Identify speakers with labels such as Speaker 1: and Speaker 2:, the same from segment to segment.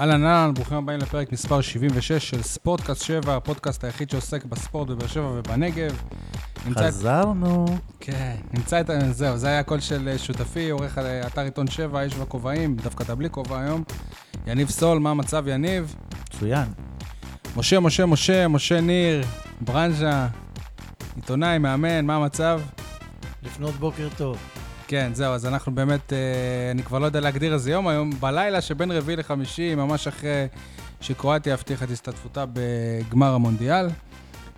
Speaker 1: אהלן אהלן, ברוכים הבאים לפרק מספר 76 של ספורטקאסט 7, הפודקאסט היחיד שעוסק בספורט בבאר שבע ובנגב. נמצא את...
Speaker 2: חזרנו.
Speaker 1: כן, נמצא את... זהו, זה היה הקול של אה, שותפי, עורך על, אה, אתר עיתון 7, האיש בכובעים, דווקא אתה בלי כובע היום. יניב סול, מה המצב יניב?
Speaker 2: מצוין.
Speaker 1: משה, משה, משה, משה ניר, ברנז'ה, עיתונאי, מאמן, מה המצב?
Speaker 3: לפנות בוקר טוב.
Speaker 1: כן, זהו, אז אנחנו באמת, אה, אני כבר לא יודע להגדיר איזה יום היום, בלילה שבין רביעי לחמישי, ממש אחרי שקרואטיה הבטיחה את השתתפותה בגמר המונדיאל.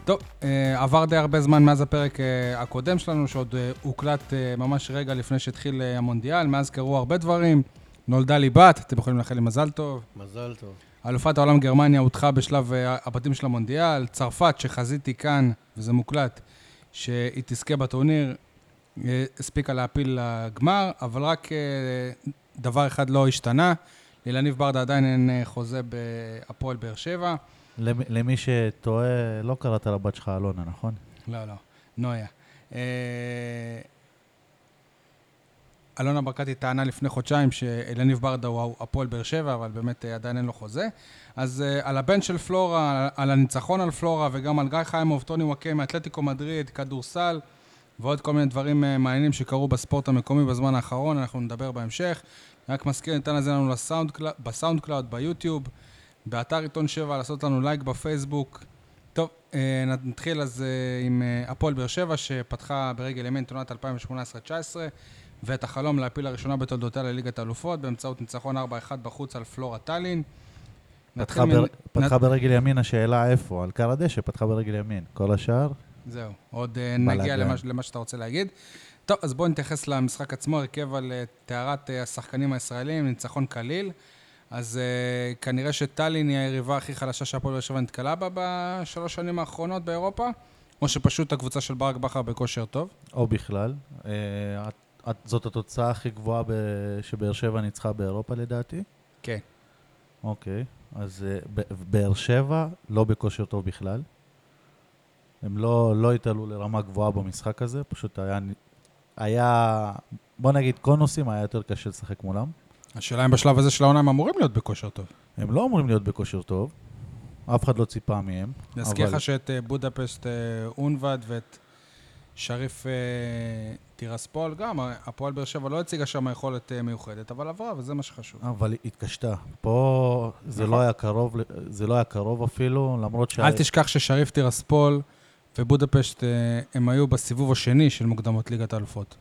Speaker 1: טוב, אה, עבר די הרבה זמן מאז הפרק אה, הקודם שלנו, שעוד אה, הוקלט אה, ממש רגע לפני שהתחיל אה, המונדיאל, מאז קרו הרבה דברים, נולדה לי בת, אתם יכולים לאחל לי מזל טוב.
Speaker 3: מזל טוב.
Speaker 1: אלופת העולם גרמניה הודחה בשלב אה, הבתים של המונדיאל, צרפת, שחזיתי כאן, וזה מוקלט, שהיא תזכה בטורניר, אה, הספיקה להפיל לגמר, אבל רק אה, דבר אחד לא השתנה, לאלניב ברדה עדיין אין אה, חוזה בהפועל באר שבע.
Speaker 2: למ- למי שתוהה, לא קראת לבת שלך אלונה, נכון?
Speaker 1: לא, לא, נויה. אה, אלונה ברקתי טענה לפני חודשיים שאלניב ברדה הוא הפועל באר שבע, אבל באמת אה, עדיין אין לו חוזה. אז אה, על הבן של פלורה, על הניצחון על פלורה, וגם על גיא חיימוב, טוני וואקה מאתלטיקו מדריד, כדורסל, ועוד כל מיני דברים אה, מעניינים שקרו בספורט המקומי בזמן האחרון, אנחנו נדבר בהמשך. רק מזכיר, ניתן לזה לנו לסאונד קלאוד, בסאונד קלאוד, ביוטיוב, באתר עיתון 7, לעשות לנו לייק בפייסבוק. טוב, אה, נתחיל אז אה, עם אה, הפועל באר שבע, שפתחה ברגל ימין את עונת 2018-2019, ואת החלום להפיל לראשונה בתולדותיה לליגת האלופות, באמצעות ניצחון 4-1 בחוץ על פלורה טאלין. נתחיל
Speaker 2: פתחה
Speaker 1: מ-
Speaker 2: בר- פתחה ברגל ימין, השאלה איפה? על קר הדשא פתחה ברגל ימין. כל השאר?
Speaker 1: זהו, עוד אה, נגיע
Speaker 2: בלאגן.
Speaker 1: למה, למה שאתה רוצה להגיד. טוב, אז בואו נתייחס למשחק עצמו, הרכב על אה, טהרת אה, השחקנים הישראלים, ניצחון קליל. אז uh, כנראה שטאלין היא היריבה הכי חלשה שהפועל באר שבע נתקלה בה בשלוש שנים האחרונות באירופה, או שפשוט הקבוצה של ברק בכר בכושר טוב.
Speaker 2: או בכלל. אה, את- את- זאת התוצאה הכי גבוהה ב- שבאר שבע ניצחה באירופה לדעתי.
Speaker 1: כן.
Speaker 2: אוקיי. אז אה, ב- באר שבע לא בכושר טוב בכלל. הם לא לא התעלו לרמה גבוהה במשחק הזה, פשוט היה... נ- היה... בוא נגיד קונוסים, היה יותר קשה לשחק מולם.
Speaker 1: השאלה אם בשלב הזה של העונה הם אמורים להיות בכושר טוב.
Speaker 2: הם לא אמורים להיות בכושר טוב, אף אחד לא ציפה מהם.
Speaker 1: להזכיר
Speaker 2: אבל-
Speaker 1: לך שאת אה, בודפשט אה, אונבד ואת שריף אה, טירספול, גם אה, הפועל באר שבע לא הציגה שם יכולת אה, מיוחדת, אבל עברה, וזה מה שחשוב.
Speaker 2: אבל היא התקשתה. פה זה לא היה קרוב, ל- זה לא היה קרוב אפילו, למרות שה...
Speaker 1: נכון. אל תשכח ששריף טירספול ובודפשט, אה, הם היו בסיבוב השני של מוקדמות ליגת האלופות.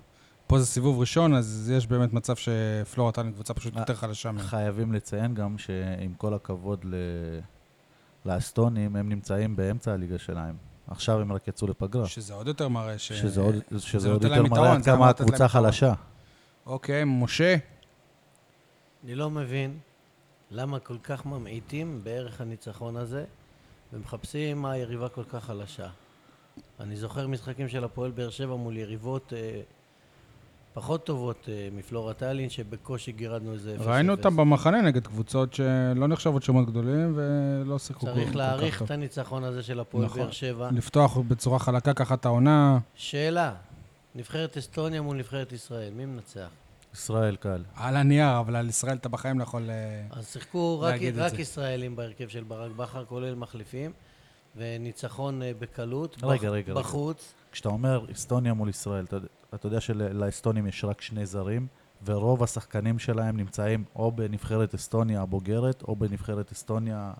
Speaker 1: פה זה סיבוב ראשון, אז יש באמת מצב שפלורה טאלין קבוצה פשוט
Speaker 2: אה,
Speaker 1: יותר חלשה מהם.
Speaker 2: חייבים לציין גם שעם כל הכבוד ל... לאסטונים, הם נמצאים באמצע הליגה שלהם. עכשיו הם רק יצאו לפגרה.
Speaker 1: שזה עוד יותר מראה ש...
Speaker 2: לא. שזה עוד, שזה עוד
Speaker 1: כן. נותן להם
Speaker 2: יותר מראה
Speaker 1: יתרון,
Speaker 2: עד
Speaker 1: זה אמור
Speaker 2: כמה
Speaker 1: לתת להם
Speaker 2: הקבוצה
Speaker 1: יתרון.
Speaker 2: חלשה.
Speaker 1: אוקיי, משה,
Speaker 3: אני לא מבין למה כל כך ממעיטים בערך הניצחון הזה ומחפשים מה היריבה כל כך חלשה. אני זוכר משחקים של הפועל באר שבע מול יריבות אה, פחות טובות אה, מפלורה טאלין, שבקושי גירדנו איזה 0-0.
Speaker 1: ראינו אותם במחנה נגד קבוצות שלא נחשבות שמות גדולים ולא שיחקו כל כל כך טוב.
Speaker 3: צריך להעריך את הניצחון הזה של הפועל
Speaker 1: נכון.
Speaker 3: באר שבע.
Speaker 1: לפתוח בצורה חלקה ככה את העונה.
Speaker 3: שאלה, נבחרת אסטוניה מול נבחרת ישראל, מי מנצח?
Speaker 2: ישראל קל.
Speaker 1: על הנייר, אבל על ישראל אתה בחיים לא יכול... אה,
Speaker 3: אז שיחקו רק,
Speaker 1: להגיד את
Speaker 3: רק
Speaker 1: זה.
Speaker 3: ישראלים בהרכב של ברק בכר, כולל מחליפים, וניצחון אה, בקלות,
Speaker 2: רגע, רגע, רגע.
Speaker 3: בחוץ.
Speaker 2: כשאתה אומר אסטוניה מול ישראל, אתה, אתה יודע שלאסטונים יש רק שני זרים, ורוב השחקנים שלהם נמצאים או בנבחרת אסטוניה הבוגרת, או בנבחרת אסטוניה ה-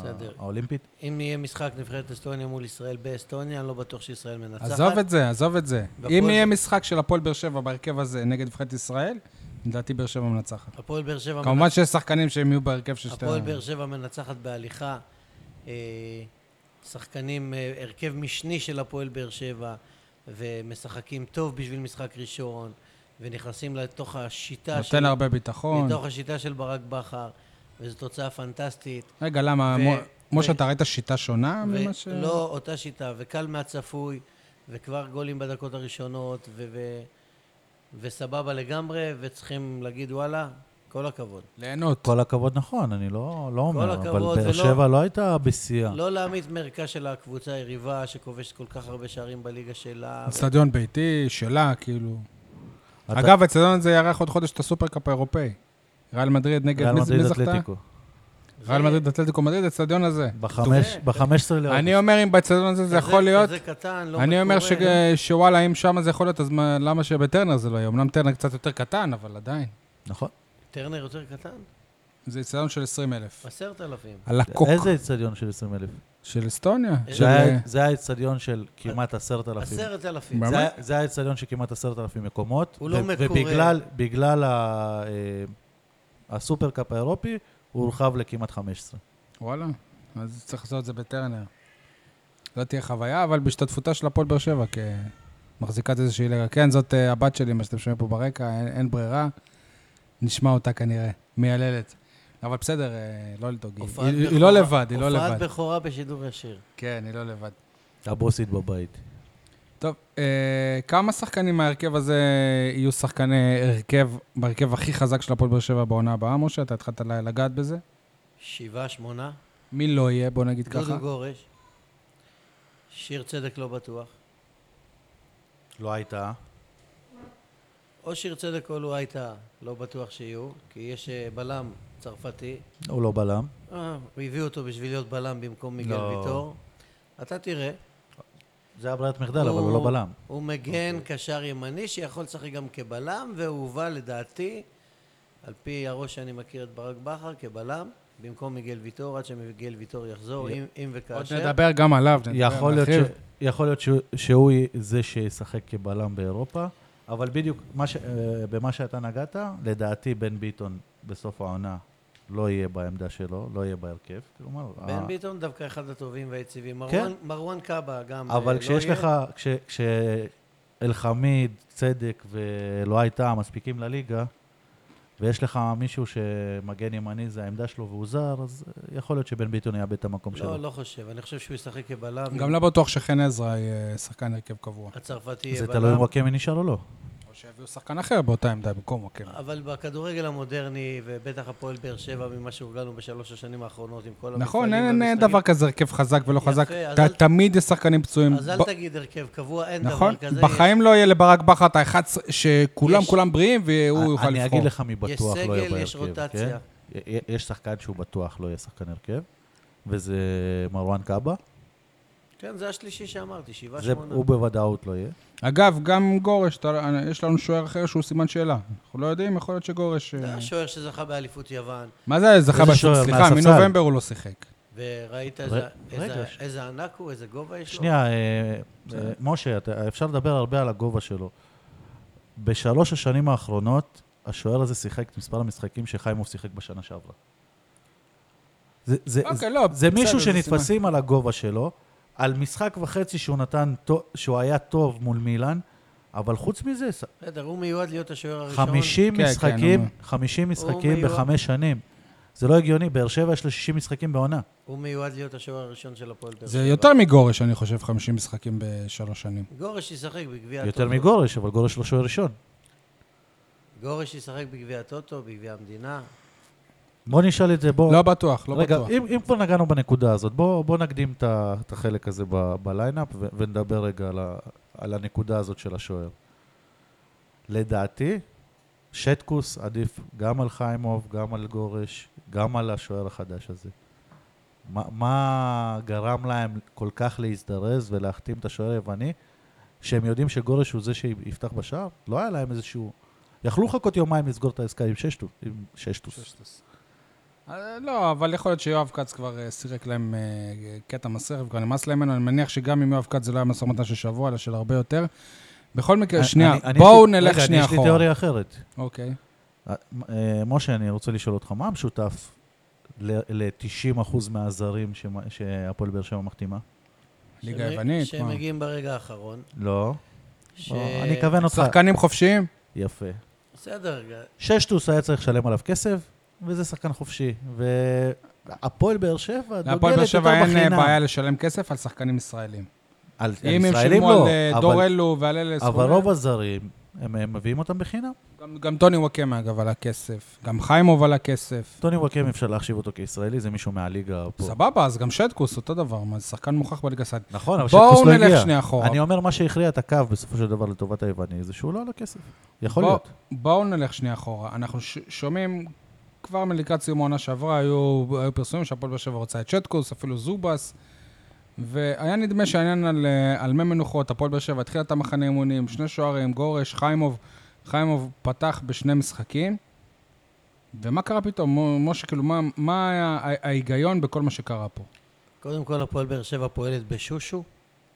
Speaker 3: בסדר.
Speaker 2: האולימפית.
Speaker 3: אם יהיה משחק נבחרת אסטוניה מול ישראל באסטוניה, אני לא בטוח שישראל מנצחת.
Speaker 1: עזוב את זה, עזוב את זה.
Speaker 3: והפועל-
Speaker 1: אם יהיה משחק של הפועל באר שבע בהרכב הזה נגד נבחרת ישראל, לדעתי באר שבע מנצחת.
Speaker 3: הפועל באר שבע,
Speaker 1: כמובן שיש שחקנים שהם יהיו בהרכב של
Speaker 3: מנצ...
Speaker 1: שתי...
Speaker 3: הפועל באר שבע מנצחת בהליכה. אה, שחקנים, אה, הרכב משני של הפועל באר שבע, ומשחקים טוב בשביל משחק ראשון, ונכנסים לתוך השיטה
Speaker 1: נותן
Speaker 3: של...
Speaker 1: הרבה ביטחון.
Speaker 3: מתוך השיטה של ברק בכר, וזו תוצאה פנטסטית.
Speaker 1: רגע, למה?
Speaker 3: ו-
Speaker 1: מו-
Speaker 3: ו-
Speaker 1: משה, אתה ראית שיטה שונה ממה ש...
Speaker 3: ש... לא, אותה שיטה, וקל מהצפוי, וכבר גולים בדקות הראשונות, ו- ו- וסבבה לגמרי, וצריכים להגיד וואלה, כל הכבוד.
Speaker 1: ליהנות.
Speaker 2: כל הכבוד נכון, אני לא, לא אומר, אבל
Speaker 3: הכבוד,
Speaker 2: באר
Speaker 3: ולא-
Speaker 2: שבע לא הייתה
Speaker 1: כן.
Speaker 2: בשיאה.
Speaker 3: לא להעמיד מרכה של הקבוצה היריבה, שכובשת כל כך הרבה שערים בליגה שלה. ו-
Speaker 1: אצטדיון ביתי, שלה, כאילו.
Speaker 2: אתה-
Speaker 1: אגב, האצטדיון הזה יארח עוד חודש את הסופרקאפ האירופאי. ריאל מדריד נגד...
Speaker 2: ריאל
Speaker 1: מי-
Speaker 2: מדריד
Speaker 1: מי זכתה?
Speaker 2: אתלטיקו.
Speaker 1: ריאל מדריד, אתלטיקו מדריד, האצטדיון הזה.
Speaker 2: בחמש-
Speaker 3: טוב.
Speaker 2: ב-15
Speaker 1: אני
Speaker 2: לאוגוסט.
Speaker 1: אומר, אם באצטדיון הזה זה יכול להיות...
Speaker 3: כזה קטן, לא
Speaker 1: אני אומר
Speaker 3: מקורה.
Speaker 1: ש- שוואלה, אם שם זה יכול להיות, אז מה- למה שבטרנר זה לא יהיה? אמנם טרנר קצת יותר קטן, אבל עדיין.
Speaker 2: נכון.
Speaker 3: טרנר יותר קטן?
Speaker 1: זה אצטדיון של 20 אלף.
Speaker 3: עשרת אלפים.
Speaker 1: על הקוק
Speaker 2: איזה אצטדיון של 20,000?
Speaker 1: של אסטוניה.
Speaker 3: זה
Speaker 1: של-
Speaker 2: זה היה- זה האצטדיון של כמעט 10,000.
Speaker 3: עשרת אלפים.
Speaker 1: מה?
Speaker 2: זה
Speaker 1: באמת?
Speaker 2: היה- זה היה אצטדיון של כמעט 10,000 מקומות.
Speaker 3: הוא לא
Speaker 2: ו-
Speaker 3: מקורה.
Speaker 2: ובגלל בגלל ה- אה, הסופרקאפ האירופי, הוא הורחב לכמעט 15.
Speaker 1: וואלה, אז צריך לעשות את זה בטרנר. לא תהיה חוויה, אבל בהשתתפותה של הפועל באר שבע כמחזיקת איזושהי ליגה. כן, זאת אה, הבת שלי, מה שאתם שומעים פה ברקע, אין, אין ברירה. נשמע אותה כנראה, מייללת. אבל בסדר, אה, לא לדאוג. היא,
Speaker 3: הופעת
Speaker 1: היא, היא
Speaker 3: בכורה-
Speaker 1: לא לבד, היא לא לבד.
Speaker 3: הופעת בכורה בשידור ישיר.
Speaker 1: כן, היא לא לבד.
Speaker 2: הבוסית בבית.
Speaker 1: טוב, אה, כמה שחקנים מההרכב הזה יהיו שחקני הרכב, בהרכב הכי חזק של הפועל באר שבע בעונה הבאה, משה? אתה התחלת לגעת בזה?
Speaker 3: שבעה, שמונה.
Speaker 1: מי לא יהיה, בוא נגיד ככה.
Speaker 3: דודו גורש. שיר צדק לא בטוח.
Speaker 2: לא הייתה.
Speaker 3: או שיר צדק או לו הייתה, לא בטוח שיהיו, כי יש אה, בלם צרפתי.
Speaker 2: הוא לא בלם.
Speaker 3: אה, הוא הביא אותו בשביל להיות בלם במקום מיגל
Speaker 2: לא.
Speaker 3: ויטור. אתה תראה.
Speaker 2: זה היה ברירת מחדל, אבל הוא לא בלם.
Speaker 3: הוא מגן קשר ימני שיכול לשחק גם כבלם, והוא הובא לדעתי, על פי הראש שאני מכיר את ברק בכר, כבלם, במקום מיגל ויטור, עד שמיגל ויטור יחזור, אם- אם
Speaker 1: עוד
Speaker 3: וכאשר.
Speaker 1: נדבר גם עליו, נדבר על
Speaker 2: יכול להיות
Speaker 1: אחיו.
Speaker 2: ש- יכול להיות שהוא- שהוא יהיה זה שישחק כבלם באירופה, אבל בדיוק מה ש- אה, במה שאתה נגעת, לדעתי בן ביטון בסוף העונה לא יהיה בעמדה שלו, לא יהיה בהרכב. כלומר,
Speaker 3: בן
Speaker 2: ה-
Speaker 3: ביטון דווקא אחד הטובים והיציבים.
Speaker 2: אה. כן.
Speaker 3: מרואן- מרואן קאבה גם אה,
Speaker 2: אבל
Speaker 3: לא
Speaker 2: כשיש
Speaker 3: יהיה.
Speaker 2: לך, כש- כשאלחמיד, צדק ולואי טעם מספיקים לליגה, ויש לך מישהו שמגן ימני זה העמדה שלו והוא זר, אז יכול להיות שבן ביטון יאבד את המקום שלו.
Speaker 3: לא, לא חושב. אני חושב שהוא ישחק כבלם.
Speaker 1: גם לא בטוח שחן עזרא יהיה שחקן הרכב קבוע.
Speaker 3: הצרפתי
Speaker 2: זה
Speaker 3: יהיה
Speaker 2: תלוי אם
Speaker 3: בלם.
Speaker 2: וואקמי נשאר או לא.
Speaker 1: או שיביאו שחקן אחר באותה עמדה במקום וואקמה.
Speaker 3: אבל לא בכדורגל המודרני, ובטח הפועל באר שבע, ממה שהורגלנו בשלוש השנים האחרונות עם כל
Speaker 1: נכון,
Speaker 3: המפעלים
Speaker 1: אין- אין
Speaker 3: והמשחקים.
Speaker 1: דבר כזה הרכב חזק ולא
Speaker 3: יפה,
Speaker 1: חזק.
Speaker 3: אז
Speaker 1: ת-
Speaker 3: אל-
Speaker 1: תמיד יש שחקנים פצועים.
Speaker 3: אז אל
Speaker 1: ב-
Speaker 3: תגיד הרכב קבוע, אין
Speaker 1: נכון?
Speaker 3: דבר כזה.
Speaker 1: בחיים לא יהיה לברק בכר את האחד ש- שכולם
Speaker 3: יש.
Speaker 1: כולם בריאים והוא יוכל לבחור.
Speaker 2: אני אגיד לך מי בטוח
Speaker 3: סגל,
Speaker 2: לא יהיה בהרכב.
Speaker 3: יש רוטציה.
Speaker 2: כן? י- י- יש שחקן שהוא בטוח לא יהיה שחקן הרכב, וזה מרואן קאבה.
Speaker 3: יש- כן, זה השלישי שאמרתי, שבעה,
Speaker 2: זה-
Speaker 3: שמונה.
Speaker 2: הוא בוודאות לא יהיה.
Speaker 1: אגב, גם גורש, אתה- לא- אה, יש לנו שוער אחר שהוא סימן שאלה. אנחנו לא יודעים, יכול להיות שגורש...
Speaker 3: זה
Speaker 1: אה,
Speaker 3: השוער שזכה באליפות יוון,
Speaker 1: מה זה זכה
Speaker 2: איזה
Speaker 1: בשוק?
Speaker 2: שוער?
Speaker 1: סליחה,
Speaker 2: מהספסל?
Speaker 1: מנובמבר הוא לא שיחק.
Speaker 3: וראית
Speaker 2: ר-
Speaker 3: איזה-
Speaker 2: רגע,
Speaker 3: איזה-
Speaker 2: ש-
Speaker 3: איזה ענק הוא, איזה גובה יש לו.
Speaker 2: שנייה, אה, אה, משה, אתה- אפשר לדבר הרבה על הגובה שלו. בשלוש השנים האחרונות, השוער הזה שיחק את מספר המשחקים שחיימוב שיחק בשנה שעברה. זה- זה-
Speaker 1: אוקיי,
Speaker 2: זה-
Speaker 1: לא,
Speaker 2: זה
Speaker 1: בסדר,
Speaker 2: מישהו
Speaker 1: זה סימן.
Speaker 2: שנתפסים על הגובה שלו, על משחק וחצי שהוא נתן, טו- שהוא היה טוב מול מילאן, אבל חוץ מזה, ס-
Speaker 3: בסדר, הוא מיועד להיות השוער הראשון.
Speaker 2: 50
Speaker 1: כן,
Speaker 2: משחקים,
Speaker 1: כן,
Speaker 2: 50
Speaker 3: הוא
Speaker 2: משחקים
Speaker 3: מיועד-
Speaker 2: בחמש שנים. זה לא הגיוני, באר שבע יש לו 60 משחקים בעונה.
Speaker 3: הוא מיועד להיות השוער הראשון של הפועל באר
Speaker 1: זה
Speaker 3: שבע.
Speaker 1: יותר מגורש, אני חושב, 50 משחקים בשלוש שנים.
Speaker 3: גורש ישחק בגביע הטוטו.
Speaker 2: יותר מגורש, אבל גורש לא שוער ראשון.
Speaker 3: גורש ישחק בגביע הטוטו, בגביע המדינה.
Speaker 2: בוא נשאל את זה, בוא...
Speaker 1: לא בטוח, לא
Speaker 2: רגע,
Speaker 1: בטוח.
Speaker 2: אם, אם כבר נגענו בנקודה הזאת, בוא, בוא נקדים את ה- את החלק הזה ב- בליינאפ ו- ונדבר רגע על, ה, על הנקודה הזאת של השוער. לדעתי, שטקוס עדיף גם על חיימוב, גם על גורש, גם על השוער החדש הזה. מה, מה גרם להם כל כך להזדרז ולהחתים את השוער היווני, שהם יודעים שגורש הוא זה שיפתח בשער? לא היה להם איזשהו... יכלו לחכות יומיים לסגור את העסקה עם ששטוס. עם ששטוס.
Speaker 1: אה, לא, אבל יכול להיות שיואב כץ כבר אה, סירק להם אה, קטע מסריח וכבר נמאס להם ממנו. אני מניח שגם עם יואב כץ זה לא היה משא ומתן של שבוע, אלא של הרבה יותר. בכל מקרה,
Speaker 2: אני-
Speaker 1: כן, שנייה,
Speaker 2: אה, אני- אני
Speaker 1: בואו
Speaker 2: יש לי-
Speaker 1: נלך
Speaker 2: רגע,
Speaker 1: שנייה
Speaker 2: יש לי
Speaker 1: אחורה.
Speaker 2: תיאוריה אחרת.
Speaker 1: אוקיי.
Speaker 2: אה, אה, משה, אני רוצה לשאול אותך, מה המשותף ל-90% מהזרים שמ- שהפועל באר שבע מחתימה?
Speaker 1: ליגה
Speaker 3: שמ-
Speaker 1: יוונית,
Speaker 3: שהם
Speaker 1: מה?
Speaker 3: מגיעים ברגע האחרון.
Speaker 2: לא.
Speaker 3: ש-
Speaker 2: אני אכוון אותך.
Speaker 1: שחקנים חופשיים?
Speaker 2: יפה.
Speaker 3: בסדר, ג-
Speaker 2: ששטוס היה צריך לשלם עליו כסף, וזה שחקן חופשי. והפועל באר שבע
Speaker 1: להפועל
Speaker 2: דוגלת
Speaker 1: באר
Speaker 2: יותר
Speaker 1: שבע אין אה,
Speaker 2: בחינם.
Speaker 1: בעיה לשלם כסף על שחקנים ישראלים.
Speaker 2: על על
Speaker 1: אם הם
Speaker 2: ישראלים
Speaker 1: שילמו
Speaker 2: לא,
Speaker 1: על אה,
Speaker 2: אבל-
Speaker 1: דור אלו ועל אלה
Speaker 2: אבל
Speaker 1: סכומים.
Speaker 2: רוב הזרים, הם הם מביאים אותם בחינם.
Speaker 1: גם- גם טוני וואקמה, אגב, על הכסף. גם חיימוב על הכסף.
Speaker 2: טוני וואקם אפשר להחשיב אותו כישראלי, זה מישהו מהליגה פה.
Speaker 1: סבבה, אז גם שטקוס, אותו דבר. מה, זה שחקן מוכח בליגה הסעד.
Speaker 2: נכון, אבל
Speaker 1: בואו
Speaker 2: שטקוס לא
Speaker 1: נלך
Speaker 2: הגיע.
Speaker 1: שנייה אחורה.
Speaker 2: אני אומר, מה שהכריע את הקו בסופו של דבר לטובת היווני, זה שהוא לא על הכסף. יכול
Speaker 1: בוא-
Speaker 2: להיות.
Speaker 1: בואו נלך שנייה אחורה. אנחנו ש- שומעים כבר מלקראת סיום העונה שעברה היו, היו פרסומים שהפועל באר שבע רוצה את שטקוס, אפילו זובס, והיה נדמה שהעניין על, אה, על מי מנוחות, הפועל באר שבע התחילה את המחנה אימונים, שני שוערים, גורש, חיימוב, חיימוב פתח בשני משחקים, ומה קרה פתאום? מו- משה, כאילו, מה, מה היה ה- ההיגיון בכל מה שקרה פה?
Speaker 3: קודם כל, הפועל באר שבע פועלת בשושו,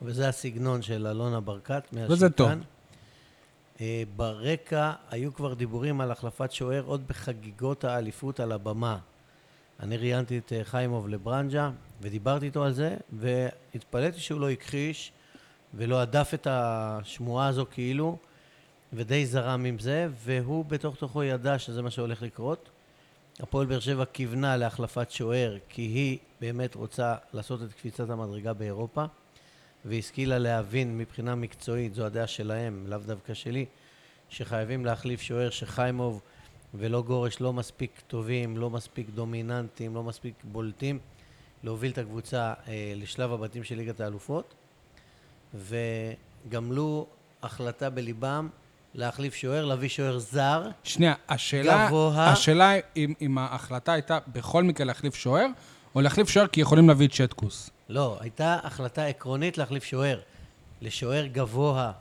Speaker 3: וזה הסגנון של אלונה ברקת מהשלטן.
Speaker 1: וזה טוב.
Speaker 3: אה, ברקע היו כבר דיבורים על החלפת שוער עוד בחגיגות האליפות על הבמה. אני ראיינתי את אה, חיימוב לברנג'ה, ודיברתי איתו על זה, והתפלאתי שהוא לא הכחיש, ולא הדף את השמועה הזו כאילו, ודי זרם עם זה, והוא בתוך תוכו ידע שזה מה שהולך לקרות. הפועל באר שבע כיוונה להחלפת שוער, כי היא באמת רוצה לעשות את קפיצת המדרגה באירופה, והשכילה להבין מבחינה מקצועית, זו הדעה שלהם, לאו דווקא שלי, שחייבים להחליף שוער שחיימוב ולא גורש לא מספיק טובים, לא מספיק דומיננטיים, לא מספיק בולטים, להוביל את הקבוצה אה, לשלב הבתים של ליגת האלופות. וגמלו החלטה בליבם להחליף שוער, להביא שוער זר.
Speaker 1: שנייה, השאלה,
Speaker 3: גבוה.
Speaker 1: השאלה אם, אם ההחלטה הייתה בכל מקרה להחליף שוער, או להחליף שוער כי יכולים להביא את שטקוס.
Speaker 3: לא, הייתה החלטה עקרונית להחליף שוער. לשוער גבוה,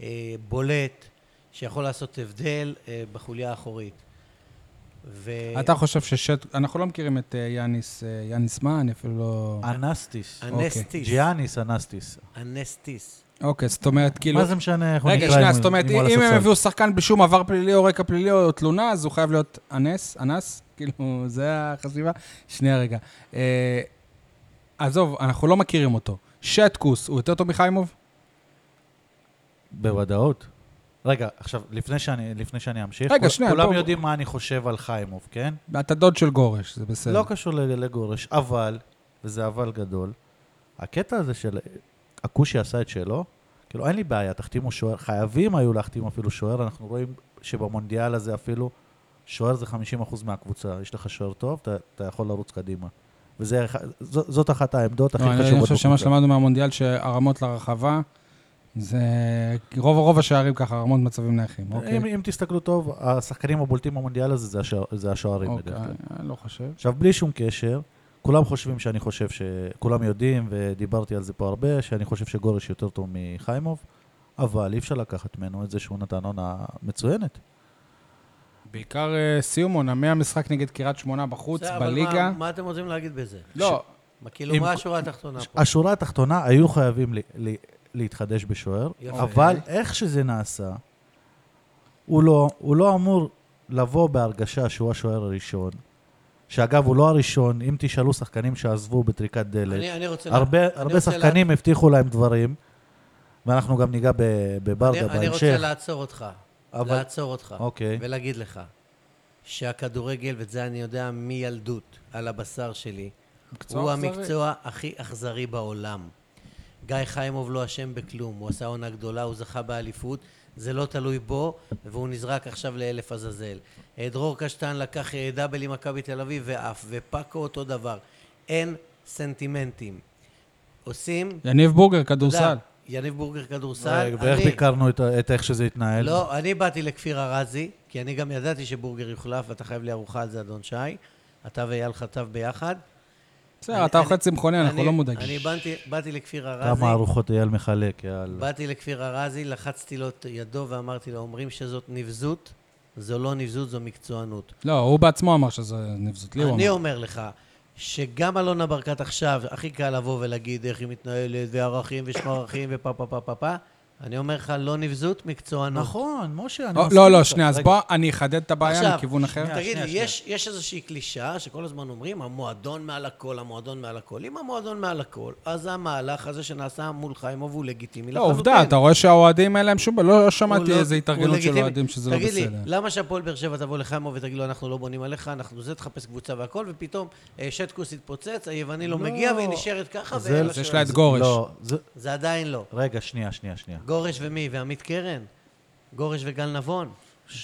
Speaker 3: אה, בולט, שיכול לעשות הבדל אה, בחוליה האחורית. ו...
Speaker 1: אתה חושב ששט... אנחנו לא מכירים את אה, יאניס, אה, יאניס מה? אני אפילו לא...
Speaker 2: אנסטיס.
Speaker 3: אנסטיס.
Speaker 2: ג'יאניס אנסטיס.
Speaker 3: אנסטיס.
Speaker 1: אוקיי, זאת אומרת, כאילו...
Speaker 2: מה זה משנה איך הוא נקרא?
Speaker 1: רגע, שנייה,
Speaker 2: אם-
Speaker 1: זאת אומרת,
Speaker 2: הוא על
Speaker 1: אם הם
Speaker 2: הספסל?
Speaker 1: הביאו שחקן בלי שום עבר פלילי או רקע פלילי או תלונה, אז הוא חייב להיות אנס, אנס, כאילו, זה החשיבה. שנייה, רגע. אה, עזוב, אנחנו לא מכירים אותו. שטקוס, הוא יותר טוב מחיימוב?
Speaker 2: בוודאות. רגע, עכשיו, לפני שאני, לפני שאני אמשיך,
Speaker 1: רגע,
Speaker 2: כול-
Speaker 1: שנייה,
Speaker 2: כולם
Speaker 1: בוא-
Speaker 2: יודעים מה אני חושב על חיימוב, כן?
Speaker 1: אתה דוד של גורש, זה בסדר.
Speaker 2: לא קשור ל- לגורש, אבל, וזה אבל גדול, הקטע הזה של הכושי עשה את שלו, כאילו אין לי בעיה, תחתימו שוער, חייבים היו להחתים אפילו שוער, אנחנו רואים שבמונדיאל הזה אפילו שוער זה 50% מהקבוצה, יש לך שוער טוב, אתה, אתה יכול לרוץ קדימה. וזה, אח- זו, זאת אחת העמדות הכי
Speaker 1: לא,
Speaker 2: חשובות.
Speaker 1: אני אני חושב שמה
Speaker 2: בקבוצה.
Speaker 1: שלמדנו מהמונדיאל, שהרמות לרחבה, זה... רוב רוב השערים ככה, הרמות מצבים נייחים. אוקיי.
Speaker 2: אם, אם תסתכלו טוב, השחקנים הבולטים במונדיאל הזה זה, השוער, זה השוערים
Speaker 1: אוקיי,
Speaker 2: בדרך כלל.
Speaker 1: אני לא חושב.
Speaker 2: עכשיו, בלי שום קשר, כולם חושבים שאני חושב ש... כולם יודעים, ודיברתי על זה פה הרבה, שאני חושב שגורש יותר טוב מחיימוב, אבל אי אפשר לקחת ממנו את זה שהוא נתן עונה מצוינת.
Speaker 1: בעיקר אה, סיום עונה, מהמשחק נגד קריית שמונה בחוץ,
Speaker 3: בסדר, אבל
Speaker 1: בליגה.
Speaker 3: מה, מה אתם רוצים להגיד בזה?
Speaker 1: לא,
Speaker 3: מה, כאילו,
Speaker 2: אם-
Speaker 3: מה השורה התחתונה פה?
Speaker 2: השורה התחתונה, היו חייבים ל... ל... להתחדש בשוער,
Speaker 3: יפה.
Speaker 2: אבל איך שזה נעשה, הוא לא, הוא לא אמור לבוא בהרגשה שהוא השוער הראשון, שאגב, הוא לא הראשון, אם תשאלו שחקנים שעזבו בטריקת דלת,
Speaker 3: אני, אני רוצה... לה-
Speaker 2: הרבה,
Speaker 3: אני
Speaker 2: הרבה
Speaker 3: רוצה לה-
Speaker 2: שחקנים הבטיחו להם דברים, ואנחנו גם ניגע ב-
Speaker 3: אני,
Speaker 2: בברדה
Speaker 3: אני רוצה
Speaker 2: בהמשך.
Speaker 3: לעצור אותך.
Speaker 2: אבל-
Speaker 3: לעצור אותך.
Speaker 2: אוקיי.
Speaker 3: ולהגיד לך שהכדורגל, ואת זה אני יודע מילדות, על הבשר שלי,
Speaker 1: מקצוע
Speaker 3: הוא
Speaker 1: אכזרי.
Speaker 3: המקצוע הכי אכזרי בעולם. גיא חיימוב לא אשם בכלום, הוא עשה עונה גדולה, הוא זכה באליפות, זה לא תלוי בו, והוא נזרק עכשיו לאלף עזאזל. אה, דרור קשטן לקח אה, דאבל עם מכבי תל אביב ועף, ופאקו אותו דבר. אין סנטימנטים. עושים...
Speaker 1: יניב בורגר,
Speaker 3: אתה יודע,
Speaker 1: כדורסל.
Speaker 3: יניב בורגר כדורסל,
Speaker 2: רגע, ואיך
Speaker 3: אני-
Speaker 2: ביקרנו את, ה- את איך שזה התנהל?
Speaker 3: לא, אני באתי לכפיר ארזי, כי אני גם ידעתי שבורגר יוחלף, ואתה חייב לי ארוחה על זה, אדון שי. אתה ואייל חטב ביחד.
Speaker 1: בסדר,
Speaker 3: אני-
Speaker 1: אתה
Speaker 3: אני-
Speaker 1: אוכל צמחוני, אנחנו
Speaker 3: אני-
Speaker 1: לא מודאגים.
Speaker 3: אני באתי- באתי לכפיר ארזי,
Speaker 2: כמה ארוחות אייל מחלק, יאללה.
Speaker 3: באתי לכפיר ארזי, לחצתי לו את ידו ואמרתי לו, אומרים שזאת נבזות, זו לא נבזות, זו מקצוענות.
Speaker 1: לא, הוא בעצמו אמר שזה נבזות. לי הוא
Speaker 3: אני
Speaker 1: אמר.
Speaker 3: אומר לך, שגם אלונה ברקת עכשיו, הכי קל לבוא ולהגיד איך היא מתנהלת, וערכים ושמר ערכים ופה פה פה פה פה, אני אומר לך, לא נבזות, מקצוענות.
Speaker 2: נכון, משה, אני
Speaker 1: או,
Speaker 2: מסכים
Speaker 1: לא, לא,
Speaker 2: איתך.
Speaker 1: שנייה, אז
Speaker 2: רגע,
Speaker 1: בוא, אני אחדד את הבעיה
Speaker 3: עכשיו,
Speaker 1: מכיוון אחר.
Speaker 3: תגיד לי,
Speaker 2: שנייה,
Speaker 3: יש, יש איזושהי קלישאה שכל הזמן אומרים, המועדון מעל הכל, המועדון מעל הכל. אם המועדון מעל הכל, אז המהלך הזה שנעשה מול חיימוב הוא לגיטימי
Speaker 1: לא,
Speaker 3: לחלוטין.
Speaker 1: עובדה, אתה רואה שהאוהדים אין להם שום... לא שמעתי
Speaker 3: הוא
Speaker 1: איזו
Speaker 3: לא- הוא
Speaker 1: התארגנות של
Speaker 3: לגיטימי.
Speaker 1: אוהדים שזה לא
Speaker 3: תגיד
Speaker 1: בסדר.
Speaker 3: לי, למה שהפועל באר שבע תבוא לחיימוב ותגיד לו, אנחנו לא בונים עליך, אנחנו זה, תחפש קבוצה והכל, ופתאום אה, שטקוס התפוצץ, היווני לא,
Speaker 2: לא.
Speaker 3: מגיע, והיא נשארת ככה,
Speaker 2: זה-
Speaker 3: ואין לה
Speaker 1: אז יש
Speaker 3: שוער.
Speaker 1: לה את גורש.
Speaker 2: לא, זה...
Speaker 3: זה עדיין לא.
Speaker 2: רגע, שנייה, שנייה, שנייה.
Speaker 3: גורש ומי? ועמית קרן? גורש וגל נבון?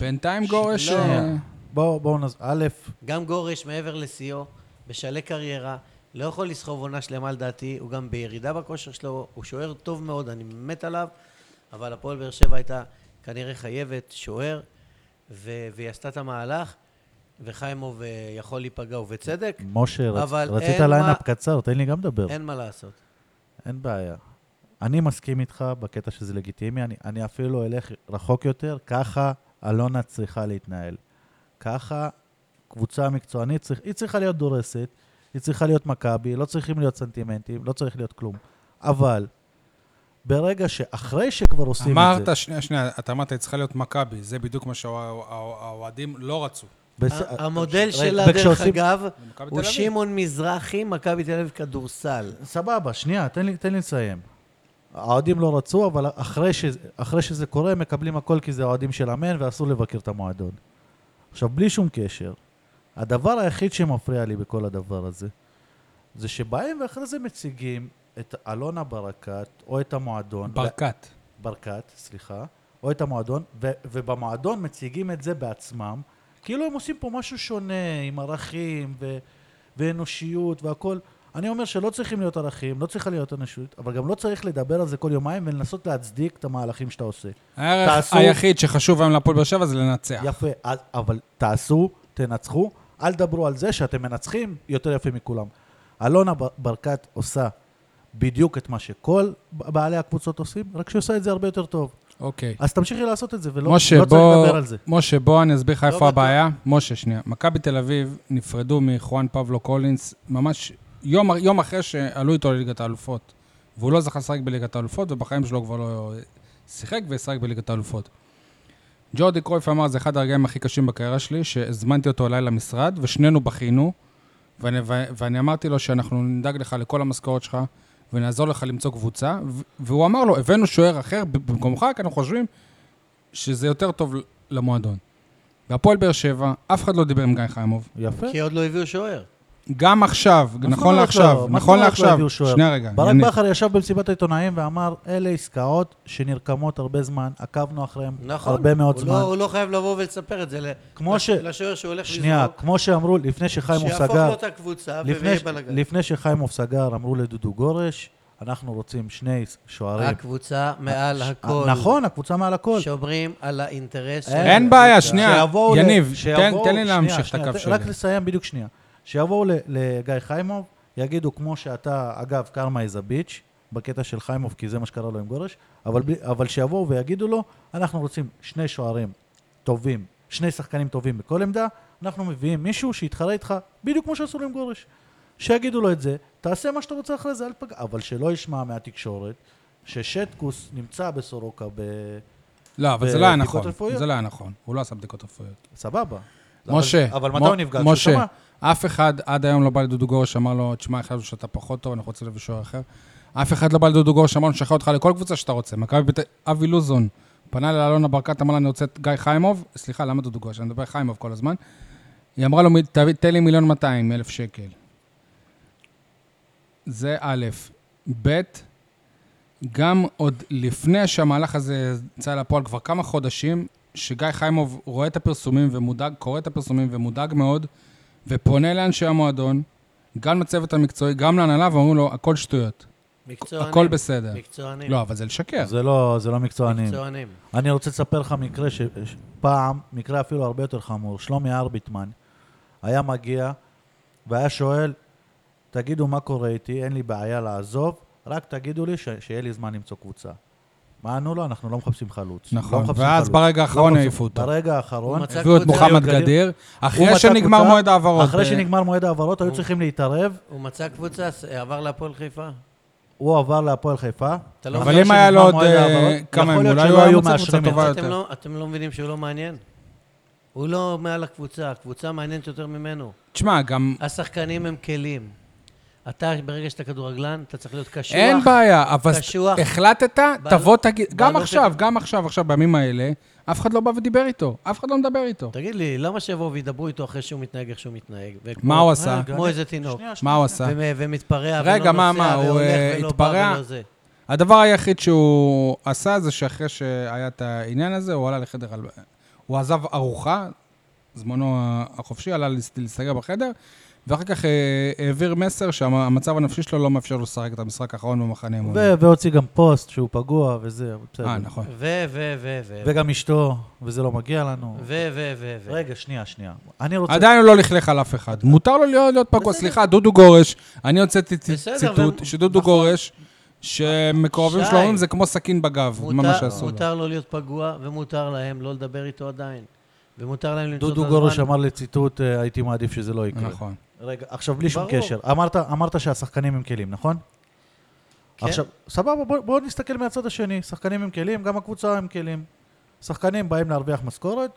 Speaker 1: בינתיים גורש...
Speaker 3: לא.
Speaker 1: אה,
Speaker 2: בואו, בואו נז... א',
Speaker 3: גם גורש מעבר לשיאו, בשלהי קריירה, לא יכול לסחוב עונה שלמה לדעתי, הוא גם בירידה בכושר שלו, הוא שוער טוב מאוד, אני מת עליו, אבל הפועל באר שבע הייתה כנראה חייבת שוער, ו- והיא עשתה את המהלך, וחיימוב אה, יכול להיפגע, ובצדק,
Speaker 2: משה, רצ-
Speaker 3: אבל
Speaker 2: רצית
Speaker 3: אין
Speaker 2: ליינאפ
Speaker 3: מה-
Speaker 2: קצר, תן לי גם לדבר.
Speaker 3: אין מה לעשות.
Speaker 2: אין בעיה. אני מסכים איתך בקטע שזה לגיטימי, אני, אני אפילו אלך רחוק יותר, ככה אלונה צריכה להתנהל. ככה קבוצה מקצוענית, צריך, היא צריכה להיות דורסת, היא צריכה להיות מכבי, לא צריכים להיות סנטימנטים, לא צריך להיות כלום. אבל ברגע שאחרי שכבר עושים את זה...
Speaker 1: אמרת, שנייה, שנייה, אתה אמרת, היא צריכה להיות מכבי, זה בדיוק מה שהאוהדים לא רצו.
Speaker 2: בס-
Speaker 3: ה- המודל
Speaker 2: אה, רגע,
Speaker 3: שלה, דרך
Speaker 2: וכשעושים-
Speaker 3: אגב,
Speaker 1: ומכבי תל
Speaker 3: הוא
Speaker 1: אביב.
Speaker 3: שמעון מזרחי, מכבי תל אביב כדורסל.
Speaker 2: סבבה, שנייה, תן לי, תן לי לסיים. האוהדים לא רצו, אבל אחרי, ש... אחרי שזה קורה, מקבלים הכל כי זה אוהדים של אמן ואסור לבקר את המועדון. עכשיו, בלי שום קשר, הדבר היחיד שמפריע לי בכל הדבר הזה, זה שבאים ואחרי זה מציגים את אלונה ברקת, או את המועדון,
Speaker 1: ברקת.
Speaker 2: ברקת, סליחה, או את המועדון, ו- ובמועדון מציגים את זה בעצמם, כאילו הם עושים פה משהו שונה, עם ערכים ו- ואנושיות והכול. אני אומר שלא צריכים להיות ערכים, לא צריכה להיות אנושיות, אבל גם לא צריך לדבר על זה כל יומיים ולנסות להצדיק את המהלכים שאתה עושה.
Speaker 1: הערך
Speaker 2: תעשו-
Speaker 1: היחיד שחשוב היום להפועל באר שבע זה לנצח.
Speaker 2: יפה, אז, אבל תעשו, תנצחו, אל תדברו על זה שאתם מנצחים יותר יפה מכולם. אלונה בר- ברקת עושה בדיוק את מה שכל בעלי הקבוצות עושים, רק שהיא עושה את זה הרבה יותר טוב.
Speaker 1: אוקיי.
Speaker 2: אז תמשיכי לעשות את זה, ולא לא
Speaker 1: משה,
Speaker 2: צריך
Speaker 1: בוא-
Speaker 2: לדבר על זה. לא
Speaker 1: משה, בוא אני אסביר לך איפה
Speaker 3: בטוח.
Speaker 1: הבעיה. משה, שנייה. מכבי תל אביב נפרדו מחואן פבלו קולינס ממש יום, יום אחרי שעלו איתו לליגת האלופות. והוא לא זכה לשחק בליגת האלופות, ובחיים שלו כבר לא שיחק וישחק בליגת האלופות. ג'ורדי קרויף אמר, זה אחד הרגעים הכי קשים בקריירה שלי, שהזמנתי אותו אליי למשרד, ושנינו בכינו, ואני, ו- ואני אמרתי לו שאנחנו נדאג לך לכל המשכורת שלך, ונעזור לך למצוא קבוצה, ו- והוא אמר לו, הבאנו שוער אחר במקומך, כי אנחנו חושבים שזה יותר טוב למועדון. והפועל באר שבע, אף אחד לא דיבר עם גיא חיימוב.
Speaker 2: יפה.
Speaker 3: כי עוד לא הביאו שוער.
Speaker 1: גם עכשיו,
Speaker 2: מה זאת
Speaker 1: נכון
Speaker 2: אומרת
Speaker 1: לעכשיו,
Speaker 2: לא? מה זאת
Speaker 1: נכון
Speaker 2: אומרת לא
Speaker 1: לעכשיו,
Speaker 2: הביאו שוער?
Speaker 1: שנייה רגע,
Speaker 2: ברק
Speaker 1: יניב.
Speaker 2: בכר ישב במסיבת העיתונאים ואמר, אלה עסקאות שנרקמות הרבה זמן, עקבנו אחריהן
Speaker 3: נכון.
Speaker 2: הרבה מאוד
Speaker 3: הוא
Speaker 2: זמן.
Speaker 3: לא- הוא לא חייב לבוא ולספר את זה ל-
Speaker 2: כמו ש-
Speaker 3: לשוער שהוא הולך
Speaker 2: שנייה,
Speaker 3: לזרוק.
Speaker 2: כמו שאמרו, לפני שחיימוב סגר...
Speaker 3: שיהפוך לו את הקבוצה
Speaker 2: לפני,
Speaker 3: ויהיה
Speaker 2: ש-
Speaker 3: בלאגן.
Speaker 2: לפני שחיימוב סגר, אמרו לדודו גורש, אנחנו רוצים שני שוערים.
Speaker 3: הקבוצה מעל
Speaker 1: אה,
Speaker 2: ש-
Speaker 3: הכל.
Speaker 2: נכון, הקבוצה מעל הכל.
Speaker 3: שומרים על האינטרס. של
Speaker 1: אין
Speaker 3: הקבוצה.
Speaker 1: בעיה, שנייה,
Speaker 2: שיבואו אה, ל-
Speaker 1: יניב, תן-
Speaker 2: שיבואו-
Speaker 1: תן לי להמשיך
Speaker 2: שנייה,
Speaker 1: את הקו
Speaker 2: שנייה,
Speaker 1: שלי.
Speaker 2: רק לסיים בדיוק שנייה. שיבואו ל- לגיא חיימוב, יגידו כמו שאתה, אגב, קרמה איז הביץ', בקטע של חיימוב, כי זה מה שקרה לו עם גורש, אבל, בלי- אבל שיבואו ויגידו לו, אנחנו רוצים שני שוערים טובים, שני שחקנים טובים בכל עמדה, אנחנו מביאים מישהו שיתחרה איתך, בדיוק כמו שעשו לו עם גורש. שיגידו לו את זה, תעשה מה שאתה רוצה אחרי זה, אל תפגע, אבל שלא ישמע מהתקשורת ששטקוס נמצא בסורוקה ב...
Speaker 1: לא, אבל זה לא היה
Speaker 2: בבדיקות
Speaker 1: נכון,
Speaker 2: רפואיות?
Speaker 1: זה לא היה נכון, הוא לא עשה בדיקות רפואיות.
Speaker 2: סבבה.
Speaker 1: משה,
Speaker 2: אבל, אבל
Speaker 1: מ-
Speaker 2: מתי הוא נפגש?
Speaker 1: משה,
Speaker 2: הוא שמע?
Speaker 1: אף אחד עד היום לא בא לדודו גורש, אמר לו, תשמע, החלטנו שאתה פחות טוב, אנחנו רוצים להביא שוער אחר. אף אחד לא בא לדודו גורש, אמר לו, נשחרר אותך לכל קבוצה שאתה רוצה. מכבי בית"ר, אבי לוזון פנה לאלונה ברקת, אמר לה, אני רוצה את גיא חיימוב. סליחה, למה דודו גורש? אני מדבר חיימוב כל הזמן. היא אמרה לו, "מ- תביא- תן לי מיליון 200 אלף שקל. זה א', ב', גם עוד לפני שהמהלך הזה יצא לפועל, כבר כמה חודשים, שגיא חיימוב רואה את הפרסומים ומודאג, קורא את הפרסומים ומודאג מאוד, ופונה לאנשי המועדון, גם לצוות המקצועי, גם להנהלה, ואומרים לו, הכל שטויות.
Speaker 3: מקצוענים.
Speaker 1: הכל בסדר.
Speaker 3: מקצוענים.
Speaker 1: לא, אבל זה לשקר.
Speaker 2: זה לא, זה לא מקצוענים.
Speaker 3: מקצוענים.
Speaker 2: אני רוצה לספר לך מקרה ש- שפעם, מקרה אפילו הרבה יותר חמור, שלומי ארביטמן היה מגיע והיה שואל, תגידו מה קורה איתי, אין לי בעיה לעזוב, רק תגידו לי ש- שיהיה לי זמן למצוא קבוצה. מה ענו לו? אנחנו לא מחפשים חלוץ.
Speaker 1: נכון,
Speaker 2: לא מחפשים
Speaker 1: ואז
Speaker 2: חלוץ.
Speaker 1: ברגע האחרון
Speaker 2: מחפשים-
Speaker 1: העיפו אותו.
Speaker 2: ברגע האחרון,
Speaker 3: הוא מצא
Speaker 1: הביאו את
Speaker 3: קבוצה.
Speaker 1: מוחמד
Speaker 2: גדיר.
Speaker 1: גדיר,
Speaker 2: הוא
Speaker 1: אחרי
Speaker 2: מצא
Speaker 1: שנגמר
Speaker 2: קבוצה,
Speaker 1: מועד ההעברות. אה.
Speaker 2: אחרי
Speaker 1: ב-
Speaker 2: שנגמר מועד ההעברות, היו
Speaker 3: הוא-
Speaker 2: צריכים להתערב,
Speaker 3: הוא מצא קבוצה, ס- עבר להפועל חיפה.
Speaker 2: הוא עבר להפועל חיפה.
Speaker 3: אתה לא
Speaker 1: אבל
Speaker 3: מבין
Speaker 1: אם היה לו עוד
Speaker 2: מועד
Speaker 1: אה,
Speaker 2: ההעברות,
Speaker 1: כמה
Speaker 2: יכול
Speaker 1: ימים,
Speaker 2: להיות
Speaker 1: אולי
Speaker 2: שלא
Speaker 1: הוא היה
Speaker 2: היו
Speaker 1: מוצא קבוצה
Speaker 2: מאשרים את
Speaker 1: טובה
Speaker 2: זה.
Speaker 1: יותר.
Speaker 3: אתם לא- אתם לא מבינים שהוא לא מעניין? הוא לא מעל הקבוצה, הקבוצה מעניינת יותר ממנו.
Speaker 1: תשמע, גם...
Speaker 3: השחקנים הם כלים. אתה, ברגע שאתה כדורגלן, אתה צריך להיות קשוח.
Speaker 1: אין בעיה, אבל
Speaker 3: קשוח.
Speaker 1: החלטת, תבוא תגיד, גם
Speaker 3: בעל
Speaker 1: עכשיו,
Speaker 3: אופי.
Speaker 1: גם עכשיו, עכשיו, בימים האלה, אף אחד לא בא ודיבר איתו, אף אחד לא מדבר איתו.
Speaker 3: תגיד לי, למה שיבואו וידברו איתו אחרי שהוא מתנהג איך שהוא מתנהג? וכמו- אה,
Speaker 1: מה הוא עשה?
Speaker 3: כמו איזה תינוק.
Speaker 2: שנייה,
Speaker 1: מה הוא עשה?
Speaker 3: ומ- ומתפרע,
Speaker 1: רגע,
Speaker 3: ולא
Speaker 1: מה, מה,
Speaker 3: נוסע,
Speaker 1: הוא,
Speaker 3: והולך
Speaker 1: אה,
Speaker 3: ולא
Speaker 1: התפרע?
Speaker 3: בא ולא זה.
Speaker 1: הדבר היחיד שהוא עשה זה שאחרי שהיה את העניין הזה, הוא עלה לחדר, הל- הוא עזב ארוחה, זמנו החופשי, עלה להס- להסתגר בחדר, ואחר כך אה, העביר מסר שהמצב הנפשי שלו לא מאפשר לו לשחק את המשחק האחרון במחנה אימון.
Speaker 2: ו- והוציא גם פוסט שהוא פגוע וזה, אבל בסדר.
Speaker 1: אה, נכון.
Speaker 3: ו, ו, ו, ו,
Speaker 2: וגם אשתו, וזה לא מגיע לנו.
Speaker 3: ו, ו, ו, ו.
Speaker 2: רגע, שנייה, שנייה. אני רוצה...
Speaker 1: עדיין הוא לא לכלך על אף אחד. מותר לו להיות, להיות פגוע.
Speaker 3: בסדר.
Speaker 1: סליחה, דודו גורש, אני הוצאתי צ-
Speaker 3: בסדר,
Speaker 1: ציטוט
Speaker 3: ו-
Speaker 1: שדודו
Speaker 3: נכון.
Speaker 1: גורש, שמקורבים
Speaker 3: שי.
Speaker 1: שלו אומרים זה כמו סכין בגב, מה
Speaker 3: מותר,
Speaker 1: שעשו לו.
Speaker 3: מותר לו להיות פגוע, ומותר להם לא לדבר איתו עדיין. ומותר להם למצוא את הזמן.
Speaker 2: דודו גורש אמר לי ציטוט, אה, הייתי מעדיף שזה לא יקרה.
Speaker 1: נכון.
Speaker 2: רגע, עכשיו בלי שום
Speaker 3: ברור.
Speaker 2: קשר. אמרת- אמרת שהשחקנים עם כלים, נכון?
Speaker 3: כן.
Speaker 2: עכשיו, סבבה, בוא- בואו נסתכל מהצד השני. שחקנים עם כלים, גם הקבוצה עם כלים. שחקנים באים להרוויח משכורת,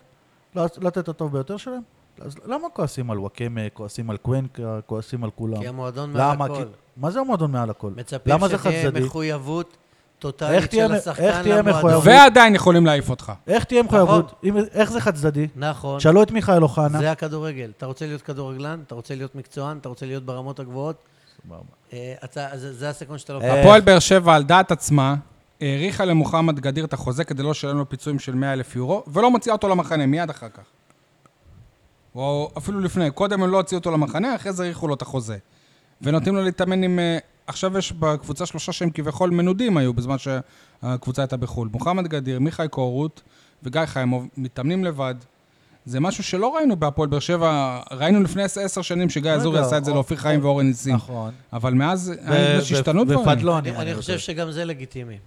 Speaker 2: לעש- לתת את הטוב ביותר שלהם. אז למה כועסים על וואקמה, כועסים על קוונקה, כועסים על כולם?
Speaker 3: כי המועדון מעל
Speaker 2: למה?
Speaker 3: הכל.
Speaker 2: כי- מה זה המועדון מעל הכל?
Speaker 3: מצפים
Speaker 2: למה זה חד
Speaker 3: שתהיה
Speaker 2: צדדי?
Speaker 3: מחויבות
Speaker 2: איך
Speaker 3: טוטאלית
Speaker 2: תהיה-
Speaker 3: של
Speaker 2: איך
Speaker 3: השחקן
Speaker 2: תהיה
Speaker 3: למועדון.
Speaker 2: מחויבות?
Speaker 1: ועדיין יכולים להעיף אותך.
Speaker 2: איך תהיה
Speaker 3: נכון.
Speaker 2: מחויבות? אם- איך זה חד צדדי?
Speaker 3: נכון,
Speaker 2: שאלו את מיכאל אוחנה.
Speaker 3: זה הכדורגל. אתה רוצה להיות כדורגלן, אתה רוצה להיות מקצוען, אתה רוצה להיות ברמות הגבוהות, אה, אתה- זה זה הסיכון שאתה לא לוקח.
Speaker 2: אה,
Speaker 1: הפועל באר שבע, על דעת עצמה, האריכה למוחמד גדיר את החוזה כדי לא לשלם לו פיצויים של 100 אלף יורו, ולא מוציאה אותו למחנה, מיד אחר כך. או אפילו לפני, קודם הם לא הוציאו אותו למחנה, אחרי זה האריכו לו את החוזה. ונותנים לו להתאמן עם... אה, עכשיו יש בקבוצה שלושה שהם כביכול מנודים היו בזמן שהקבוצה הייתה בחו"ל. מוחמד גדיר, מיכאי קורות וגיא חיימוב מתאמנים לבד. זה משהו שלא ראינו בהפועל באר שבע, ראינו לפני עשר- עשר שנים שגיא
Speaker 2: רגע,
Speaker 1: אזורי עשה את זה
Speaker 2: או-
Speaker 1: לאופיר חיים ואורן ניסים.
Speaker 2: נכון.
Speaker 1: אבל מאז,
Speaker 2: ו-
Speaker 1: אני חושב שהשתנו
Speaker 2: ו-
Speaker 1: דברים.
Speaker 2: ופדלון, אם
Speaker 3: אני אני חושב
Speaker 2: רוצה.
Speaker 3: שגם זה לגיטימי.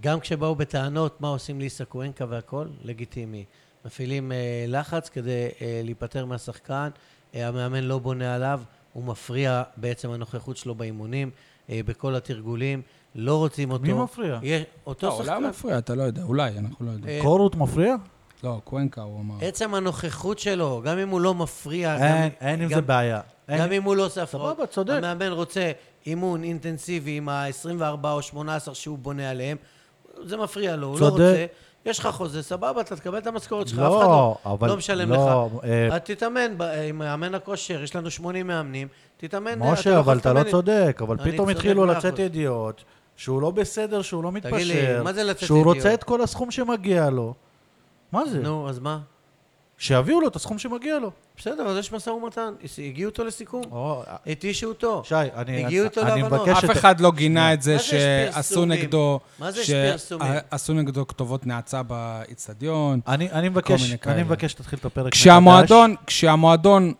Speaker 3: גם כשבאו בטענות מה עושים ליסה קוונקה והכל, לגיטימי. מפעילים אה, לחץ כדי אה, להיפטר מהשחקן, אה, המאמן לא בונה עליו, הוא מפריע בעצם הנוכחות שלו באימונים, אה, בכל התרגולים, לא רוצים אותו.
Speaker 2: מי מפריע?
Speaker 3: יש,
Speaker 1: לא,
Speaker 3: אותו
Speaker 1: אולי הוא
Speaker 3: שחקן.
Speaker 1: מפריע, אתה לא יודע, אולי, אנחנו לא יודעים.
Speaker 3: אה,
Speaker 2: קורות מפריע?
Speaker 1: לא, קוונקה, הוא אמר.
Speaker 3: עצם הנוכחות שלו, גם אם הוא לא מפריע,
Speaker 2: אין,
Speaker 3: גם,
Speaker 2: אין עם
Speaker 3: גם,
Speaker 2: זה בעיה. אין-
Speaker 3: גם אם הוא לא עושה הפרעות.
Speaker 2: סבבה, צודק.
Speaker 3: המאמן רוצה אימון אינטנסיבי עם ה-24 או 18 שהוא בונה עליהם, זה מפריע לו, הוא לא
Speaker 2: צודק.
Speaker 3: רוצה. יש לך חוזה, סבבה, אתה תקבל את המשכורת שלך, אף אחד
Speaker 2: לא,
Speaker 3: לא,
Speaker 2: אבל
Speaker 3: לא משלם
Speaker 2: לא,
Speaker 3: לך.
Speaker 2: אה,
Speaker 3: אז תתאמן ב- עם מאמן הכושר, יש לנו 80 מאמנים, תתאמן... אה,
Speaker 2: משה,
Speaker 3: יכול
Speaker 2: אבל אתה לא
Speaker 3: להתאמן.
Speaker 2: צודק, אבל
Speaker 3: אני
Speaker 2: פתאום
Speaker 3: צודק
Speaker 2: התחילו
Speaker 3: מאה
Speaker 2: לצאת
Speaker 3: אחוז.
Speaker 2: ידיעות שהוא לא בסדר, שהוא לא
Speaker 3: תגיד לי,
Speaker 2: מתפשר,
Speaker 3: מה זה לצאת
Speaker 2: שהוא רוצה
Speaker 3: ידיעות?
Speaker 2: את כל הסכום שמגיע לו. מה זה?
Speaker 3: נו, אז מה?
Speaker 2: שיביאו לו את הסכום שמגיע לו.
Speaker 3: בסדר, אז יש משא ומתן, הגיעו איתו לסיכום,
Speaker 2: או,
Speaker 3: התישו אותו.
Speaker 2: שי, אני
Speaker 3: הגיעו איתו
Speaker 2: אני
Speaker 3: להבנות.
Speaker 2: מבקש
Speaker 1: אף
Speaker 2: את-
Speaker 1: אחד לא גינה את זה
Speaker 3: מה זה יש
Speaker 1: שעשו
Speaker 3: פרסומים?
Speaker 1: נגדו...
Speaker 3: מה זה יש פרסומים?
Speaker 1: שעשו נגדו כתובות נאצה באיצטדיון.
Speaker 2: אני אני
Speaker 1: כל מיני
Speaker 2: מבקש,
Speaker 1: כאלה.
Speaker 2: אני מבקש שתתחיל את הפרק מחדש.
Speaker 1: כשהמועדון, כשהמועדון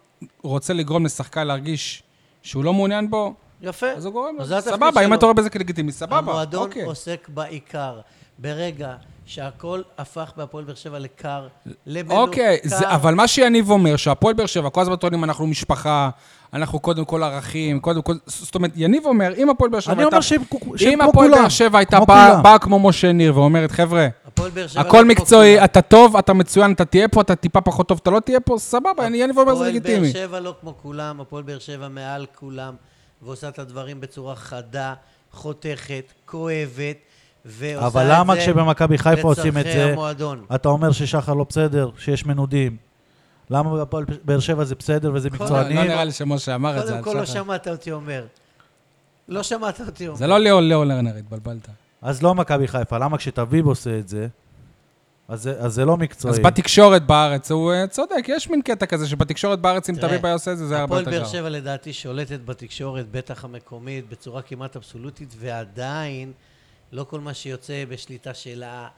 Speaker 1: רוצה לגרום לשחקן להרגיש שהוא לא מעוניין בו,
Speaker 3: יפה.
Speaker 1: אז הוא גורם לו.
Speaker 3: אז זה התפקיד
Speaker 1: סבבה, אם
Speaker 3: שלו.
Speaker 1: אתה רואה בזה כלגיטימי, סבבה,
Speaker 3: המועדון
Speaker 1: אוקיי.
Speaker 3: עוסק בעיקר. ברגע שהכל הפך בהפועל באר שבע לקר, לבלוק,
Speaker 1: אוקיי,
Speaker 3: קר.
Speaker 1: זה- אבל מה שיניב אומר, שהפועל באר שבע, כל הזמן טוענים, אנחנו משפחה, אנחנו קודם כל ערכים, קודם כל... זאת אומרת, יניב אומר, אם הפועל באר שבע
Speaker 2: אני
Speaker 1: הייתה...
Speaker 2: אומר שהם כמו כולם.
Speaker 1: אם הפועל באר שבע הייתה
Speaker 2: כמו
Speaker 1: באה
Speaker 2: כולם.
Speaker 1: באה כמו משה ניר ואומרת, חבר'ה,
Speaker 3: הפועל באר שבע...
Speaker 1: הכל
Speaker 3: לא
Speaker 1: מקצועי,
Speaker 3: כמו
Speaker 1: אתה טוב, אתה מצוין, אתה תהיה פה, אתה טיפה פחות טוב, אתה לא תהיה פה, סבבה, אני יניב אומר
Speaker 3: כולם.
Speaker 1: זה לגיטימי.
Speaker 3: הפועל באר שבע לא כמו כולם, הפועל באר שבע מעל כולם, ועושה את הדברים בצורה חדה, חותכת, כואבת, ועושה
Speaker 2: אבל
Speaker 3: את
Speaker 2: למה
Speaker 3: זה
Speaker 2: כשבמכבי חיפה עושים את
Speaker 3: לצורכי
Speaker 2: זה,
Speaker 3: המועדון.
Speaker 2: אתה אומר ששחר לא בסדר, שיש מנודים. למה בהפועל באר שבע זה בסדר וזה
Speaker 3: כל-
Speaker 1: לא
Speaker 2: מקצוענים?
Speaker 1: לא נראה לי שמשה אמר את זה
Speaker 3: קודם
Speaker 1: על
Speaker 3: כל לא
Speaker 1: שחר.
Speaker 3: שמעת אותי אומר. לא שמעת אותי אומר.
Speaker 1: זה לא ליאור ליאור לרנר, התבלבלת.
Speaker 2: אז לא מכבי חיפה, למה כשטביב עושה את זה, אז זה, אז זה לא מקצועי.
Speaker 1: אז בתקשורת בארץ, הוא אה, צודק, יש מין קטע כזה שבתקשורת בארץ, אם
Speaker 3: תראה,
Speaker 1: תביב היה עושה את זה, זה היה הרבה יותר
Speaker 3: הפועל
Speaker 1: גרוע.
Speaker 3: באר שבע לדעתי שולטת בתקשורת, בטח המקומית, בצורה כמעט אבסולוטית, ועדיין לא כל מה שיוצא בשליטה שלה,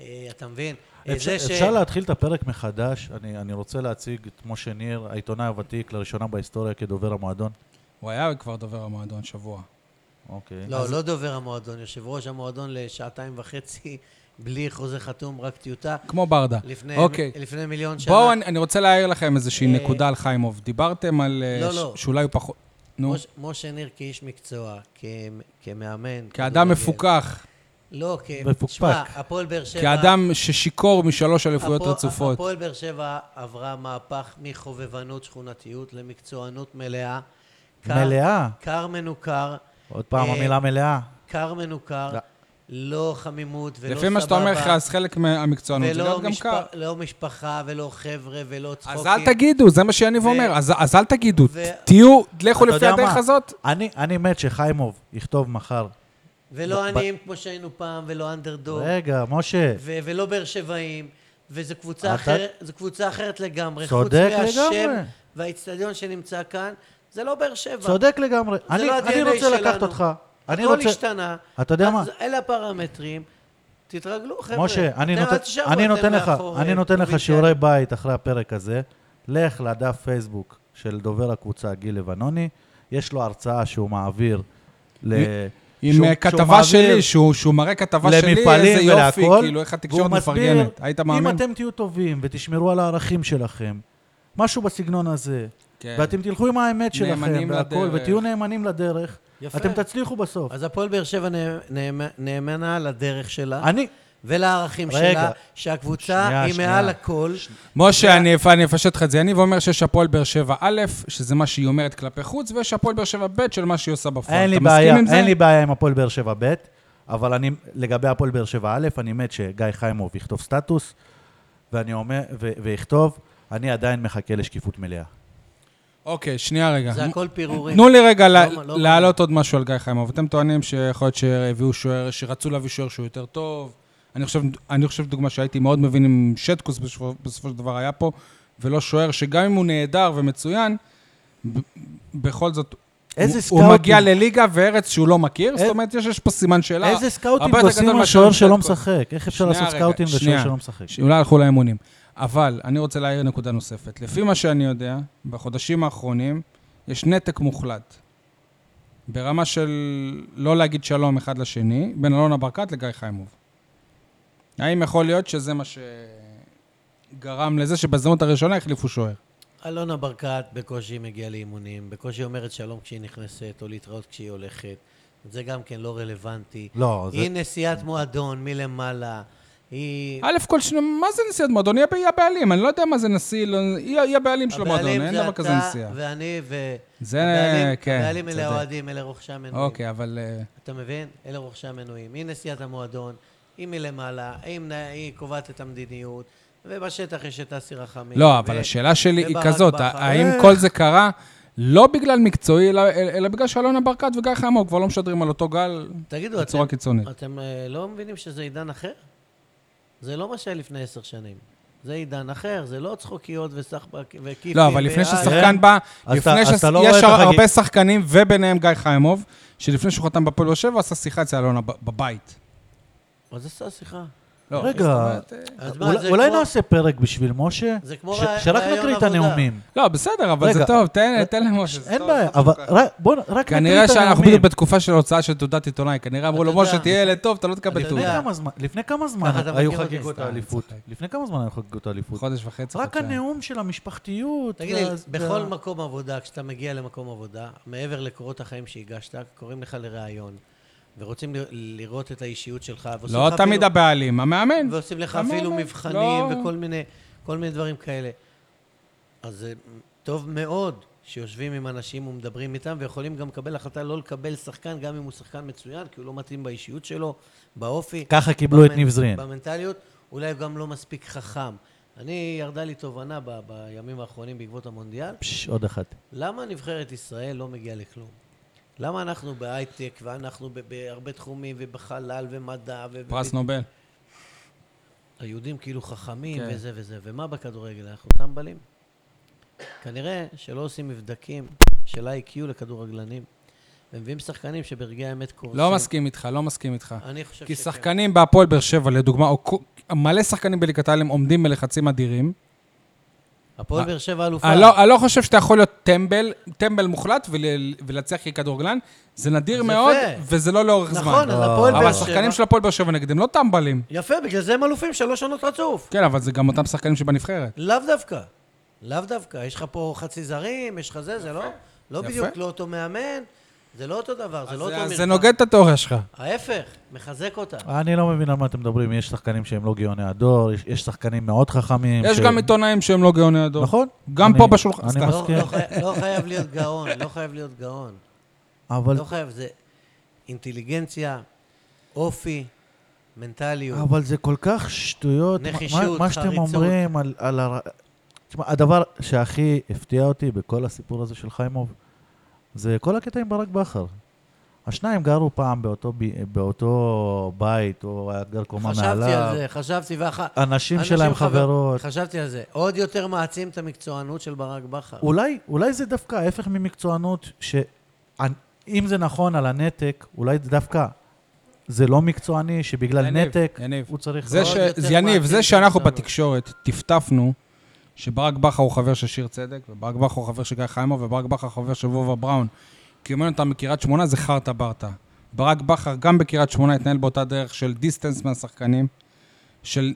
Speaker 3: אה, אתה מבין? אה,
Speaker 2: אפשר,
Speaker 3: זה ש-
Speaker 2: אפשר להתחיל את הפרק מחדש, אני, אני רוצה להציג את משה ניר, העיתונאי הוותיק, לראשונה בהיסטוריה כדובר המועדון.
Speaker 1: הוא היה כבר דובר המועדון שבוע.
Speaker 2: אוקיי.
Speaker 3: לא, לא דובר המועדון, יושב ראש המועדון לשעתיים וחצי, בלי חוזה חתום, רק טיוטה.
Speaker 1: כמו ברדה.
Speaker 3: לפני
Speaker 1: אוקיי.
Speaker 3: לפני מיליון שנה.
Speaker 1: בואו, אני- אני רוצה להעיר לכם איזושהי
Speaker 3: אה,
Speaker 1: נקודה על חיימוב. דיברתם על... אה,
Speaker 3: לא,
Speaker 1: ש-
Speaker 3: לא.
Speaker 1: שאולי הוא פחות... נו,
Speaker 3: מוש- משה ניר כאיש מקצוע, כ- כמאמן.
Speaker 1: כאדם
Speaker 3: כדורגל.
Speaker 1: מפוקח,
Speaker 3: לא, כ...
Speaker 2: מפוקפק.
Speaker 3: שמע, הפועל באר שבע...
Speaker 1: כאדם ששיכור משלוש אליפויות
Speaker 3: הפוע-
Speaker 1: רצופות.
Speaker 3: הפועל באר שבע עברה מהפך מחובבנות שכונתיות למקצוענות מלאה.
Speaker 1: לא.
Speaker 3: קר-
Speaker 2: מלאה.
Speaker 3: קר מנוכר,
Speaker 2: עוד פעם,
Speaker 3: אה,
Speaker 2: המילה מלאה.
Speaker 3: קר מנוכר,
Speaker 2: לא.
Speaker 3: לא חמימות ולא סבבה.
Speaker 1: לפי מה שאתה אומר לך, אז חלק מהמקצוענות זה
Speaker 3: ולא
Speaker 1: להיות גם
Speaker 3: משפ-
Speaker 1: קר.
Speaker 3: לא משפחה ולא חבר'ה ולא צחוקים.
Speaker 1: אז אל תגידו, זה מה שיניב
Speaker 3: ו-
Speaker 1: אומר. אז אז אל תגידו,
Speaker 3: ו-
Speaker 1: תהיו, לכו
Speaker 2: אתה
Speaker 1: לפי
Speaker 2: יודע
Speaker 1: הדרך
Speaker 2: מה?
Speaker 1: הזאת.
Speaker 2: אני, אני מת שחיימוב יכתוב מחר.
Speaker 3: ולא
Speaker 2: ב-
Speaker 3: עניים כמו שהיינו פעם, ולא אנדרדוג,
Speaker 2: רגע, משה,
Speaker 3: ו- ולא באר שבעים, וזו קבוצה,
Speaker 2: אתה-
Speaker 3: אחרת, זו קבוצה אחרת לגמרי.
Speaker 2: צודק
Speaker 3: חוץ
Speaker 2: לגמרי.
Speaker 3: מהשם והאיצטדיון שנמצא כאן, זה לא באר שבע.
Speaker 2: צודק לגמרי.
Speaker 3: זה
Speaker 2: אני
Speaker 3: לא
Speaker 2: אני
Speaker 3: ה-DNA
Speaker 2: רוצה לקחת
Speaker 3: שלנו. לא
Speaker 2: אותך. אני
Speaker 3: הכל
Speaker 2: רוצה...
Speaker 3: השתנה.
Speaker 2: אתה יודע מה?
Speaker 3: אז אלה הפרמטרים. תתרגלו, חבר'ה.
Speaker 2: משה, אני
Speaker 3: אתם
Speaker 2: נותן-
Speaker 3: אל תישארו,
Speaker 2: אני
Speaker 3: אתם
Speaker 2: נותן לך,
Speaker 3: מאחורי
Speaker 2: אני נותן לך
Speaker 3: טובים
Speaker 2: שיעורי בית אחרי הפרק הזה. לך לדף פייסבוק של דובר הקבוצה גיל לבנוני, יש לו הרצאה שהוא מעביר ל...
Speaker 1: עם
Speaker 2: שהוא-
Speaker 1: אה,
Speaker 2: שהוא
Speaker 1: כתבה
Speaker 2: מעביר
Speaker 1: שלי, שהוא, שהוא מראה כתבה שלי, איזה
Speaker 2: למפעלים
Speaker 1: יופי,
Speaker 2: ולהכול,
Speaker 1: כאילו איך
Speaker 2: והוא
Speaker 1: התקשורת
Speaker 2: מסביר,
Speaker 1: מפרגנת. היית מאמין?
Speaker 2: אם אתם תהיו טובים ותשמרו על הערכים שלכם, משהו בסגנון הזה,
Speaker 1: כן.
Speaker 2: ואתם תלכו עם האמת שלכם
Speaker 1: נאמנים
Speaker 2: והכול,
Speaker 1: לדרך.
Speaker 2: ותהיו נאמנים לדרך,
Speaker 3: יפה.
Speaker 2: אתם תצליחו בסוף.
Speaker 3: אז הפועל באר שבע נאמ- נאמ- נאמנה לדרך שלה
Speaker 2: אני...
Speaker 3: ולערכים
Speaker 2: רגע.
Speaker 3: שלה, שהקבוצה
Speaker 2: שנייה,
Speaker 3: היא
Speaker 2: שנייה.
Speaker 3: מעל הכל.
Speaker 1: משה, אני, אפ- אני אפשט לך את זה. יניב אומר שיש הפועל באר שבע א', שזה מה שהיא אומרת כלפי חוץ, ויש הפועל באר שבע ב' של מה שהיא עושה בפועל.
Speaker 2: אין לי
Speaker 1: אתה מסכים
Speaker 2: בעיה,
Speaker 1: עם זה?
Speaker 2: אין לי בעיה עם הפועל באר שבע ב', אבל אני, לגבי הפועל באר שבע א', אני מת שגיא חיימוב יכתוב סטטוס, ואני אומר, ו- ויכתוב, אני עדיין מחכה לשקיפות מלאה.
Speaker 1: אוקיי, שנייה רגע.
Speaker 3: זה הכל פירורים.
Speaker 1: תנו לי רגע לה-
Speaker 3: לא- לא-
Speaker 1: להעלות עוד משהו על גיא חיימוב. אתם טוענים שיכול להיות שהביאו שוער, שרצו להביא שוער שהוא יותר טוב. אני חושב, אני חושב, דוגמה שהייתי מאוד מבין אם שטקוס בסופו, בסופו של דבר היה פה, ולא שוער, שגם אם הוא נהדר ומצוין, ב- בכל זאת,
Speaker 2: איזה
Speaker 1: הוא, הוא
Speaker 2: סקאוטים.
Speaker 1: מגיע לא, לליגה וארץ שהוא לא מכיר,
Speaker 2: איזה-
Speaker 1: זאת אומרת, יש, יש פה סימן שאלה.
Speaker 2: איזה סקאוטינג
Speaker 1: הרבה יותר גדול
Speaker 2: עושים
Speaker 1: מאשר
Speaker 2: לשוער שלא
Speaker 1: שטקוס.
Speaker 2: משחק? איך אפשר
Speaker 1: שנייה
Speaker 2: לעשות
Speaker 1: רגע,
Speaker 2: סקאוטינג לשוער
Speaker 1: שנייה.
Speaker 2: שלא משחק?
Speaker 1: שאולי הלכו לאימונים. אבל אני רוצה להעיר נקודה נוספת. לפי מה שאני יודע, בחודשים האחרונים יש נתק מוחלט. ברמה של לא להגיד שלום אחד לשני, בין אלונה ברקת לגיא חיימוב. האם יכול להיות שזה מה שגרם לזה שבהזדמנות הראשונה החליפו שוער?
Speaker 3: אלונה ברקת בקושי מגיעה לאימונים, בקושי אומרת שלום כשהיא נכנסת או להתראות כשהיא הולכת. זה גם כן לא רלוונטי.
Speaker 2: לא, זה...
Speaker 3: היא נשיאת מועדון מלמעלה. היא...
Speaker 1: א' כל שני, מה זה נשיאת מועדון? היא הבע- היא הבעלים, אני לא יודע מה זה נשיא, לא- היא היא הבעלים של המועדון, אין דבר כזה נשיאה.
Speaker 3: ואני ו...
Speaker 1: זה,
Speaker 3: הבעלים-
Speaker 1: כן,
Speaker 3: הבעלים אלה
Speaker 1: צודק.
Speaker 3: האוהדים, אלה רוכשי המנויים.
Speaker 1: אוקיי, אבל... אה,
Speaker 3: אתה מבין? אלה רוכשי המנויים. היא נשיאת המועדון, היא מלמעלה, היא, מנה- היא קובעת את המדיניות, ובשטח יש את אסי רחמים.
Speaker 1: לא, אבל השאלה שלי היא
Speaker 3: וברק
Speaker 1: כזאת,
Speaker 3: בכר.
Speaker 1: האם כל זה קרה לא בגלל מקצועי, אלא- אלא בגלל שאלונה ברקת וגיא חיימוב כבר לא משדרים על אותו גל
Speaker 3: תגידו,
Speaker 1: בצורה
Speaker 3: אתם,
Speaker 1: קיצונית.
Speaker 3: אתם אה, לא מבינים שזה עידן אחר? זה לא מה שהיה לפני עשר שנים. זה עידן אחר, זה לא צחוקיות וסחבק וכיפים.
Speaker 1: לא, אבל לפני
Speaker 3: ואז-
Speaker 1: ששחקן בא,
Speaker 2: אז
Speaker 1: לפני
Speaker 2: אתה- אז
Speaker 1: ש...
Speaker 2: אתה לא רואה
Speaker 1: יש
Speaker 2: את החגיג-
Speaker 1: הרבה שחקנים, וביניהם גיא חיימוב, שלפני שהוא חתם בפועל באר שבע, עשה שיחה אצל אלונה ב- בבית.
Speaker 3: אז עשה שיחה.
Speaker 1: לא,
Speaker 2: רגע.
Speaker 1: זאת אומרת, אה,
Speaker 3: אז מה,
Speaker 2: אולי
Speaker 3: זה
Speaker 2: אולי
Speaker 3: כמו-
Speaker 2: נעשה פרק בשביל משה,
Speaker 3: זה כמו
Speaker 2: ש-
Speaker 3: רא-
Speaker 2: שרק
Speaker 3: ראיון
Speaker 2: נקריא את
Speaker 3: עבודה.
Speaker 2: הנאומים.
Speaker 1: לא, בסדר, אבל
Speaker 2: רגע.
Speaker 1: זה טוב, תן תן למשה. זה
Speaker 2: אין
Speaker 1: טוב,
Speaker 2: בעיה,
Speaker 1: זה
Speaker 2: אבל
Speaker 1: טוב.
Speaker 2: רק- בוא נ- רק נקריא את הנאומים.
Speaker 1: כנראה שאנחנו בדיוק בתקופה של הוצאה של תעודת עיתונאי, כנראה אמרו
Speaker 3: אתה
Speaker 1: לו, משה,
Speaker 3: יודע.
Speaker 1: תהיה ילד טוב, אתה לא תקבל
Speaker 3: אתה
Speaker 2: לפני
Speaker 1: תעודה.
Speaker 3: יודע.
Speaker 2: כמה זמן- לפני כמה זמן
Speaker 3: אתה מכיר
Speaker 2: היו
Speaker 3: אותי,
Speaker 2: חגיגות
Speaker 3: סתם,
Speaker 2: האליפות?
Speaker 1: צוחק.
Speaker 2: לפני כמה זמן היו חגיגות האליפות?
Speaker 1: חודש וחצי,
Speaker 2: רק
Speaker 1: חודשיים.
Speaker 2: הנאום של המשפחתיות.
Speaker 3: תגיד לי,
Speaker 2: ואז-
Speaker 3: בכל
Speaker 2: וה-
Speaker 3: מקום עבודה, כשאתה מגיע למקום עבודה, מעבר לקורות החיים שהגשת, קוראים לך לראיון, ורוצים ל- לראות את האישיות שלך, ועושים
Speaker 1: לא
Speaker 3: לך
Speaker 1: תמיד
Speaker 3: אפילו-
Speaker 1: הבעלים, המאמן.
Speaker 3: ועושים לך
Speaker 1: למה
Speaker 3: אפילו
Speaker 1: לא?
Speaker 3: מבחנים
Speaker 1: לא.
Speaker 3: וכל מיני, כל מיני דברים כאלה. אז זה טוב מאוד שיושבים עם אנשים ומדברים איתם, ויכולים גם לקבל החלטה לא לקבל שחקן, גם אם הוא שחקן מצוין, כי הוא לא מתאים באישיות שלו, באופי.
Speaker 2: ככה קיבלו את
Speaker 3: במנ-
Speaker 2: ניב זרין.
Speaker 3: במנטליות, אולי הוא גם לא מספיק חכם. אני, ירדה לי תובנה ב- בימים האחרונים בעקבות המונדיאל,
Speaker 2: פש, עוד אחת.
Speaker 3: למה נבחרת ישראל לא מגיעה לכלום? למה אנחנו בהייטק, ואנחנו ב- בהרבה תחומים, ובחלל, ומדע, ו...
Speaker 1: פרס נובל.
Speaker 3: היהודים כאילו חכמים
Speaker 1: כן.
Speaker 3: כן. וזה וזה, ומה בכדורגל? אנחנו טמבלים. כנראה שלא עושים מבדקים של IQ לכדורגלנים, ומביאים שחקנים שברגעי האמת קורסים.
Speaker 1: לא מסכים איתך, לא מסכים איתך.
Speaker 3: אני חושב
Speaker 1: כי
Speaker 3: שכן.
Speaker 1: שחקנים בהפועל באר שבע, לדוגמה, או כל- מלא שחקנים בליגת העל הם עומדים בלחצים אדירים.
Speaker 3: הפועל באר שבע אלופה.
Speaker 1: אני אה, לא- אני לא חושב שאתה יכול להיות טמבל, טמבל מוחלט ול- ולהצליח ככדורגלן. זה נדיר
Speaker 3: אז
Speaker 1: מאוד,
Speaker 3: יפה.
Speaker 1: וזה לא לאורך זמן.
Speaker 3: נכון, אז
Speaker 2: לא.
Speaker 3: הפועל
Speaker 1: אבל
Speaker 3: באר
Speaker 1: השחקנים
Speaker 3: שבע...
Speaker 1: של הפועל באר שבע נגדם לא טמבלים.
Speaker 3: יפה, בגלל זה הם אלופים שלוש עונות רצוף.
Speaker 1: כן, אבל זה גם אותם שחקנים שבנבחרת.
Speaker 3: לאו דווקא. לאו דווקא. יש לך פה חצי זרים, יש לך זה, זה לא... לא
Speaker 1: יפה.
Speaker 3: בדיוק לא אותו מאמן, זה לא אותו דבר, זה לא אותו
Speaker 1: אז
Speaker 3: מרקם.
Speaker 1: זה נוגד אה, את התיאוריה שלך.
Speaker 3: ההפך, מחזק אותה.
Speaker 2: אני לא מבין על מה אתם מדברים, יש שחקנים שהם לא גאוני הדור, יש- יש שחקנים מאוד חכמים.
Speaker 1: יש
Speaker 2: ש-
Speaker 1: גם עיתונאים שהם לא גאוני הדור.
Speaker 2: נכון.
Speaker 1: גם
Speaker 2: אני-
Speaker 1: פה בשולחן, סתם.
Speaker 2: אני
Speaker 3: לא-
Speaker 2: מסכים,
Speaker 3: לא חי- לא חייב להיות גאון, לא חייב להיות גאון.
Speaker 2: אבל-
Speaker 3: לא חייב, זה אינטליגנציה, אופי, מנטליות.
Speaker 2: אבל זה כל כך שטויות, מה-
Speaker 3: נחישות,
Speaker 2: מה שאתם
Speaker 3: חריצות.
Speaker 2: אומרים על- על... הר- תשמע, הדבר שהכי הפתיע אותי בכל הסיפור הזה של חיימוב, זה כל הקטע עם ברק בכר. השניים גרו פעם באותו, ב... באותו בית, או היה גר קומה מעליו.
Speaker 3: חשבתי על זה, חשבתי, ואחר...
Speaker 2: הנשים שלהם חברות.
Speaker 3: חשבתי על זה. עוד יותר מעצים את המקצוענות של ברק בכר.
Speaker 2: אולי, אולי זה דווקא ההפך ממקצוענות, שאם זה נכון על הנתק, אולי זה דווקא, זה לא מקצועני, שבגלל
Speaker 1: יניב,
Speaker 2: נתק,
Speaker 1: יניב.
Speaker 2: הוא צריך...
Speaker 1: זה
Speaker 3: עוד
Speaker 1: ש...
Speaker 3: לא, יותר
Speaker 1: זה יניב,
Speaker 3: מעצים
Speaker 1: זה
Speaker 3: את
Speaker 1: שאנחנו
Speaker 3: המצב.
Speaker 1: בתקשורת טפטפנו שברק בכר הוא חבר של שיר צדק, וברק בכר הוא חבר של גיא חיימוב, וברק בכר חבר של וובה בראון. כי אם אין אותם בקריית שמונה, זה חרטה ברטה. ברק בכר גם בקריית שמונה התנהל באותה דרך של דיסטנס מהשחקנים, של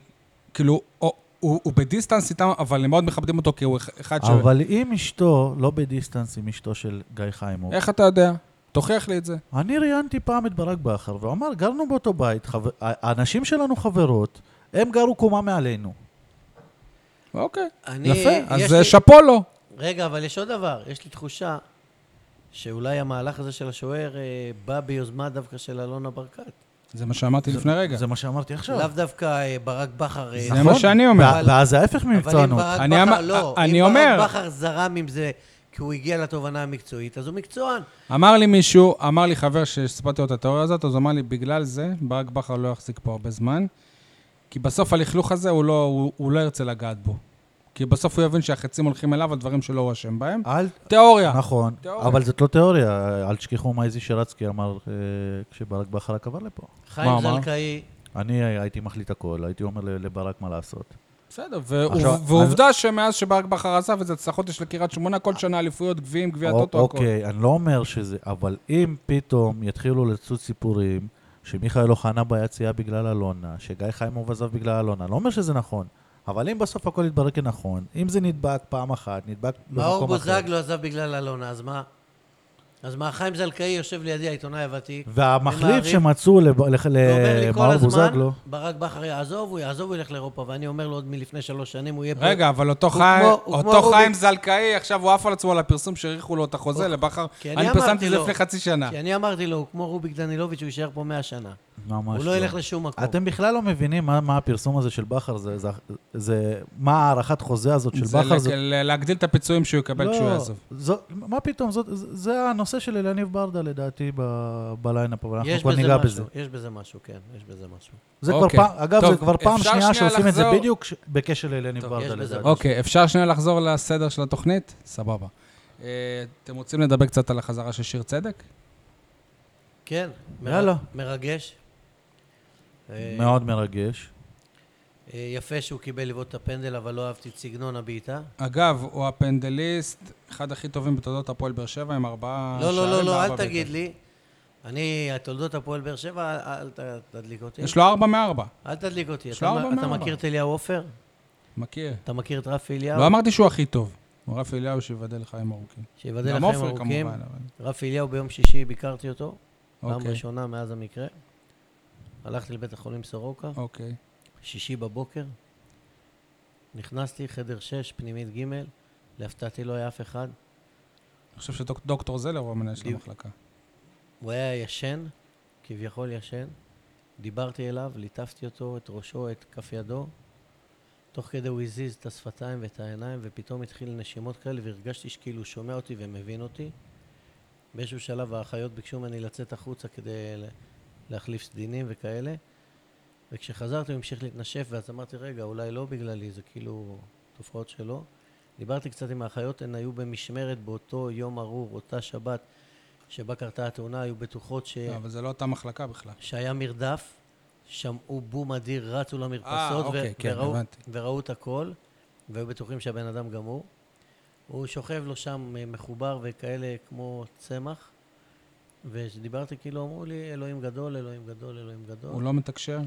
Speaker 1: כאילו, או, הוא, הוא בדיסטנס איתם, אבל הם מאוד מכבדים אותו כי הוא אח- אחד ש...
Speaker 2: אבל אם אשתו, לא בדיסטנס עם אשתו של גיא חיימוב,
Speaker 1: איך אתה יודע? תוכיח לי את זה.
Speaker 2: אני ראיינתי פעם את ברק בכר, והוא אמר, גרנו באותו בית, חבר... הנשים שלנו חברות, הם גרו קומה מעלינו.
Speaker 1: אוקיי.
Speaker 3: אני-
Speaker 1: יפה,
Speaker 3: יש
Speaker 1: אז אה,
Speaker 3: לי-
Speaker 1: לי... שאפו לו.
Speaker 3: רגע, אבל יש עוד דבר. יש לי תחושה שאולי המהלך הזה של השוער אה, בא ביוזמה דווקא של אלונה ברקת.
Speaker 1: זה מה שאמרתי לפני רגע.
Speaker 2: זה מה שאמרתי עכשיו. נכון.
Speaker 3: לאו דומר ברק בכר... אה,
Speaker 1: זה מה שאני אומר.
Speaker 2: וה- ואז זה ההפך
Speaker 3: אבל אם
Speaker 2: ממקצוענות.
Speaker 3: ברק
Speaker 1: אני
Speaker 3: בכר
Speaker 1: אמר-
Speaker 3: לא,
Speaker 1: אני
Speaker 3: אם
Speaker 1: אומר-
Speaker 3: ברק בכר זרם עם זה כי הוא הגיע לתובנה המקצועית, אז הוא מקצוען.
Speaker 1: אמר לי מישהו, אמר לי חבר שהספדתי לו את התיאוריה הזאת, אז הוא אמר לי, בגלל זה ברק בכר לא יחזיק פה הרבה זמן, כי בסוף הלכלוך הזה, הוא לא, הוא, הוא לא ירצה לגעת בו. כי בסוף הוא יבין שהחצים הולכים אליו על דברים שלא הוא אשם בהם.
Speaker 2: אל...
Speaker 1: תיאוריה.
Speaker 2: נכון,
Speaker 1: אה, תיאוריה.
Speaker 2: אבל זאת לא תיאוריה. אל תשכחו מה איזי שרצקי אמר אה, כשברק בכר רק עבר לפה.
Speaker 1: מה
Speaker 3: חיים
Speaker 1: אמר?
Speaker 3: זלקאי,
Speaker 2: אני הייתי מחליט הכל, הייתי אומר ל- לברק מה לעשות.
Speaker 1: בסדר, והוא-
Speaker 2: עכשיו,
Speaker 1: ועובדה שמאז שברק בכר עזב את זה, הצלחות יש לקריית שמונה כל שנה, אליפויות, גביעים, גביע
Speaker 2: או-
Speaker 1: טוטו, הכול.
Speaker 2: אוקיי, אני לא אומר שזה, אבל אם פתאום יתחילו לצוץ סיפורים שמיכאל אוחנה ביציאה בגלל אלונה, שגיא חיימוב עזב בגלל אלונה, אני לא אומר שזה נכון, אבל אם בסוף הכל יתברר כנכון, אם זה נדבק פעם אחת, נדבק
Speaker 3: מאור
Speaker 2: במקום אחר,
Speaker 3: בוזגלו עזב בגלל אלונה, אז מה? אז מה, חיים זלקאי יושב לידי, העיתונאי הוותיק,
Speaker 2: והמחליף
Speaker 3: במעריב.
Speaker 2: שמצאו לב- לח-
Speaker 3: ואומר לי כל
Speaker 2: למאור
Speaker 3: הזמן,
Speaker 2: בוזגלו,
Speaker 3: ברק בכר יעזוב, הוא יעזוב, הוא ילך לאירופה, ואני אומר לו עוד מלפני שלוש שנים, הוא יהיה פה.
Speaker 1: רגע, אבל אותו,
Speaker 3: הוא
Speaker 1: חיים,
Speaker 3: כמו- הוא כמו
Speaker 1: אותו
Speaker 3: רובי.
Speaker 1: חיים זלקאי, עכשיו הוא עף על עצמו על הפרסום שהאריכו לו את החוזה לבכר.
Speaker 3: כי אני
Speaker 1: אני
Speaker 3: אמרתי
Speaker 1: פרסמתי את זה
Speaker 3: לו-
Speaker 1: לפני חצי שנה.
Speaker 3: כי אני אמרתי לו, הוא כמו רוביק דנילוביץ', הוא יישאר פה מאה שנה.
Speaker 2: ממש
Speaker 3: הוא לא ילך לשום מקום.
Speaker 2: אתם בכלל לא מבינים מה, מה הפרסום הזה של בכר, זה, זה, זה, מה הארכת חוזה הזאת של
Speaker 1: זה
Speaker 2: בכר. לא,
Speaker 1: לק- להגדיל את הפיצויים שהוא יקבל
Speaker 3: לא.
Speaker 1: כשהוא יעזוב.
Speaker 2: זו, מה פתאום, זאת, זה, זה הנושא של אלניב ברדה לדעתי ב, בליינאפ, אבל אנחנו
Speaker 3: יש
Speaker 2: כבר
Speaker 3: בזה
Speaker 2: ניגע
Speaker 3: משהו,
Speaker 2: בזה.
Speaker 3: יש בזה משהו, כן, יש בזה משהו.
Speaker 2: זה כבר
Speaker 1: אוקיי.
Speaker 2: פעם, אגב,
Speaker 1: טוב,
Speaker 2: זה כבר פעם
Speaker 1: אפשר שנייה
Speaker 2: שנייה שעושים את זה
Speaker 1: לחזור-
Speaker 2: בדיוק ש- בקשר לאלניב
Speaker 3: טוב,
Speaker 2: ברדה
Speaker 3: יש בזה
Speaker 2: לדעתי.
Speaker 3: משהו.
Speaker 1: אוקיי, אפשר שנייה לחזור לסדר של התוכנית? סבבה. אה, אתם רוצים לדבר קצת על החזרה של שיר צדק?
Speaker 3: כן. מר-
Speaker 2: יאללה.
Speaker 3: מרגש. אה,
Speaker 2: מאוד מרגש.
Speaker 3: אה, יפה שהוא קיבל לבעוט את הפנדל, אבל לא אהבתי את סגנון הבעיטה.
Speaker 1: אגב, הוא הפנדליסט, אחד הכי טובים בתולדות הפועל באר שבע, עם ארבעה
Speaker 3: לא, לא, לא, לא,
Speaker 1: וארבע
Speaker 3: אל תגיד
Speaker 1: בעיטות.
Speaker 3: לי. אני, התולדות הפועל באר שבע, אל- אל ת- תדליק אותי.
Speaker 1: יש לו ארבע מארבע,
Speaker 3: אל תדליק אותי.
Speaker 1: יש
Speaker 3: אתה
Speaker 1: לו
Speaker 3: מ-
Speaker 1: ארבע
Speaker 3: אתה
Speaker 1: מארבע.
Speaker 3: מכיר את אליהו עופר?
Speaker 1: מכיר.
Speaker 3: אתה מכיר את רפי אליהו?
Speaker 1: לא אמרתי שהוא הכי טוב. הוא רפי אליהו שיבדל חיים ארוכים.
Speaker 3: שיבדל
Speaker 1: גם
Speaker 3: לחיים
Speaker 1: עופר,
Speaker 3: ארוכים.
Speaker 1: כמובן, אבל-
Speaker 3: רפי אליהו ביום שישי ביקרתי אותו, פעם
Speaker 1: אוקיי,
Speaker 3: ראשונה מאז המקרה. הלכתי לבית החולים סורוקה,
Speaker 1: אוקיי.
Speaker 3: שישי בבוקר. נכנסתי, חדר 6, פנימית ג', להפתעתי לא היה אף אחד.
Speaker 1: אני חושב שדוקטור זלר הוא המנהל של
Speaker 3: בדיוק.
Speaker 1: המחלקה.
Speaker 3: הוא היה ישן, כביכול ישן. דיברתי אליו, ליטפתי אותו, את ראשו, את כף ידו. תוך כדי הוא הזיז את השפתיים ואת העיניים, ופתאום התחיל נשימות כאלה, והרגשתי שכאילו הוא שומע אותי ומבין אותי. באיזשהו שלב האחיות ביקשו ממני לצאת החוצה כדי ל- להחליף סדינים וכאלה. וכשחזרתי הוא המשיך להתנשף, ואז אמרתי, רגע, אולי לא בגללי, זה כאילו תופעות שלו. דיברתי קצת עם האחיות, הן היו במשמרת באותו יום ארור, אותה שבת שבה קרתה התאונה, היו בטוחות ש...
Speaker 1: לא, אבל זה לא אותה מחלקה בכלל.
Speaker 3: שהיה מרדף, שמעו בום אדיר, רצו למרפסות,
Speaker 1: אה, אוקיי, כן,
Speaker 3: וראו,
Speaker 1: הבנתי.
Speaker 3: וראו את הכל, והיו בטוחים שהבן אדם גמור. הוא שוכב לו שם אה, מחובר וכאלה כמו צמח, וכשדיברתי כאילו אמרו לי, אלוהים גדול, אלוהים גדול, אלוהים גדול.
Speaker 1: הוא לא מתקשר?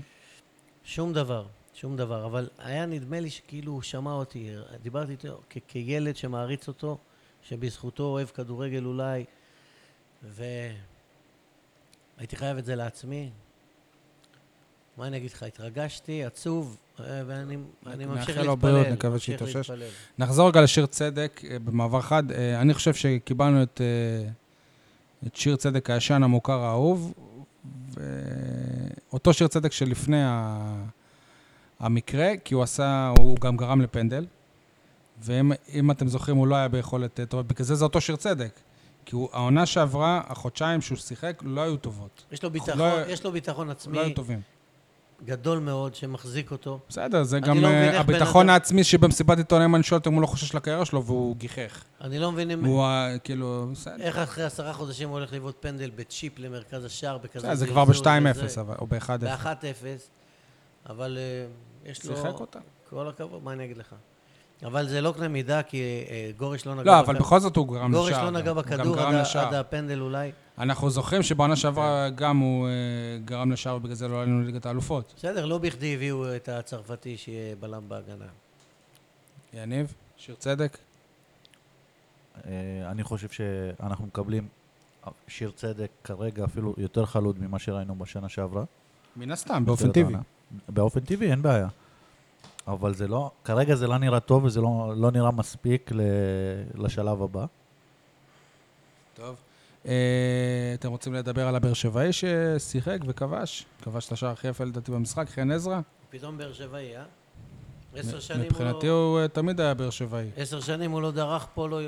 Speaker 3: שום דבר, שום דבר. אבל היה נדמה לי שכאילו הוא שמע אותי. דיברתי איתו כ- כילד שמעריץ אותו, שבזכותו אוהב כדורגל אולי, והייתי חייב את זה לעצמי. מה אני אגיד לך, התרגשתי, עצוב, אה, ואני
Speaker 1: נאחל
Speaker 3: אני ממשיך
Speaker 1: לו
Speaker 3: להתפלל.
Speaker 1: בריאות, נקווה
Speaker 3: ממשיך
Speaker 1: שיתאושש.
Speaker 3: להתפלל.
Speaker 1: נחזור רגע לשיר צדק אה, במעבר חד. אה, אני חושב שקיבלנו את, אה, את שיר צדק הישן, המוכר האהוב, ואותו שיר צדק שלפני ה... המקרה, כי הוא עשה, הוא גם גרם לפנדל, ואם אם אתם זוכרים, הוא לא היה ביכולת אה, טובה, בגלל זה זה אותו שיר צדק. כי הוא, העונה שעברה, החודשיים שהוא שיחק, לא היו טובות.
Speaker 3: יש לו ביטחון,
Speaker 1: לא-
Speaker 3: יש לו ביטחון
Speaker 1: לא
Speaker 3: עצמי
Speaker 1: היו טובים.
Speaker 3: גדול מאוד שמחזיק אותו.
Speaker 1: בסדר, זה
Speaker 3: אני
Speaker 1: גם
Speaker 3: לא מבין
Speaker 1: אה,
Speaker 3: איך בן
Speaker 1: הביטחון
Speaker 3: אדם-
Speaker 1: העצמי שבמסיבת עיתונאים אני שואל אותו אם הוא לא חושש לקריירה שלו, והוא גיחך.
Speaker 3: אני לא מבין אם...
Speaker 1: הוא אה, כאילו, בסדר.
Speaker 3: איך אחרי עשרה חודשים הוא הולך לבעוט פנדל בצ'יפ למרכז השער בכזה...
Speaker 1: בסדר, זה
Speaker 3: זלזול
Speaker 1: כבר ב-2-0,
Speaker 3: וזה.
Speaker 1: אבל- או ב-1-0.
Speaker 3: ב-1-0, אבל אה, יש לו...
Speaker 1: שיחק אותה.
Speaker 3: כל הכבוד, מה אני אגיד לך? אבל זה לא קנה מידה, כי אה, גורש לא נגע
Speaker 1: לא, אבל
Speaker 3: בכ-
Speaker 1: בכל זאת הוא גרם לשער.
Speaker 3: גורש לא נגע
Speaker 1: גם. הוא
Speaker 3: בכדור
Speaker 1: גם
Speaker 3: עד
Speaker 1: גרם
Speaker 3: ה-
Speaker 1: לשער.
Speaker 3: עד הפנדל אולי.
Speaker 1: אנחנו זוכרים שבעונה שעברה גם הוא אה, גרם לשער, ובגלל זה לא עלינו לליגת האלופות.
Speaker 3: בסדר, לא בכדי הביאו את הצרפתי שיהיה בלם בהגנה.
Speaker 1: יניב, שיר צדק.
Speaker 2: אה, אני חושב שאנחנו מקבלים שיר צדק כרגע אפילו יותר חלוד ממה שראינו בשנה שעברה.
Speaker 1: מן הסתם, באופן
Speaker 2: בתחילת
Speaker 1: טבעי.
Speaker 2: העונה. באופן טבעי, אין בעיה. אבל זה לא, כרגע זה לא נראה טוב וזה לא, לא נראה מספיק ל, לשלב הבא.
Speaker 1: טוב. אה, אתם רוצים לדבר על הבאר שבעי ששיחק וכבש? כבש את השער הכי יפה לדעתי במשחק, חן עזרא?
Speaker 3: פתאום באר שבעי, אה? עשר שנים הוא
Speaker 1: מבחינתי
Speaker 3: לא...
Speaker 1: הוא אה, תמיד היה באר שבעי.
Speaker 3: עשר שנים הוא לא דרך פה, לא... י-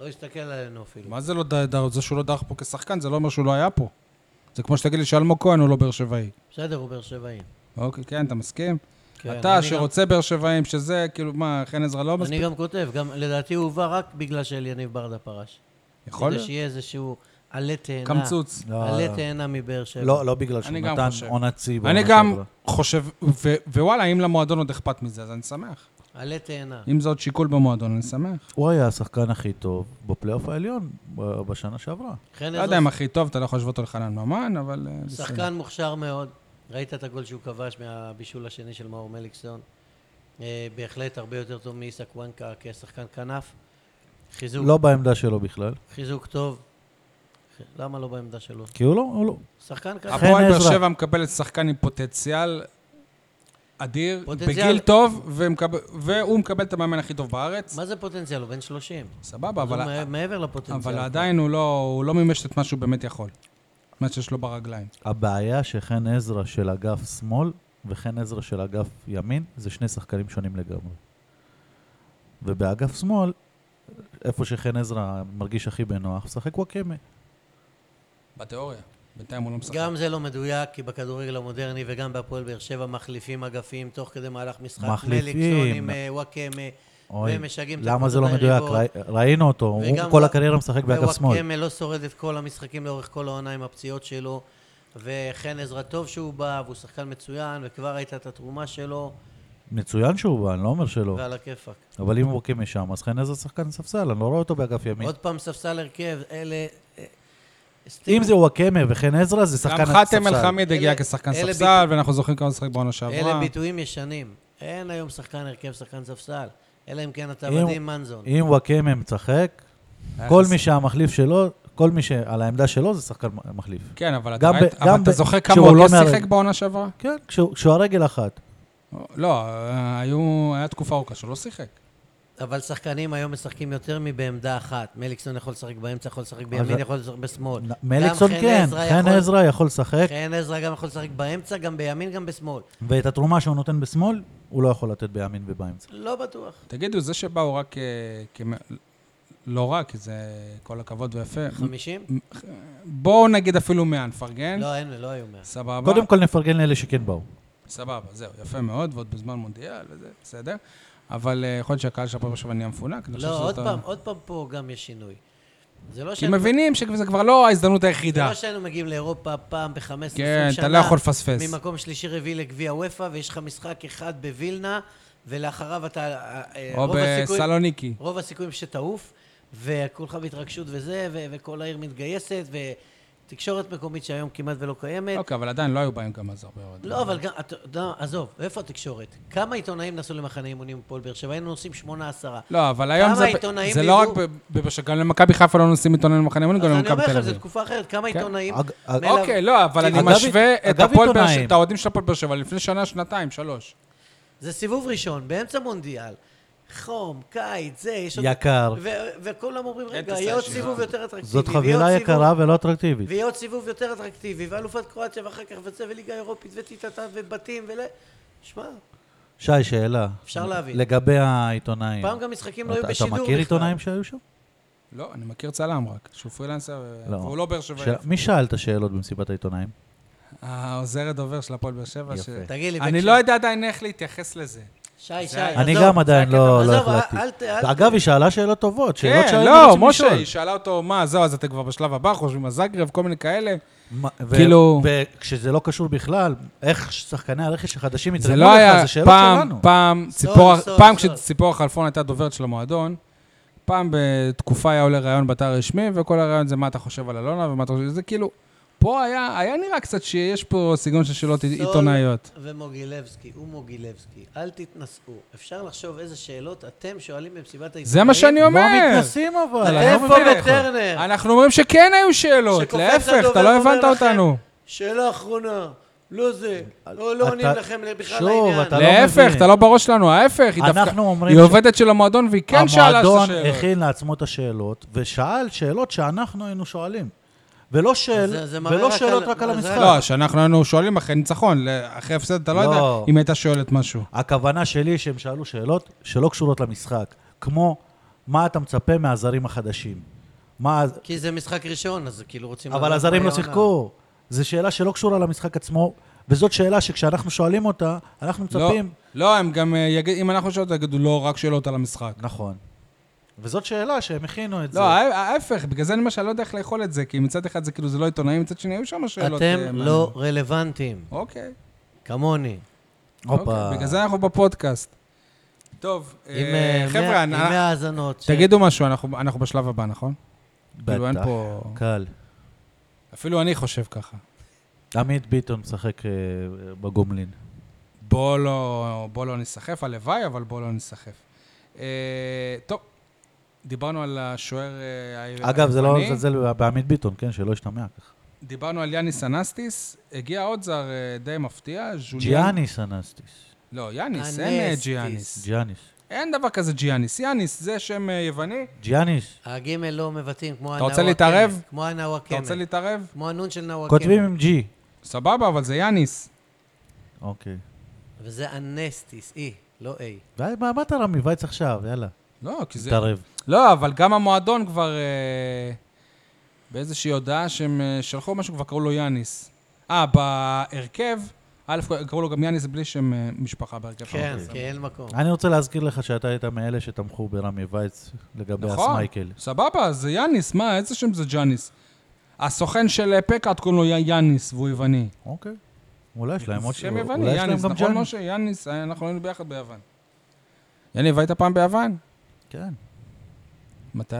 Speaker 3: לא הסתכל עלינו אפילו.
Speaker 1: מה זה לא ד- ד- זה שהוא לא דרך פה כשחקן, זה לא אומר שהוא לא היה פה. זה כמו שתגיד לי שאלמוג כהן הוא לא באר שבעי.
Speaker 3: בסדר, הוא באר שבעי.
Speaker 1: אוקיי, כן, אתה מסכים?
Speaker 3: כן,
Speaker 1: אתה
Speaker 3: אני גם-
Speaker 1: שרוצה באר שבעים, שזה, כאילו, מה, חן עזרא לא
Speaker 3: אני
Speaker 1: מספיק?
Speaker 3: גם כותב, גם לדעתי הוא הובא רק בגלל שאליניב ברדה פרש.
Speaker 1: יכול
Speaker 3: כדי
Speaker 1: להיות.
Speaker 3: שיהיה איזשהו עלה תאנה.
Speaker 1: קמצוץ.
Speaker 2: לא,
Speaker 3: עלה
Speaker 2: לא.
Speaker 3: תאנה מבאר שבע.
Speaker 2: לא, לא בגלל שהוא
Speaker 1: אני גם
Speaker 2: נתן
Speaker 1: חושב.
Speaker 2: עונת שיא.
Speaker 1: אני
Speaker 2: בעונה
Speaker 1: גם
Speaker 2: שעברה.
Speaker 1: חושב, ו- ווואלה, אם למועדון עוד אכפת מזה, אז אני שמח.
Speaker 3: עלה תאנה.
Speaker 2: לא
Speaker 1: אם זה עוד שיקול במועדון, אני שמח.
Speaker 2: הוא היה השחקן הכי טוב בפלייאוף העליון ב- בשנה שעברה.
Speaker 3: חן
Speaker 1: לא
Speaker 3: עזרא,
Speaker 1: יודע אם הכי טוב, אתה לא יכול להשוות אותו לחנן ממן, אבל אה, בסדר.
Speaker 3: שחקן מוכשר מאוד. ראית את הגול שהוא כבש מהבישול השני של מאור מליקסון. אה, בהחלט הרבה יותר טוב מאיסק וואנקה כשחקן כנף. חיזוק,
Speaker 2: לא בעמדה שלו בכלל.
Speaker 3: חיזוק טוב. ח- למה לא בעמדה שלו?
Speaker 2: כי הוא לא, הוא לא.
Speaker 3: שחקן כנף.
Speaker 1: הפועל באר
Speaker 2: עזרא.
Speaker 1: שבע מקבלת שחקן עם פוטנציאל אדיר,
Speaker 3: פוטנציאל-
Speaker 1: בגיל טוב, ומקב- והוא מקבל את המאמן הכי טוב בארץ.
Speaker 3: מה זה פוטנציאל? הוא בן 30.
Speaker 1: סבבה,
Speaker 3: אבל...
Speaker 1: אבל,
Speaker 3: מעבר לפוטנציאל.
Speaker 1: אבל עדיין הוא לא, הוא לא מימש את מה שהוא באמת יכול. מה שיש לו ברגליים.
Speaker 2: הבעיה שחן עזרא של אגף שמאל וחן עזרא של אגף ימין זה שני שחקנים שונים לגמרי. ובאגף שמאל, איפה שחן עזרא מרגיש הכי בנוח, משחק וואקמה.
Speaker 1: בתיאוריה. בינתיים הוא לא משחק.
Speaker 3: גם זה לא מדויק, כי בכדורגל המודרני וגם בהפועל באר שבע מחליפים אגפים תוך כדי מהלך משחק.
Speaker 2: מחליפים.
Speaker 3: מליקסון עם אה, וואקמה,
Speaker 2: אוי,
Speaker 3: ומשגעים את
Speaker 2: למה זה לא
Speaker 3: הקבוצות
Speaker 2: מדויק?
Speaker 3: היריבות.
Speaker 2: ראי- ראינו אותו, הוא
Speaker 3: וגם
Speaker 2: כל
Speaker 3: ווא-
Speaker 2: הקריירה משחק באגף שמאל.
Speaker 3: ווואקמה לא שורד את כל המשחקים לאורך כל העונה עם הפציעות שלו, וחן עזרא טוב שהוא בא, והוא שחקן מצוין, וכבר ראית את התרומה שלו,
Speaker 2: מצוין שהוא בא, אני לא אומר שלא.
Speaker 3: ועל הכיפאק.
Speaker 2: אבל אם וואקמה שם, אז חן עזרא שחקן ספסל, אני לא רואה אותו באגף ימין.
Speaker 3: עוד פעם ספסל הרכב, אלה... אה,
Speaker 2: אם זה וואקמה וחן עזרא, זה שחקן
Speaker 1: גם
Speaker 2: ספסל.
Speaker 1: חאתם אל-חמיד הגיע
Speaker 3: אלה-
Speaker 1: כשחקן
Speaker 3: אלה
Speaker 1: ספסל, ואנחנו זוכרים כמה הוא שיחק בעונה
Speaker 3: אלה
Speaker 1: שעברה.
Speaker 3: ביטויים ישנים. אין היום שחקן הרכב, שחקן ספסל. אלא אם כן אתה
Speaker 2: אם-
Speaker 3: מדהים מנזון.
Speaker 2: אם וואקמה משחק,
Speaker 1: אה,
Speaker 3: אה,
Speaker 2: כל מי שהמחליף שלו, כל מי שעל העמדה שלו זה שחקן מ- מחליף.
Speaker 1: כן, אבל אתה
Speaker 2: גם
Speaker 1: ראית-
Speaker 2: ב-
Speaker 1: אבל
Speaker 2: גם
Speaker 1: אתה
Speaker 2: ב-
Speaker 1: זוכר כמה
Speaker 2: כשהוא
Speaker 1: הוא לא
Speaker 2: עולה
Speaker 1: שיחק
Speaker 2: מהרגל.
Speaker 1: בעונה שעברה?
Speaker 2: כן, כשהוא כשהוא הרגל אחת.
Speaker 1: לא, אה, היו- היה תקופה ארוכה שהוא לא שיחק.
Speaker 3: אבל שחקנים היום משחקים יותר מבעמדה אחת. מליקסון יכול לשחק באמצע, יכול לשחק בימין,
Speaker 2: אבל-
Speaker 3: יכול לשחק בשמאל. גם
Speaker 2: מליקסון
Speaker 3: חן
Speaker 2: כן,
Speaker 3: עזרא
Speaker 2: חן
Speaker 3: יכול- כן.
Speaker 2: עזרא יכול לשחק,
Speaker 3: חן עזרא גם יכול לשחק באמצע, גם בימין, גם בשמאל.
Speaker 2: ואת התרומה שהוא נותן בשמאל, הוא לא יכול לתת בימין ובאמצע.
Speaker 3: לא בטוח.
Speaker 1: תגידו, זה שבא הוא רק... אה, כמ- לא רק, כי זה כל הכבוד ויפה.
Speaker 3: 50?
Speaker 1: בואו נגיד אפילו 100, נפרגן.
Speaker 3: לא, אין, לא היו 100.
Speaker 1: סבבה.
Speaker 2: קודם כל נפרגן לאלה שכן באו.
Speaker 1: סבבה, זהו, יפה מאוד, ועוד בזמן מונדיאל, וזה, בסדר. אבל אה, יכול להיות שהקהל של הפועל באר שבע נהיה מפונק. אני חושב
Speaker 3: לא,
Speaker 1: שזה
Speaker 3: עוד
Speaker 1: אותו-
Speaker 3: פעם, עוד פעם פה גם יש שינוי. זה לא
Speaker 1: כי
Speaker 3: שהיינו-
Speaker 1: מבינים שזה כבר לא ההזדמנות
Speaker 3: זה
Speaker 1: היחידה.
Speaker 3: לא שהיינו מגיעים לאירופה פעם ב-15-20 שנה.
Speaker 1: כן, אתה לא יכול לפספס.
Speaker 3: ממקום שלישי רביעי לגביע וופא, ויש לך משחק אחד בווילנה, ולאחריו אתה... אה, אה,
Speaker 1: או
Speaker 3: רוב הסיכויים-
Speaker 1: בסלוניקי.
Speaker 3: רוב הסיכויים שתעוף, וכולך בהתרגשות וזה, ו- וכל העיר מתגייסת, ותקשורת מקומית שהיום כמעט ולא קיימת.
Speaker 1: אוקיי, אבל עדיין לא היו באים גם אז הרבה אוהדים.
Speaker 3: לא, אבל גם, אתה יודע, עזוב, איפה התקשורת? כמה עיתונאים נסעו למחנה אימונים בפועל באר שבע? היינו נוסעים שמונה עשרה.
Speaker 1: לא, אבל היום
Speaker 3: כמה
Speaker 1: זה...
Speaker 3: עיתונאים
Speaker 1: זה לא רק
Speaker 3: ליוו?
Speaker 1: ב- בבאר שבע, גם למכבי חיפה לא נוסעים עיתונאים למחנה אימונים,
Speaker 3: אז
Speaker 1: גם
Speaker 3: אני אומר
Speaker 1: למכבי תל
Speaker 3: לך, זו
Speaker 1: אביב.
Speaker 3: תקופה אחרת, כמה
Speaker 1: כן.
Speaker 3: עיתונאים...
Speaker 2: אג- אג-
Speaker 3: מאליו-
Speaker 1: אוקיי, לא, אבל אני
Speaker 2: אגב,
Speaker 1: משווה
Speaker 2: אגב,
Speaker 1: את הפועל באר שבע,
Speaker 2: עיתונאים.
Speaker 1: את האוהדים של הפועל באר שבע לפני שנה, שנתיים, שלוש.
Speaker 3: זה סיבוב ראשון, באמצע מונדיאל. חום, קיץ, זה, יש עוד...
Speaker 2: יקר.
Speaker 3: ו- וכולם אומרים, רגע,
Speaker 1: תעשה
Speaker 3: יהיה עוד
Speaker 1: ישיבה."
Speaker 3: סיבוב יותר אטרקטיבי.
Speaker 2: זאת
Speaker 3: ויהיה עוד
Speaker 2: חבילה
Speaker 3: סיבוב-
Speaker 2: יקרה ולא אטרקטיבית.
Speaker 3: ויהיה עוד סיבוב יותר אטרקטיבי, ואלופת קרואטיה, ואחר כך וזה, וליגה אירופית, וטיטטה, ובתים, ול... שמע,
Speaker 2: שי, שאלה.
Speaker 3: אפשר להבין.
Speaker 2: לגבי העיתונאים.
Speaker 3: פעם גם משחקים לא
Speaker 2: אתה-
Speaker 3: היו בשידור
Speaker 2: אתה
Speaker 3: בכלל.
Speaker 2: מכיר עיתונאים שהיו שם?
Speaker 1: לא, אני מכיר צלם רק, שהוא פרילנסר,
Speaker 2: לא.
Speaker 1: והוא לא באר שבעי.
Speaker 2: שאל- מי שאל את השאלות במסיבת העיתונאים?
Speaker 3: כן,
Speaker 1: העוזרת דובר של הפועל באר שבע.
Speaker 2: יפה.
Speaker 1: ש-
Speaker 3: תגיד לי,
Speaker 1: אני
Speaker 3: וכש-
Speaker 1: לא יודע עדיין איך להתייחס לזה.
Speaker 3: שי, שי,
Speaker 1: זה-
Speaker 2: אני
Speaker 3: עזוב,
Speaker 2: גם עדיין
Speaker 3: זה הקטע.
Speaker 2: לא לא
Speaker 3: עזוב,
Speaker 2: החלטתי.
Speaker 3: אל ת- אל ת-
Speaker 2: אגב, היא שאלה שאלות טובות, שאלות
Speaker 1: כן,
Speaker 2: שהיינו
Speaker 1: לא,
Speaker 2: רוצים
Speaker 1: משה,
Speaker 2: לשאול.
Speaker 1: היא שאלה אותו, מה, זהו, אז אתם כבר בשלב הבא, חושבים על זאגרב, כל מיני כאלה.
Speaker 2: מה- ו-
Speaker 1: כאילו-
Speaker 2: וכשזה לא קשור בכלל, איך שחקני הרכש
Speaker 1: זה
Speaker 2: החדשים יתרגלו
Speaker 1: לא
Speaker 2: לך,
Speaker 1: היה
Speaker 2: זה שאלות
Speaker 1: פעם,
Speaker 2: שלנו.
Speaker 1: פעם,
Speaker 3: סול,
Speaker 1: ציפור,
Speaker 3: סול,
Speaker 1: פעם
Speaker 3: סול.
Speaker 1: כשציפור חלפון הייתה דוברת של המועדון, פעם בתקופה היה עולה ראיון באתר רשמי, וכל הראיון זה מה אתה חושב על אלונה ומה אתה חושב, זה כאילו, פה היה, היה נראה קצת שיש פה סגנון של שאלות
Speaker 3: סול.
Speaker 1: עיתונאיות.
Speaker 3: ומוגילבסקי, הוא מוגילבסקי, אל תתנשאו. אפשר לחשוב איזה שאלות אתם שואלים במסיבת העיתונאים.
Speaker 1: זה מה שאני
Speaker 2: לא
Speaker 1: אומר.
Speaker 2: מתנסים אבל, אני לא
Speaker 3: אתם
Speaker 2: מבין.
Speaker 3: פה
Speaker 1: מבין איך.
Speaker 3: בטרנר.
Speaker 1: אנחנו אומרים שכן היו שאלות,
Speaker 3: שקופץ
Speaker 1: להפך,
Speaker 3: הדובר
Speaker 1: אתה לא
Speaker 3: ואומר
Speaker 1: הבנת
Speaker 3: לכם,
Speaker 1: אותנו.
Speaker 3: שאלה אחרונה, לא זה, לא לא
Speaker 2: אתה-
Speaker 3: עונים לכם בכלל
Speaker 2: שוב,
Speaker 3: לעניין.
Speaker 2: אתה לא
Speaker 1: להפך,
Speaker 2: מבין.
Speaker 1: אתה לא בראש שלנו, ההפך, היא דווקא,
Speaker 2: אנחנו אומרים
Speaker 1: היא עובדת של המועדון והיא כן שאלה את
Speaker 2: המועדון
Speaker 1: השאלות.
Speaker 2: הכין לעצמו את השאלות, ושאל שאלות שאנחנו היינו שואלים. ולא, שאל,
Speaker 3: זה- זה מראה
Speaker 2: ולא
Speaker 3: רק
Speaker 2: שאלות
Speaker 3: על-
Speaker 2: רק על
Speaker 3: זה-
Speaker 2: המשחק.
Speaker 1: לא, שאנחנו היינו שואלים אחרי ניצחון, אחרי הפסד אתה לא
Speaker 2: לא.
Speaker 1: יודע אם הייתה שואלת משהו.
Speaker 2: הכוונה שלי שהם שאלו שאלות שלא קשורות למשחק, כמו מה אתה מצפה מהזרים החדשים. מה...
Speaker 3: כי זה משחק ראשון, אז כאילו רוצים...
Speaker 2: אבל
Speaker 3: לדעת
Speaker 2: הזרים
Speaker 3: מה
Speaker 2: לא
Speaker 3: העונה.
Speaker 2: שיחקו. זו שאלה שלא קשורה למשחק עצמו, וזאת שאלה שכשאנחנו שואלים אותה, אנחנו
Speaker 1: לא,
Speaker 2: מצפים...
Speaker 1: לא, הם גם, אה, יגיד- אם אנחנו שואלים, יגידו לא, רק שאלות על המשחק.
Speaker 2: נכון. וזאת שאלה שהם הכינו את זה.
Speaker 1: לא, הה- ההפך, בגלל זה אני אומר שאני לא יודע איך לאכול את זה, כי מצד אחד זה כאילו, זה לא עיתונאי, מצד שני היו שם שאלות. אה,
Speaker 3: אתם
Speaker 1: מעניינות.
Speaker 3: לא רלוונטיים,
Speaker 1: אוקיי.
Speaker 3: כמוני.
Speaker 2: הופה.
Speaker 1: אוקיי, בגלל זה אנחנו בפודקאסט. טוב,
Speaker 3: עם
Speaker 1: אה,
Speaker 3: אה,
Speaker 1: חבר'ה,
Speaker 3: מאה-
Speaker 1: אני-
Speaker 3: עם מאה האזנות. ש-
Speaker 1: תגידו משהו, אנחנו אנחנו בשלב הבא, נכון? כאילו, אין
Speaker 2: בטח.
Speaker 1: פה...
Speaker 2: קל.
Speaker 1: אפילו אני חושב ככה.
Speaker 2: עמית ביטון משחק אה, בגומלין.
Speaker 1: בוא לא, בוא לא נסחף, הלוואי, אבל בוא לא נסחף. אה, טוב, דיברנו על השוער אה, היווני.
Speaker 2: אגב, זה לא מזלזל בעמית ביטון, כן? שלא ישתמע ככה.
Speaker 1: דיברנו על יאניס אנסטיס, הגיע עוד זר אה, די מפתיע, ז'וליאן...
Speaker 2: ג'יאניס אנסטיס.
Speaker 1: לא, יאניס, אין אה,
Speaker 3: אנסטיס.
Speaker 1: ג'יאניס.
Speaker 2: ג'יאניס.
Speaker 1: אין דבר כזה ג'יאניס. יאניס זה שם אה, יווני.
Speaker 2: ג'יאניס.
Speaker 3: הגימל לא מבטאים, כמו
Speaker 1: אתה רוצה
Speaker 3: הנאוואקמת,
Speaker 1: להתערב?
Speaker 3: כמו
Speaker 1: אתה
Speaker 3: הנאוואקמת.
Speaker 1: רוצה להתערב?
Speaker 3: כמו הנון של נאוואקמת.
Speaker 1: כן.
Speaker 2: כותבים עם ג'י.
Speaker 1: סבבה, אבל זה יאניס.
Speaker 2: אוקיי.
Speaker 3: וזה אנסטיס, אי, לא איי.
Speaker 2: די, מה מה אתה רמי וייץ עכשיו? יאללה.
Speaker 1: לא, כי זה...
Speaker 2: תתערב.
Speaker 1: לא, אבל גם המועדון כבר... אה, באיזושהי הודעה שהם אה, שלחו משהו, כבר קראו לו יאניס. אה, בהרכב, א', קראו לו גם יאניס בלי שם אה, משפחה בהרכב.
Speaker 3: כן,
Speaker 1: אוקיי.
Speaker 3: כי אין מקום.
Speaker 2: אני רוצה להזכיר לך שאתה היית מאלה שתמכו ברמי וייץ לגבי
Speaker 1: נכון.
Speaker 2: הסמייקל.
Speaker 1: סבבה, זה יאניס, מה, איזה שם זה ג'אניס? הסוכן של אה, פקארט קוראים לו יא- יאניס, והוא יווני.
Speaker 2: אוקיי. אולי יש להם עוד...
Speaker 1: שם יווני,
Speaker 2: אולי יש להם
Speaker 1: יאניס,
Speaker 2: גם
Speaker 1: נכון
Speaker 2: ג'אניס.
Speaker 1: משה? יאניס, אנחנו היינו ביחד ביוון. יניב, היית פעם ביוון?
Speaker 2: כן.
Speaker 1: מתי?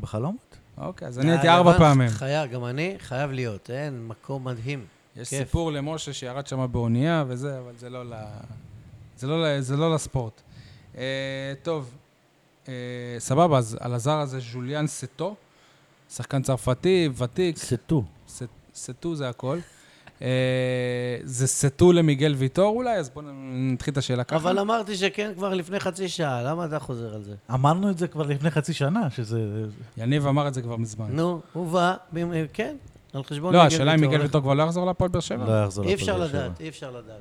Speaker 2: בחלומות?
Speaker 1: אוקיי, אז אני הייתי
Speaker 3: אה,
Speaker 1: ארבע
Speaker 3: יוון
Speaker 1: פעמים.
Speaker 3: חייב, גם אני חייב להיות, אין, מקום מדהים.
Speaker 1: יש
Speaker 3: כיף.
Speaker 1: סיפור למשה שירד שם באונייה וזה, אבל זה לא ל... זה לא, ל- זה לא לספורט. אה, טוב, אה, סבבה, אז על הזר הזה ז'וליאן סטו, שחקן צרפתי, ותיק,
Speaker 2: סטו.
Speaker 1: ס- סטו זה הכל. אה, זה סטו למיגל ויטור אולי? אז בואו נתחיל את השאלה ככה.
Speaker 3: אבל אמרתי שכן כבר לפני חצי שעה, למה אתה חוזר על זה?
Speaker 2: אמרנו את זה כבר לפני חצי שנה, שזה...
Speaker 1: יניב אמר את זה כבר מזמן.
Speaker 3: נו, הוא בא, במ- כן, על חשבון
Speaker 1: אה. לא,
Speaker 3: מיגל
Speaker 1: השאלה אם
Speaker 3: ויטור אה.
Speaker 1: מיגל
Speaker 3: הולך.
Speaker 1: ויטור כבר לא יחזור להפועל באר שבע?
Speaker 2: לא יחזור
Speaker 3: אי אפשר
Speaker 2: לפועל באר שבע.
Speaker 3: לדעת, אי אפשר לדעת.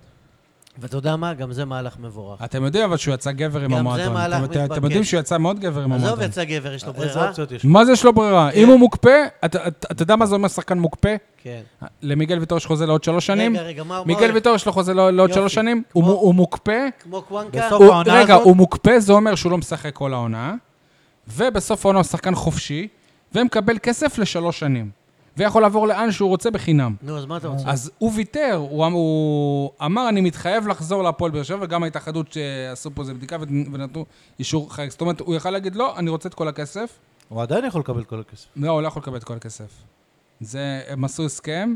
Speaker 3: ואתה יודע מה? גם זה מהלך מבורך.
Speaker 1: אתם יודעים אבל שהוא יצא גבר עם
Speaker 3: גם זה
Speaker 1: המועדון.
Speaker 3: מהלך
Speaker 1: אתם- אתם- אתם
Speaker 3: מתבקש.
Speaker 1: יודעים שהוא יצא מאוד גבר עם
Speaker 3: עזוב, כן.
Speaker 1: המועדון.
Speaker 3: יצא גבר, יש לו
Speaker 1: אה,
Speaker 2: אה, איזה
Speaker 3: ברירה?
Speaker 2: אופציות יש?
Speaker 1: מה זה יש לו ברירה? אם הוא מוקפא, אתה- אתה אתה יודע מה זה אומר שחקן מוקפא?
Speaker 3: כן.
Speaker 1: למיגל ויטור יש חוזה לעוד שלוש שנים?
Speaker 3: רגע, רגע, מה הוא
Speaker 1: מיגל ויטור יש לו חוזה לעוד לעוד
Speaker 3: יופי.
Speaker 1: שלוש שנים?
Speaker 3: כמו-
Speaker 1: הוא מו- הוא מוקפא?
Speaker 3: כמו קוואנקה?
Speaker 2: בסוף-
Speaker 1: הוא-
Speaker 2: העונה
Speaker 1: רגע,
Speaker 2: הזאת-
Speaker 1: הוא מוקפא, זה אומר שהוא לא משחק כל העונה, ובסוף העונה הוא שחקן חופשי, ומקבל כסף לשלוש שנים, ויכול לעבור לאן שהוא רוצה בחינם.
Speaker 3: נו, אז מה אתה רוצה?
Speaker 1: אז הוא ויתר, הוא, אמ- הוא אמר, אני מתחייב לחזור להפועל באר שבע, וגם ההתאחדות שעשו פה איזה בדיקה ונ- ונתנו אישור חריג. זאת אומרת, הוא יכל להגיד, לא, אני רוצה את כל הכסף.
Speaker 2: הוא עדיין יכול לקבל כל הכסף.
Speaker 1: לא, הוא לא יכול לקבל את כל הכסף. זה, הם עשו הסכם,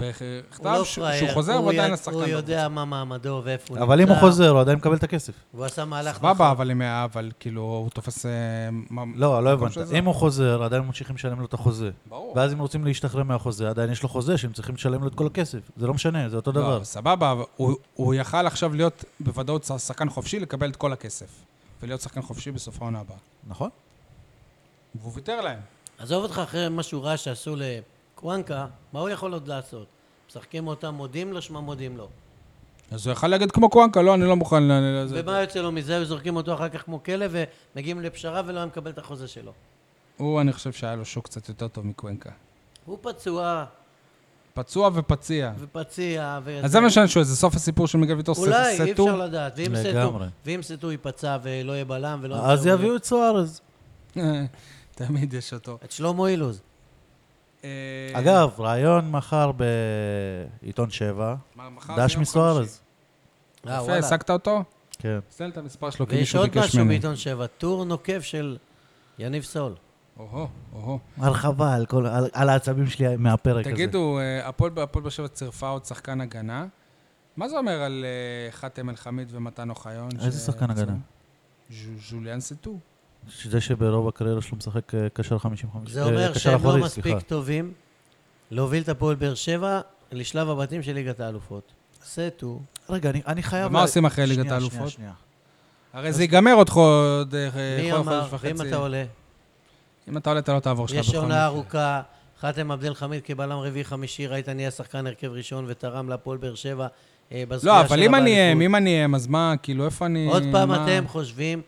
Speaker 1: בכתב,
Speaker 3: לא
Speaker 1: ש-
Speaker 3: פראייר,
Speaker 1: שהוא חוזר,
Speaker 3: הוא
Speaker 1: הוא עדיין
Speaker 3: יד-
Speaker 1: השחקן.
Speaker 3: הוא
Speaker 1: לא.
Speaker 3: יודע מה מעמדו ואיפה הוא נמצא.
Speaker 2: אבל אם הוא חוזר, הוא עדיין מקבל את הכסף.
Speaker 3: והוא עשה מהלך נכון.
Speaker 1: סבבה, אבל, אם היה- אבל כאילו, הוא תופס... אה, מה-
Speaker 2: לא, לא
Speaker 1: מקום
Speaker 2: הבנת.
Speaker 1: של זה.
Speaker 2: אם הוא חוזר, עדיין ממשיכים לשלם לו את החוזה.
Speaker 1: ברור.
Speaker 2: ואז אם רוצים להשתחרר מהחוזה, עדיין יש לו חוזה שהם צריכים לשלם לו את כל הכסף. זה לא משנה, זה אותו
Speaker 1: לא,
Speaker 2: דבר.
Speaker 1: אבל סבבה, אבל הוא, הוא יכל עכשיו להיות בוודאות ש- שחקן חופשי, לקבל את כל הכסף. ולהיות שחקן חופשי בסוף העונה הבאה.
Speaker 2: נכון?
Speaker 1: והוא ויתר להם.
Speaker 3: עזוב אותך אחרי משהו רע שעשו לקוואנקה, מה הוא יכול עוד לעשות? משחקים אותה, מודים לו, שמע מודים לו.
Speaker 1: אז הוא יכל להגיד כמו קוואנקה, לא, אני לא מוכן... ל- ל- לזה."
Speaker 3: ומה יוצא לו מזה? היו זורקים אותו אחר כך כמו כלב ומגיעים לפשרה ולא היה מקבל את החוזה שלו.
Speaker 1: הוא, אני חושב שהיה לו שוק קצת יותר טוב מקוונקה.
Speaker 3: הוא פצוע
Speaker 1: פצוע ופציע.
Speaker 3: ופציע.
Speaker 1: אז זה מה שאני שואל, זה סוף הסיפור של מיגל ויטור
Speaker 3: אולי, אי
Speaker 1: סטו?
Speaker 3: אפשר לדעת. ואם סטו,
Speaker 2: לגמרי.
Speaker 3: ואם סטו ייפצע ולא יהיה בלם ולא...
Speaker 2: אז
Speaker 3: לא, יהיה-
Speaker 2: יביאו את סוארז.
Speaker 1: אה, תמיד יש אותו.
Speaker 3: את שלמה אילוז.
Speaker 1: אה,
Speaker 2: אגב, רעיון מחר בעיתון 7,
Speaker 1: מה, מחר זה
Speaker 2: דש
Speaker 1: יום
Speaker 2: מסוארז.
Speaker 1: חמישי.
Speaker 3: אה,
Speaker 1: יפה,
Speaker 3: וואלה.
Speaker 1: השגת אותו?
Speaker 2: כן.
Speaker 1: סל את המספר שלו, כי
Speaker 3: ויש
Speaker 1: מישהו
Speaker 3: עוד
Speaker 1: ביקש
Speaker 3: משהו
Speaker 1: ממני.
Speaker 3: בעיתון שבע, טור נוקב של יניב סול.
Speaker 1: אוהו, אוהו.
Speaker 2: הרחבה על כל- על- על העצבים שלי מהפרק הזה.
Speaker 1: תגידו, אה, הפועל הפועל באר שבע צירפה עוד שחקן הגנה. מה זה אומר על אה, חאתם אל-חמיד ומתן אוחיון?
Speaker 2: איזה
Speaker 1: ש-
Speaker 2: שחקן הגנה?
Speaker 1: ז'ו- ז'וליאן סטו.
Speaker 2: שזה שברוב הקריירה שלו משחק אה, קשר 50-50.
Speaker 3: זה
Speaker 2: אה,
Speaker 3: אומר
Speaker 2: קשר
Speaker 3: שהם לא
Speaker 2: אחורי,
Speaker 3: מספיק
Speaker 2: סליחה.
Speaker 3: טובים להוביל את הפועל באר שבע לשלב הבתים של ליגת האלופות. סטו.
Speaker 2: רגע, אני- אני חייב...
Speaker 1: ומה
Speaker 2: לה-
Speaker 1: עושים אחרי
Speaker 2: שנייה,
Speaker 1: ליגת האלופות?
Speaker 2: שנייה, שנייה.
Speaker 1: הרי זה ייגמר עוד חוד- אה,
Speaker 3: מי
Speaker 1: חודש
Speaker 3: אמר,
Speaker 1: וחצי.
Speaker 3: ואם אתה עולה,
Speaker 1: אם אתה עולה, אתה לא תעבור שלך
Speaker 3: יש
Speaker 1: בכל
Speaker 3: עונה
Speaker 1: מקרה.
Speaker 3: ארוכה, חתם עבד אל חמיד כבלם רביעי חמישי, ראית, נהיה שחקן הרכב ראשון ותרם להפועל באר שבע אה,
Speaker 1: לא,
Speaker 3: בזכייה
Speaker 1: אבל
Speaker 3: שלה
Speaker 1: אם אני
Speaker 3: באליפות.
Speaker 1: אם אם אני אם, אז מה, כאילו, איפה אני...
Speaker 3: עוד פעם
Speaker 1: מה?
Speaker 3: אתם חושבים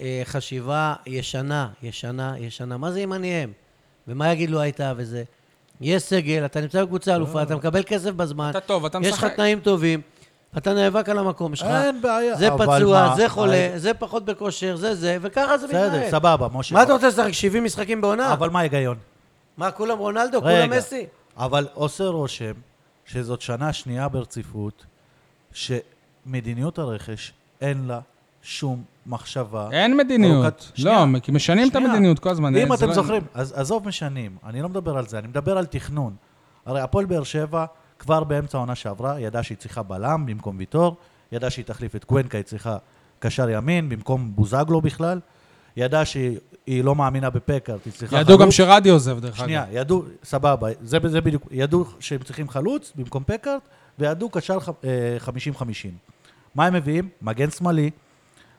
Speaker 3: אה, חשיבה ישנה, ישנה, ישנה. מה זה אם אני הם? ומה יגיד לו הייתה וזה? יש סגל, אתה נמצא בקבוצה אלופה, אתה מקבל כסף בזמן,
Speaker 1: אתה טוב, אתה
Speaker 3: יש לך
Speaker 1: משחק.
Speaker 3: תנאים טובים, אתה נאבק על המקום שלך,
Speaker 2: אין בעיה.
Speaker 3: זה
Speaker 2: אבל
Speaker 3: פצוע,
Speaker 2: מה,
Speaker 3: זה חולה,
Speaker 2: אה,
Speaker 3: זה פחות בכושר, זה זה, וככה זה
Speaker 2: בסדר,
Speaker 3: מתנהל.
Speaker 2: סבבה, משה.
Speaker 3: אה, מה אתה רוצה לשחק 70 משחקים בעונה?
Speaker 2: אבל מה ההיגיון?
Speaker 3: מה, כולם רונלדו?
Speaker 2: רגע,
Speaker 3: כולם מסי?
Speaker 2: אבל עושה רושם שזאת שנה שנייה ברציפות, שמדיניות הרכש אין לה שום מחשבה.
Speaker 1: אין מדיניות.
Speaker 2: ארוכת-
Speaker 1: לא,
Speaker 2: שנייה.
Speaker 1: כי משנים את
Speaker 2: שנייה.
Speaker 1: המדיניות כל הזמן.
Speaker 2: אם
Speaker 1: אה, זה
Speaker 2: אתם
Speaker 1: לא-
Speaker 2: זוכרים, אז עזוב משנים, אני לא מדבר על זה, אני מדבר על תכנון. הרי הפועל באר שבע כבר באמצע העונה שעברה, ידעה שהיא צריכה בלם במקום ויטור, ידעה שהיא תחליף את קוונקה, היא צריכה קשר ימין במקום בוזגלו בכלל, ידעה שהיא היא לא מאמינה בפקארט, היא צריכה
Speaker 1: ידעו גם שרדי עוזב, דרך
Speaker 2: שנייה,
Speaker 1: אגב.
Speaker 2: ידעו, סבבה, זה, זה בדיוק, ידעו שהם צריכים חלוץ במקום פקארט, וידעו קשר ח- אה, 50-50. מה הם מביאים? מגן שמאלי,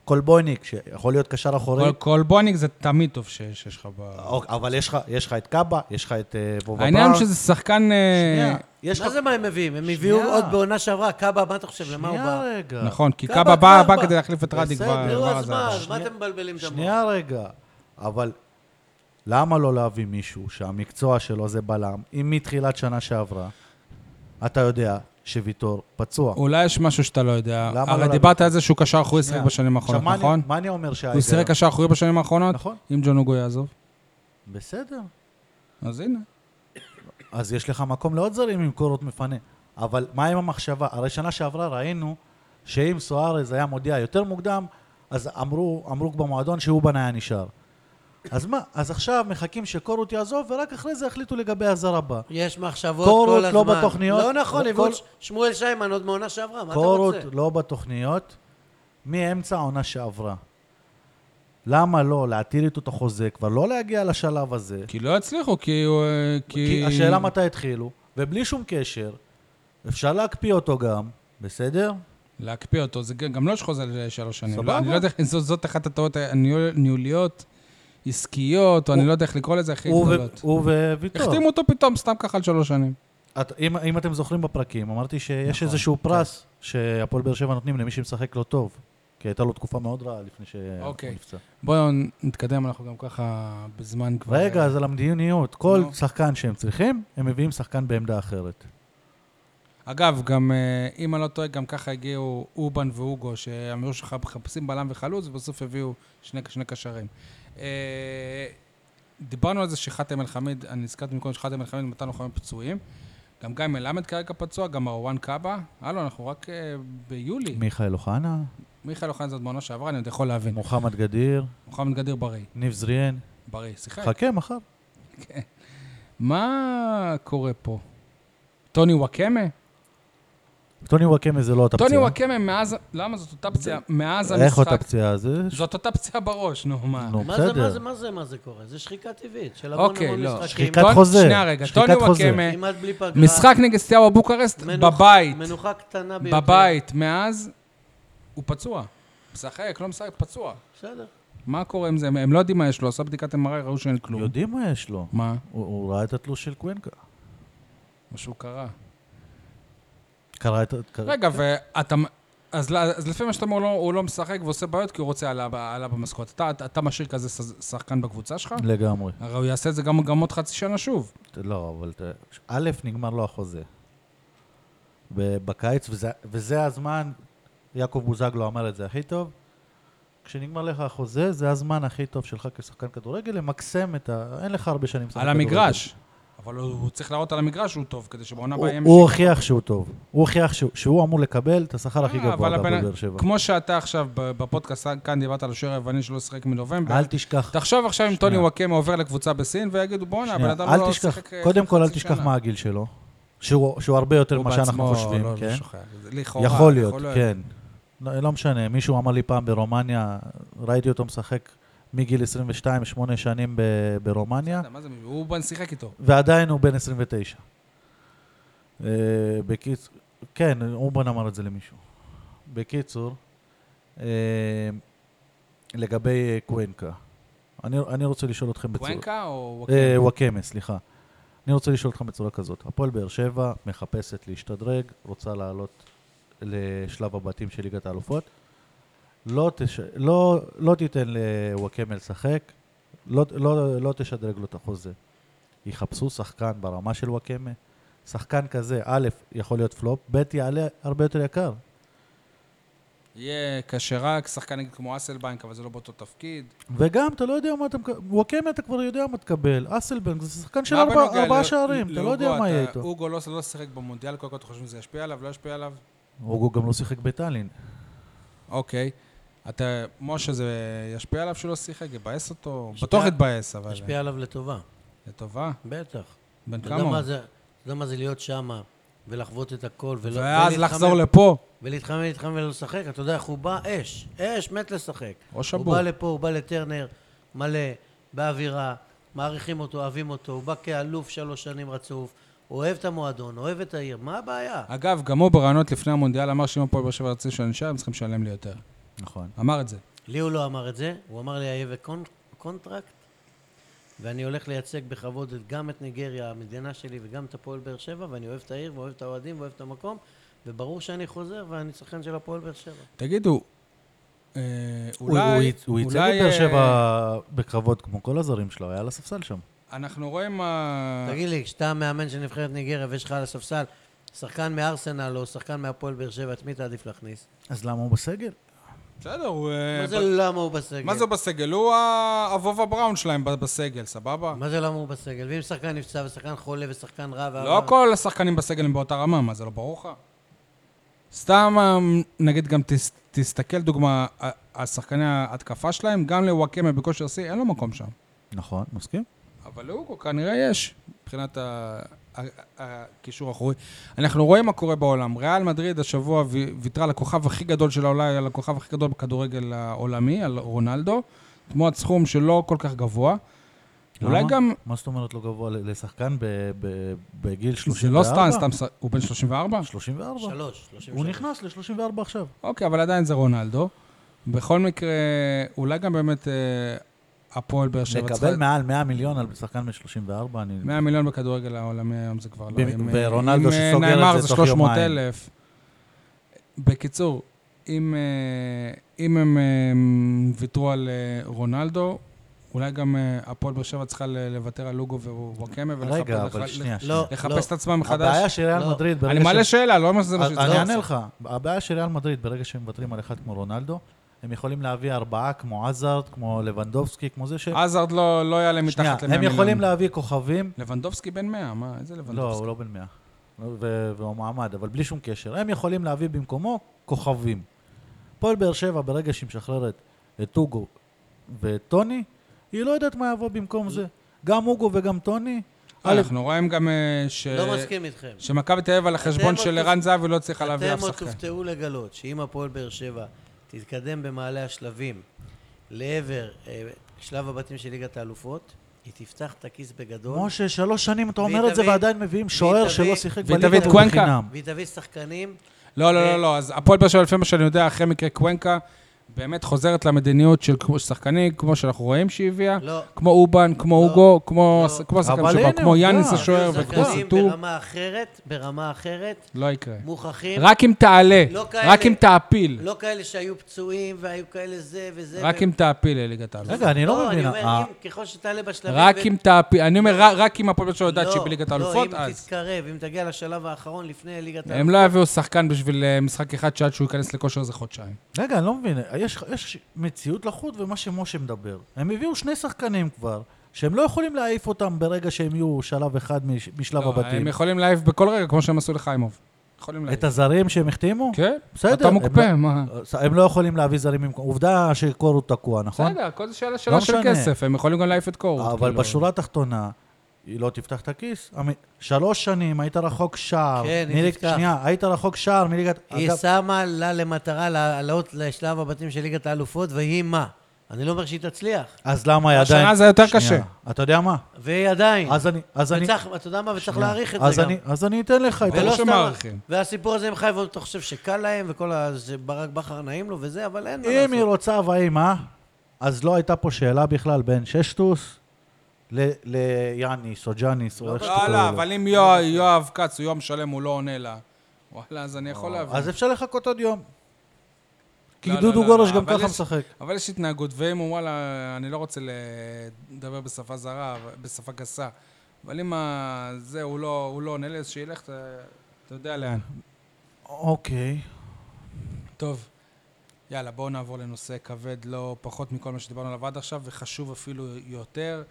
Speaker 2: קולבויניק, שיכול להיות קשר אחורי,
Speaker 3: אוקיי.
Speaker 1: כל- כל בוניק זה תמיד טוב שיש שיש לך ב...
Speaker 3: אה,
Speaker 2: אוק, אבל יש לך, יש לך את קאבה, יש לך את אה, וובה
Speaker 1: העניין
Speaker 2: בראון.
Speaker 1: הוא שזה שחקן... אה,
Speaker 2: שנייה, יש
Speaker 3: מה
Speaker 2: לך...
Speaker 3: זה מה הם מביאים? הם הביאו
Speaker 2: שנייה.
Speaker 3: עוד בעונה שעברה, קאבה, מה אתה חושב, למה הוא
Speaker 2: שנייה
Speaker 3: בא?
Speaker 2: רגע.
Speaker 1: נכון, כי
Speaker 3: קאבה
Speaker 1: קאבה בא
Speaker 3: כבר
Speaker 1: בא
Speaker 3: בא.
Speaker 1: כדי להחליף את רדי
Speaker 2: בסדר,
Speaker 1: כבר...
Speaker 2: נו,
Speaker 1: כבר
Speaker 3: נו, אז
Speaker 1: עזב.
Speaker 3: מה, אז מה
Speaker 2: שנייה.
Speaker 3: אתם מבלבלים את המוח?
Speaker 2: שנייה רגע, אבל למה לא להביא מישהו שהמקצוע שלו זה בלם, אם מתחילת שנה שעברה, אתה יודע שוויטור פצוע.
Speaker 1: אולי יש משהו שאתה לא יודע.
Speaker 2: למה
Speaker 1: הרי
Speaker 2: לא
Speaker 1: דיברת על זה שהוא קשר אחורי שיחק
Speaker 2: שנייה.
Speaker 1: בשנים
Speaker 2: עכשיו,
Speaker 1: האחרונות,
Speaker 2: מה אני-
Speaker 1: נכון?
Speaker 2: מה אני אומר שההיגיון?
Speaker 1: הוא שיחק קשר אחורי בשנים האחרונות?
Speaker 2: נכון.
Speaker 1: אם ג'ון אוגו יעזוב.
Speaker 2: בסדר.
Speaker 1: אז הנה.
Speaker 2: אז יש לך מקום לעוד זרים עם קורות מפנה. אבל מה עם המחשבה? הרי שנה שעברה ראינו שאם סוארז היה מודיע יותר מוקדם, אז אמרו, אמרו במועדון שהוא בנה היה נשאר. אז מה, אז עכשיו מחכים שקורות יעזוב, ורק אחרי זה יחליטו לגבי הזר הבא.
Speaker 3: יש מחשבות
Speaker 2: קורות
Speaker 3: כל הזמן.
Speaker 2: לא בתוכניות.
Speaker 3: לא נכון,
Speaker 2: לא-
Speaker 3: הביאו את
Speaker 2: כל-
Speaker 3: ש- שמואל שיימן עוד מעונה שעברה, מה אתה
Speaker 2: קורות
Speaker 3: רוצה?
Speaker 2: לא בתוכניות מאמצע העונה שעברה. למה לא להתיר איתו את החוזה, כבר לא להגיע לשלב הזה?
Speaker 1: כי לא הצליחו, כי הוא... אה,
Speaker 2: כי השאלה מתי התחילו, ובלי שום קשר, אפשר להקפיא אותו גם, בסדר?
Speaker 1: להקפיא אותו, זה גם לא יש חוזה לשלוש שנים.
Speaker 2: סבבה.
Speaker 1: לא, אני לא יודע איך, זאת, זאת אחת הטעות הניהול- הניהוליות, עסקיות, או אני לא יודע איך לקרוא לזה, הכי
Speaker 2: הוא ו-
Speaker 1: גדולות.
Speaker 2: הוא וויטור.
Speaker 1: החתימו אותו פתאום סתם ככה על שלוש שנים.
Speaker 2: את- אם- אם אתם זוכרים בפרקים, אמרתי
Speaker 1: נכון,
Speaker 2: שיש איזשהו
Speaker 1: כן.
Speaker 2: פרס שהפועל באר שבע נותנים למי שמשחק לא טוב. כי הייתה לו תקופה מאוד רעה לפני שהוא
Speaker 1: אוקיי.
Speaker 2: נפצע.
Speaker 1: בואו נתקדם, אנחנו גם ככה בזמן כבר...
Speaker 2: רגע, אז על המדיניות, כל
Speaker 1: נו. אוקיי.
Speaker 2: שחקן שהם צריכים, הם מביאים שחקן בעמדה אחרת.
Speaker 1: אגב, גם אה, אם אני לא טועה, גם ככה הגיעו אובן והוגו, שאמרו שמחפשים בלם וחלוץ, ובסוף הביאו שני, שני קשרים. אה, דיברנו על זה שחאתם אל-חמיד, אני הזכרתי מקודם שחאתם אל-חמיד מתן לוחמים פצועים. גם גיא מלמד כרגע פצוע, גם מרואן קאבה. הלו, אנחנו רק אה, ביולי.
Speaker 2: מיכאל אוחנה,
Speaker 1: מיכאל אוחנה זאת בעונה שעברה, אני עוד יכול להבין.
Speaker 2: מוחמד גדיר,
Speaker 1: מוחמד גדיר בריא.
Speaker 2: ניב זריאן.
Speaker 1: בריא, שיחק.
Speaker 2: חכה, מחר.
Speaker 1: מה קורה פה? טוני וואקמה?
Speaker 2: טוני וואקמה זה לא אותה פציעה.
Speaker 1: טוני וואקמה מאז... למה זאת אותה פציעה? מאז
Speaker 2: איך אותה
Speaker 1: המשחק.
Speaker 2: פציעה? זה...
Speaker 1: זאת אותה פציעה בראש, נו, מה?
Speaker 2: נו,
Speaker 3: מה זה, מה זה,
Speaker 2: לא, בסדר.
Speaker 3: מה זה, מה זה קורה? זה שחיקה טבעית של המון
Speaker 1: אוקיי,
Speaker 3: המון
Speaker 1: לא.
Speaker 3: משחקים.
Speaker 2: שחיקת
Speaker 1: טון-
Speaker 2: חוזה.
Speaker 1: שנייה רגע,
Speaker 2: שחיקת
Speaker 1: טוני
Speaker 2: חוזה.
Speaker 1: וואקמה,
Speaker 3: כמעט בלי פגרה.
Speaker 1: משחק נגד סטיאבה בוקרסט,
Speaker 3: מנוח-
Speaker 1: בבית,
Speaker 3: מנוחה קטנה ביותר.
Speaker 1: בבית, מאז, הוא פצוע. משחק, לא משחק, פצוע.
Speaker 3: בסדר.
Speaker 1: מה קורה עם זה? הם- הם לא יודעים מה יש לו, עשה בדיקת MRI, ראו שאין כלום.
Speaker 2: יודעים מה יש לו.
Speaker 1: מה?
Speaker 2: הוא- הוא ראה את התלוש של קוונקה.
Speaker 1: משהו קרה.
Speaker 2: קרא את... קרא-
Speaker 1: רגע, ואתה... אז, לא- אז לפי מה שאתה אומר, לא, הוא לא משחק ועושה בעיות כי הוא רוצה העלאה ב- העלאה במשכורת. אתה, אתה, אתה משאיר כזה ש- שחקן בקבוצה שלך?
Speaker 2: לא. לגמרי.
Speaker 1: הרי הוא יעשה את זה גם, גם עוד חצי שנה שוב.
Speaker 2: לא, אבל ת- א', נגמר לו החוזה. ב- בקיץ, וזה, וזה הזמן, יעקב בוזגלו לא אמר את זה הכי טוב, כשנגמר לך החוזה, זה הזמן הכי טוב שלך כשחקן כדורגל, למקסם את ה... אין לך הרבה שנים לשחק
Speaker 1: על המגרש. אבל הוא, הוא צריך להראות על המגרש שהוא טוב, כדי שבעונה הבאה
Speaker 2: הוא,
Speaker 1: יהיה
Speaker 2: הוא
Speaker 1: משיק.
Speaker 2: הוכיח שהוא טוב. הוא הוכיח שהוא, שהוא אמור לקבל את השכר הכי
Speaker 1: אה,
Speaker 2: גבוה
Speaker 1: אבל
Speaker 2: גם
Speaker 1: הבן-
Speaker 2: בבאר שבע.
Speaker 1: כמו שאתה עכשיו ב- בפודקאסט כאן דיברת על השוער היווני שלא שיחק מנובמבר,
Speaker 2: אל תשכח,
Speaker 1: תחשוב עכשיו אם טוני
Speaker 2: שנייה.
Speaker 1: וואקמה עובר לקבוצה בסין ויגידו בואנה, הבן
Speaker 2: שנייה,
Speaker 1: אדם
Speaker 2: אל
Speaker 1: לא
Speaker 2: תשכח,
Speaker 1: שיחק אה,
Speaker 2: קודם כל אל
Speaker 1: חצי
Speaker 2: תשכח
Speaker 1: שנה."
Speaker 2: מה הגיל שלו, שהוא, שהוא הרבה יותר
Speaker 1: הוא
Speaker 2: ממה שאנחנו
Speaker 1: בעצמו
Speaker 2: חושבים,
Speaker 1: לא- לא
Speaker 2: כן?
Speaker 1: שוכח. זה לכאורה,
Speaker 2: יכול להיות, כן. לא, לא משנה, מישהו אמר לי פעם ברומניה, ראיתי אותו משחק מגיל 22, שמונה שנים ב, ברומניה,
Speaker 1: בסדר, לא מה זה מישהו? הוא בן שיחק איתו.
Speaker 2: ועדיין הוא בן 29. אה, בקיצ... כן, אובן אמר את זה למישהו. בקיצור, אה, לגבי אה, קוונקה, אני, אני רוצה לשאול אתכם בצורה...
Speaker 1: קוונקה או וואקמה?
Speaker 2: אה, וואקמה, סליחה. אני רוצה לשאול אותך בצורה כזאת. הפועל באר שבע מחפשת להשתדרג, רוצה לעלות לשלב הבתים של ליגת האלופות. לא, תש... לא, לא תיתן לוואקמה לשחק, לא, לא, לא תשדרג לו את החוזה. יחפשו שחקן ברמה של וואקמה. שחקן כזה, א', יכול להיות פלופ, ב', יעלה הרבה יותר יקר.
Speaker 1: יהיה קשה רק, שחקן נגיד כמו אסלבנק, אבל זה לא באותו תפקיד.
Speaker 2: וגם, אתה לא יודע מה אתה מקבל, וואקמה אתה כבר יודע מה תקבל, אסלבנק זה שחקן של
Speaker 1: מה
Speaker 2: ארבע-
Speaker 1: בנוגע
Speaker 2: ארבעה
Speaker 1: ל-
Speaker 2: שערים, אתה לא
Speaker 1: להוגו,
Speaker 2: יודע מה יהיה
Speaker 1: אתה-
Speaker 2: איתו.
Speaker 1: הוגו לא לא שיחק במונדיאל, קודם כל אתה חושב שזה ישפיע עליו, לא ישפיע עליו?
Speaker 2: הוגו גם לא שיחק בטאלין.
Speaker 1: אוקיי. אתה, משה, זה ישפיע עליו שהוא לא שיחק, יבאס אותו?
Speaker 3: ישפיע-
Speaker 1: בטוח יתבאס, אבל...
Speaker 3: השפיע עליו לטובה,
Speaker 1: לטובה?
Speaker 3: בטח.
Speaker 1: בן
Speaker 3: אתה
Speaker 1: כמה
Speaker 3: יודע
Speaker 1: הוא?
Speaker 3: מה זה- אתה יודע מה זה להיות שמה ולחוות את הכל ולא-
Speaker 1: ואז
Speaker 3: ולהתחמם-
Speaker 1: לחזור לפה,
Speaker 3: ולהתחמם, להתחמם ולא לשחק, אתה יודע איך הוא בא, אש, אש, מת לשחק.
Speaker 1: או
Speaker 3: הוא
Speaker 1: שבור.
Speaker 3: בא לפה, הוא בא לטרנר, מלא, באווירה, מעריכים אותו, אוהבים אותו, הוא בא כאלוף שלוש שנים רצוף, הוא אוהב את המועדון, אוהב את העיר, מה הבעיה?
Speaker 1: אגב, גם הוא ברעיונות לפני המונדיאל אמר שאם הפועל באר שבע ירצה שאני אשאר, הם צריכים לשלם לי יותר.
Speaker 2: נכון.
Speaker 1: אמר את זה.
Speaker 3: לי הוא לא אמר את זה, הוא אמר לי, היה קונטרקט, ואני הולך לייצג בכבוד את- גם את ניגריה, המדינה שלי, וגם את הפועל באר שבע, ואני אוהב את העיר, ואוהב את האוהדים, ואוהב את המקום, וברור שאני חוזר, ואני שחקן של הפועל באר שבע.
Speaker 1: תגידו, אה,
Speaker 2: הוא- הוא
Speaker 1: אולי...
Speaker 2: ייצ- הוא ייצג
Speaker 1: אולי,
Speaker 2: את באר
Speaker 1: אה,
Speaker 2: שבע בקרבות כמו כל הזרים שלו, היה על הספסל שם.
Speaker 1: אנחנו רואים... אה,
Speaker 3: תגיד לי, כשאתה מאמן של נבחרת ניגריה ויש לך על הספסל שחקן מארסנל או שחקן מהפועל באר שבע, את מי תעדיף להכניס?
Speaker 2: אז למה הוא בסגל?
Speaker 1: בסדר, הוא... אה,
Speaker 3: מה זה
Speaker 1: ב-
Speaker 3: למה הוא בסגל?
Speaker 1: מה זה בסגל? הוא האבוב הבראון שלהם ב- בסגל, סבבה?
Speaker 3: מה זה למה הוא בסגל? ואם שחקן נפצע ושחקן חולה ושחקן רע וה-
Speaker 1: לא כל השחקנים בסגל הם באותה רמה, מה זה לא ברור לך? סתם, אה, נגיד גם תס- תסתכל דוגמה אה, על שחקני ההתקפה שלהם, גם לוואקמה בכושר שיא, אין לו מקום שם.
Speaker 2: נכון, מסכים.
Speaker 1: אבל להוגו כנראה יש, מבחינת ה- ה- ה- הקישור האחורי. אנחנו רואים מה קורה בעולם. ריאל מדריד השבוע ו- ויתרה לכוכב הכי גדול שלה, אולי על הכוכב הכי גדול בכדורגל העולמי, על רונלדו, תמורת סכום שלא כל כך גבוה. אולי
Speaker 2: למה?
Speaker 1: גם...
Speaker 2: מה זאת אומרת לא גבוה ל- לשחקן ב- ב- בגיל 34?
Speaker 1: זה לא סתם, סתם, ש- הוא בן 34?
Speaker 2: 34.
Speaker 3: שלוש, שלושים
Speaker 2: הוא
Speaker 3: ושלוש.
Speaker 2: נכנס ל-34 עכשיו.
Speaker 1: אוקיי, אבל עדיין זה רונלדו. בכל מקרה, אולי גם באמת אה, הפועל באר שבע
Speaker 2: לקבל מעל 100 מיליון על שחקן ב-34, אני...
Speaker 1: 100 מיליון בכדורגל העולמי היום זה כבר לא...
Speaker 2: ב-
Speaker 1: אם-
Speaker 2: ורונלדו
Speaker 1: אם,
Speaker 2: שסוגר את
Speaker 1: נאמר
Speaker 2: זה
Speaker 1: זה
Speaker 2: תוך
Speaker 1: 300
Speaker 2: יומיים.
Speaker 1: אלף. בקיצור, אם, אה, אם הם אה, ויתרו על אה, רונלדו, אולי גם אה, הפועל באר שבע צריכה ל- לוותר על לוגו ווואקמה ולחפש
Speaker 2: רגע, אבל
Speaker 1: לח-
Speaker 2: שנייה,
Speaker 1: לח-
Speaker 2: שנייה.
Speaker 1: לחפש את עצמם מחדש.
Speaker 2: הבעיה של ריאל
Speaker 3: לא.
Speaker 2: מדריד...
Speaker 1: לא. אני
Speaker 2: ברגע
Speaker 1: מעלה
Speaker 2: ש- אה,
Speaker 1: שאלה, לא אומר שזה מה שזה.
Speaker 2: אני אענה לך. הבעיה של ריאל מדריד, ברגע שהם מוותרים על אחד כמו רונלדו, הם יכולים להביא ארבעה כמו עזארד, כמו לבנדובסקי, כמו זה ש...
Speaker 1: עזרד לא לא יעלה
Speaker 2: שנייה,
Speaker 1: מתחת ל-100
Speaker 2: הם יכולים
Speaker 1: מיליון.
Speaker 2: להביא כוכבים
Speaker 1: לבנדובסקי בן 100, מה? איזה
Speaker 2: לא,
Speaker 1: לבנדובסקי?
Speaker 2: הוא לא בן 100. ו- והוא מעמד, אבל בלי שום קשר. הם יכולים להביא במקומו כוכבים. פועל באר שבע, ברגע שהיא משחררת את אוגו ואת טוני, היא לא יודעת מה יבוא במקום זה. גם אוגו וגם טוני, א',
Speaker 1: אה, אנחנו רואים גם אה, ש...
Speaker 3: לא מסכים איתכם.
Speaker 1: שמכבי תל אביב על החשבון
Speaker 3: אתם
Speaker 1: של
Speaker 3: עוד
Speaker 1: ערן זהבי לא צריכה להביא
Speaker 3: אתם
Speaker 1: אף
Speaker 3: עוד
Speaker 1: שחקן.
Speaker 3: תופתעו לגלות שאם הפועל באר שבע תתקדם במעלה השלבים לעבר אה, שלב הבתים של ליגת האלופות, היא תפתח את הכיס בגדול.
Speaker 2: משה, שלוש שנים אתה
Speaker 3: והיא
Speaker 2: אומר את זה
Speaker 3: תביא-
Speaker 2: ועדיין מביאים
Speaker 3: והיא
Speaker 2: שוער
Speaker 3: תביא-
Speaker 2: שלא שיחק
Speaker 1: והיא
Speaker 2: בליגה
Speaker 1: תביא את
Speaker 2: והוא
Speaker 1: קוונקה.
Speaker 2: בחינם.
Speaker 3: והיא תביא שחקנים, אוקיי.
Speaker 1: לא, לא, לא, לא, אז הפועל באר שבע, לפי מה שאני יודע, אחרי מקרה קוונקה באמת חוזרת למדיניות של כמו שחקנים, כמו שאנחנו רואים שהיא הביאה,
Speaker 3: לא,
Speaker 1: כמו אובן, כמו אוגו, כמו
Speaker 3: לא.
Speaker 1: כמו השחקן
Speaker 2: אבל
Speaker 1: שבא,
Speaker 2: הנה,
Speaker 1: כמו
Speaker 2: עובדה.
Speaker 1: יאניס השוער
Speaker 3: יהיו
Speaker 1: וכמו
Speaker 3: שחקנים
Speaker 1: סטור,
Speaker 3: ברמה אחרת, ברמה אחרת,
Speaker 1: לא יקרה.
Speaker 3: מוכחים.
Speaker 1: רק אם תעלה,
Speaker 3: לא כאלה.
Speaker 1: רק אם תעפיל,
Speaker 3: לא כאלה שהיו פצועים והיו כאלה זה וזה.
Speaker 1: רק
Speaker 3: ו-
Speaker 1: אם תעפיל לליגת העלות.
Speaker 2: רגע, אני לא
Speaker 3: לא, אני
Speaker 2: מבין.
Speaker 3: אומר,
Speaker 2: אה,
Speaker 3: אם- ככל שתעלה בשלבים...
Speaker 1: רק
Speaker 3: ו-
Speaker 1: אם תעפיל, אני אומר, רק- רק אם הפועל באר שבע יודעת
Speaker 3: לא,
Speaker 1: שהיא בליגת האלופות,
Speaker 3: לא, אם
Speaker 1: אז.
Speaker 3: תתקרב, אם תגיע לשלב האחרון לפני ליגת האלופות.
Speaker 1: הם לא יביאו שחקן בשביל אה, משחק אחד שעד שהוא ייכנס לכושר זה חודשיים.
Speaker 2: רגע, אני לא מבין. יש- יש מציאות לחוד ומה שמשה מדבר. הם הביאו שני שחקנים כבר, שהם לא יכולים להעיף אותם ברגע שהם יהיו שלב אחד מש- משלב
Speaker 1: לא,
Speaker 2: הבתים.
Speaker 1: הם יכולים להעיף בכל רגע, כמו שהם עשו לחיימוב. יכולים להעיף.
Speaker 2: את הזרים שהם החתימו?
Speaker 1: כן,
Speaker 2: בסדר,
Speaker 1: אתה
Speaker 2: הם
Speaker 1: מוקפא,
Speaker 2: לא-
Speaker 1: מה?
Speaker 2: הם לא יכולים להביא זרים במקום. עובדה שקורו תקוע, נכון?
Speaker 1: בסדר, הכל זה שאלה- שאלה של
Speaker 2: משנה.
Speaker 1: כסף, הם יכולים גם להעיף את קורות.
Speaker 2: אבל
Speaker 1: כאילו.
Speaker 2: בשורה התחתונה, היא לא תפתח את הכיס. המ- שלוש שנים היית רחוק שער.
Speaker 3: כן, היא
Speaker 2: מליג-
Speaker 3: תפתח.
Speaker 2: שנייה, היית רחוק שער מליגת...
Speaker 3: היא
Speaker 2: אגב,
Speaker 3: שמה לה למטרה לעלות לשלב הבתים של ליגת האלופות, והיא מה? אני לא אומר שהיא תצליח.
Speaker 2: אז למה היא
Speaker 1: השנה
Speaker 2: עדיין...
Speaker 1: זה יותר
Speaker 2: שנייה, אתה יודע מה?
Speaker 3: והיא עדיין.
Speaker 2: אז אני... אז אני...
Speaker 3: כן. וצריך, אתה יודע מה? וצריך
Speaker 2: שנייה.
Speaker 3: להעריך את
Speaker 2: אז
Speaker 3: זה גם.
Speaker 2: אני- אז אני אתן לך את
Speaker 1: ברור
Speaker 2: זה.
Speaker 1: לא- שמעריכים.
Speaker 3: והסיפור הזה עם חייבו, אתה חושב שקל להם, וכל ה... שברק בכר נעים לו וזה, אבל אין מה
Speaker 2: אם היא לא-
Speaker 3: לעשות.
Speaker 2: רוצה והיא מה, אז לא הייתה פה שאלה בכלל בין ששטוס ל- ליאניס או ג'אניס או איך שאתה
Speaker 1: וואלה,
Speaker 2: קורא לו.
Speaker 1: לא, אבל אם יואב- יואב כץ הוא יום שלם, הוא לא עונה לה. וואלה, אז אני יכול להבין.
Speaker 2: אז אפשר לחכות עוד יום. כי
Speaker 1: לא, לא,
Speaker 2: דודו
Speaker 1: לא,
Speaker 2: גורש
Speaker 1: לא,
Speaker 2: גם
Speaker 1: אבל
Speaker 2: ככה
Speaker 1: יש-
Speaker 2: משחק.
Speaker 1: אבל יש התנהגות, ואם הוא וואלה, אני לא רוצה לדבר בשפה זרה, בשפה גסה, אבל אם ה- זה, הוא לא הוא לא עונה לי, אז שילך, אתה- אתה יודע לאן.
Speaker 2: אוקיי.
Speaker 1: טוב, יאללה, בואו נעבור לנושא כבד לא פחות מכל מה שדיברנו עליו עד עכשיו, וחשוב אפילו יותר.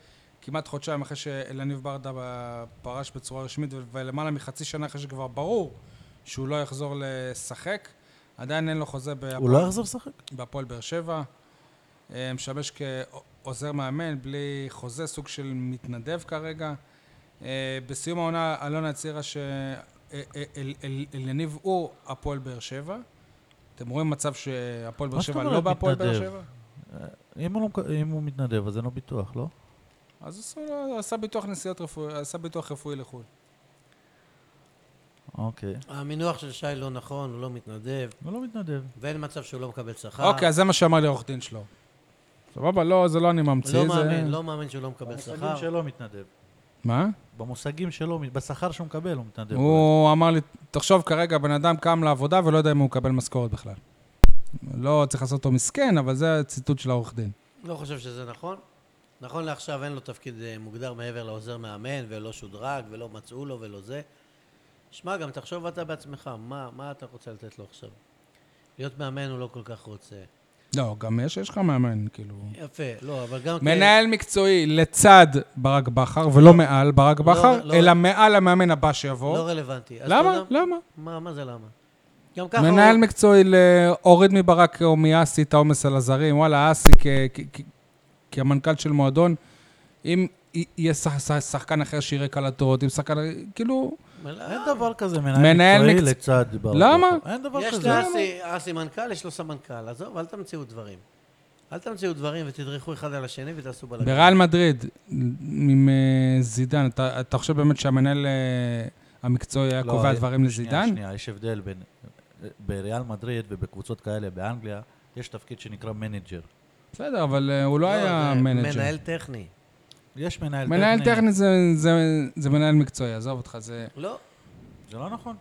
Speaker 1: כמעט חודשיים אחרי שאלניב ברדה פרש בצורה רשמית, ו- ולמעלה מחצי שנה אחרי שכבר ברור שהוא לא יחזור לשחק, עדיין אין לו חוזה בהפועל
Speaker 2: הוא לא יחזור לשחק?
Speaker 1: בהפועל באר שבע. אה, משמש כעוזר מאמן, בלי חוזה, סוג של מתנדב כרגע. אה, בסיום העונה, אלונה הצהירה אה, שאליניב הוא הפועל באר שבע. אתם רואים מצב שהפועל באר
Speaker 2: מה זאת
Speaker 1: שבע לא
Speaker 2: אומרת
Speaker 1: בהפועל באר
Speaker 2: מתנדב?
Speaker 1: שבע?
Speaker 2: אם הוא, לא, מק- אם הוא מתנדב, אז אין לו ביטוח, לא?
Speaker 1: אז עשו לו, עשה ביטוח נסיעות רפואי, עשה ביטוח רפואי לחו"ל.
Speaker 2: אוקיי.
Speaker 3: המינוח של שי לא נכון, הוא לא מתנדב,
Speaker 2: הוא לא מתנדב.
Speaker 3: ואין מצב שהוא לא מקבל
Speaker 2: אה.
Speaker 3: שכר.
Speaker 1: אוקיי, אז זה מה שאמר לי עורך דין שלו. סבבה, לא, זה לא אני ממציא,
Speaker 3: לא
Speaker 1: זה...
Speaker 3: מאמין, לא מאמין שהוא לא מקבל
Speaker 2: במושגים
Speaker 3: שכר.
Speaker 2: שלו מתנדב.
Speaker 1: מה?
Speaker 2: במושגים שלו, בשכר שהוא מקבל, הוא מתנדב.
Speaker 1: הוא אמר לי, תחשוב כרגע, בן אדם קם לעבודה ולא יודע אם הוא מקבל משכורת בכלל. לא צריך לעשות אותו מסכן, אבל זה הציטוט של העורך דין.
Speaker 3: לא חושב שזה נכון. נכון לעכשיו אין לו תפקיד אה, מוגדר מעבר לעוזר מאמן, ולא שודרג, ולא מצאו לו, ולא זה. שמע, גם תחשוב אתה בעצמך, מה, מה אתה רוצה לתת לו עכשיו? להיות מאמן הוא לא כל כך רוצה.
Speaker 1: לא, גם יש, יש לך מאמן, כאילו...
Speaker 3: יפה, לא, אבל גם... כ-
Speaker 1: מנהל מקצועי לצד ברק בכר, ולא מעל ברק בכר,
Speaker 3: לא-
Speaker 1: אלא מעל המאמן הבא
Speaker 3: לא
Speaker 1: שיבוא.
Speaker 3: רלוונטי. אז
Speaker 1: למה?
Speaker 3: אתה יודע-
Speaker 1: למה?
Speaker 3: מה, מה זה למה? גם ככה הוא...
Speaker 1: מנהל מקצועי להוריד מברק או מאסי את העומס על הזרים. וואלה, אסי כ- כ- כ- כמנכ"ל של מועדון, אם י- יהיה שח- שח- שחקן אחר שיראה קלטות, אם שחקן... כאילו...
Speaker 3: מלא-
Speaker 2: אין דבר כזה
Speaker 1: מנהל
Speaker 2: מנהל מקצועי
Speaker 1: מקצוע-
Speaker 2: לצד ברק.
Speaker 1: למה?
Speaker 2: בכר. אין דבר
Speaker 3: יש
Speaker 2: כזה.
Speaker 3: לאסי אסי מנכ"ל, יש לו סמנכ"ל. עזוב, אל תמציאו דברים. אל תמציאו דברים ותדרכו אחד על השני ותעשו בלגן.
Speaker 1: בריאל מדריד, עם אה, זידן, אתה, אתה חושב באמת שהמנהל אה, המקצועי היה
Speaker 2: לא,
Speaker 1: קובע
Speaker 2: אה,
Speaker 1: דברים
Speaker 2: שנייה,
Speaker 1: לזידן?
Speaker 2: שנייה, יש הבדל בין... בריאל מדריד ובקבוצות כאלה באנגליה, יש תפקיד שנקרא מנג'ר.
Speaker 1: בסדר, אבל אה, הוא לא, היה
Speaker 3: זה
Speaker 1: מנג'ר.
Speaker 3: מנהל טכני.
Speaker 2: יש מנהל טכני.
Speaker 1: מנהל טכני זה, זה, זה מנהל מקצועי, עזוב אותך, זה...
Speaker 3: לא,
Speaker 2: זה לא נכון.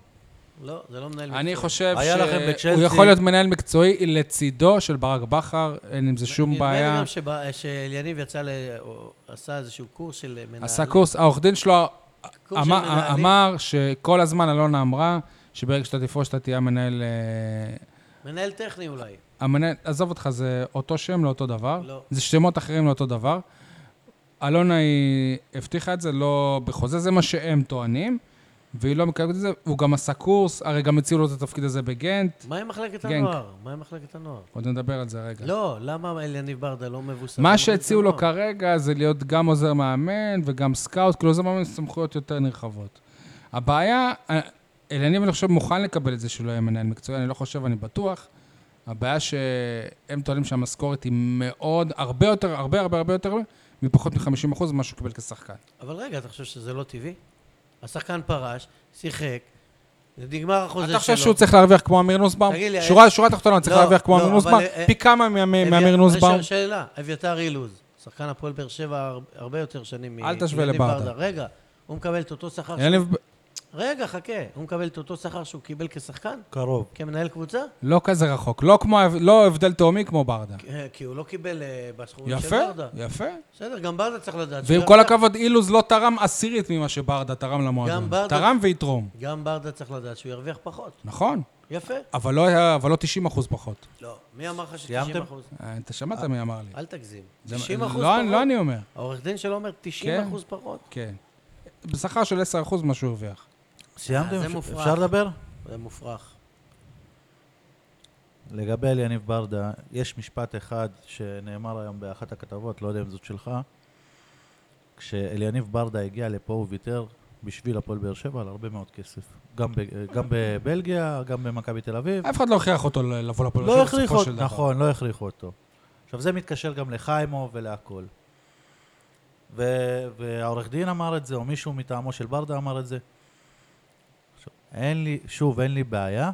Speaker 3: לא, זה לא מנהל
Speaker 1: אני חושב
Speaker 2: היה לכם
Speaker 1: שהוא
Speaker 2: בצ'לסי-
Speaker 1: יכול להיות מנהל מקצועי לצידו של ברק בכר, אין עם זה שום
Speaker 3: נדמה לי
Speaker 1: בעיה.
Speaker 3: גם שבא- שאליניב יצא, ל... או עשה איזשהו קורס של מנהלים.
Speaker 1: עשה קורס, העורך דין שלו
Speaker 3: קורס של
Speaker 1: אמר,
Speaker 3: מנהלים.
Speaker 1: אמר שכל הזמן אלונה אמרה שברגע שאתה תפרוש אתה תהיה המנהל... אה,
Speaker 3: מנהל טכני אולי.
Speaker 1: המנהל, עזוב אותך, זה אותו שם לאותו דבר.
Speaker 3: לא.
Speaker 1: זה שמות אחרים לאותו דבר. אלונה היא הבטיחה את זה, לא בחוזה, זה מה שהם טוענים, והיא לא מקיימת את זה. הוא גם עשה קורס, הרי גם הציעו לו את התפקיד הזה בגנט.
Speaker 3: מה עם מחלקת
Speaker 1: גנק.
Speaker 3: הנוער? מה עם מחלקת הנוער?
Speaker 1: עוד נדבר על זה רגע.
Speaker 3: לא, למה אליניב ברדה לא מבוסס? על
Speaker 1: אוקיי. מה
Speaker 3: מחלקת
Speaker 1: שהציעו לו
Speaker 3: הנוער?
Speaker 1: כרגע זה להיות גם עוזר מאמן וגם סקאוט, כאילו עוזר מאמן עם סמכויות יותר נרחבות. הבעיה, אה, אלניב אני חושב מוכן לקבל את זה שהוא לא יהיה מנהל מקצועי, אני לא חושב, אני בטוח. הבעיה שהם טוענים שהמשכורת היא מאוד, הרבה יותר, הרבה הרבה הרבה יותר מפחות מ-50% ממה שהוא קיבל כשחקן.
Speaker 3: אבל רגע, אתה חושב שזה לא טבעי? השחקן פרש, שיחק, נגמר החוזה שלו.
Speaker 1: אתה חושב שהוא צריך להרוויח כמו אמיר נוסבאום?
Speaker 3: תגיד לי,
Speaker 1: שורה שורה תחתונה, צריך
Speaker 3: לא,
Speaker 1: להרוויח כמו
Speaker 3: לא,
Speaker 1: אמיר
Speaker 3: אבל,
Speaker 1: נוסבאום?
Speaker 3: אה,
Speaker 1: פי כמה מה- מה-
Speaker 3: אבי-
Speaker 1: מאמיר
Speaker 3: אבל
Speaker 1: נוסבאום?
Speaker 3: אה, ש- שאלה, אביתר אילוז, שחקן הפועל באר שבע הר- הרבה יותר שנים מ-
Speaker 1: אל תשווה
Speaker 3: יניב
Speaker 1: לברדה.
Speaker 3: רגע, הוא מקבל את אותו שכר... שהוא-
Speaker 1: יניב-
Speaker 3: רגע, חכה. הוא מקבל את אותו שכר שהוא קיבל כשחקן?
Speaker 2: קרוב.
Speaker 3: כמנהל קבוצה?
Speaker 1: לא כזה רחוק, לא כמו- לא הבדל תהומי כמו ברדה.
Speaker 3: אה, כי הוא לא קיבל אה, בסכומים של
Speaker 1: יפה,
Speaker 3: ברדה.
Speaker 1: יפה.
Speaker 3: בסדר, גם ברדה צריך לדעת. שהוא
Speaker 1: ועם
Speaker 3: ירוויח.
Speaker 1: כל הכבוד, אילוז לא תרם עשירית ממה שברדה תרם למועדון.
Speaker 3: גם ברדה-
Speaker 1: תרם ויתרום,
Speaker 3: גם ברדה צריך לדעת שהוא ירוויח פחות.
Speaker 1: נכון.
Speaker 3: יפה.
Speaker 1: אבל לא היה- אבל לא 90 אחוז פחות.
Speaker 3: לא, מי אמר לך ש-90
Speaker 2: סיימתם?
Speaker 3: אחוז?
Speaker 1: אה, אתה שמעת מי אמר לי.
Speaker 3: אל תגזים.
Speaker 1: זה-
Speaker 3: 90 אחוז
Speaker 1: לא- לא
Speaker 3: פחות?
Speaker 1: אני אומר,
Speaker 3: העורך דין שלו אומר 90
Speaker 1: כן.
Speaker 3: אחוז פחות.
Speaker 1: כן. בשכר של 10 אחוז מה שהוא הרוויח.
Speaker 3: אה, זה
Speaker 2: סיימתם?
Speaker 3: מופרך.
Speaker 2: אפשר לדבר?
Speaker 3: זה מופרך.
Speaker 2: לגבי אליניב ברדה, יש משפט אחד שנאמר היום באחת הכתבות, לא יודע אם זאת שלך. כשאליניב ברדה הגיע לפה הוא ויתר בשביל הפועל באר שבע על הרבה מאוד כסף. גם, ב- גם בבלגיה, גם במכבי תל אביב.
Speaker 1: אף אחד לא הכריח אותו ל- לבוא לפועל
Speaker 2: לא
Speaker 1: באר שבע
Speaker 2: הכריחו
Speaker 1: בסופו
Speaker 2: אותו,
Speaker 1: של דבר.
Speaker 2: נכון, לא הכריחו אותו. עכשיו זה מתקשר גם לחיימו ולהכול. ו- והעורך דין אמר את זה, או מישהו מטעמו של ברדה אמר את זה. עכשיו, אין לי, שוב, אין לי בעיה,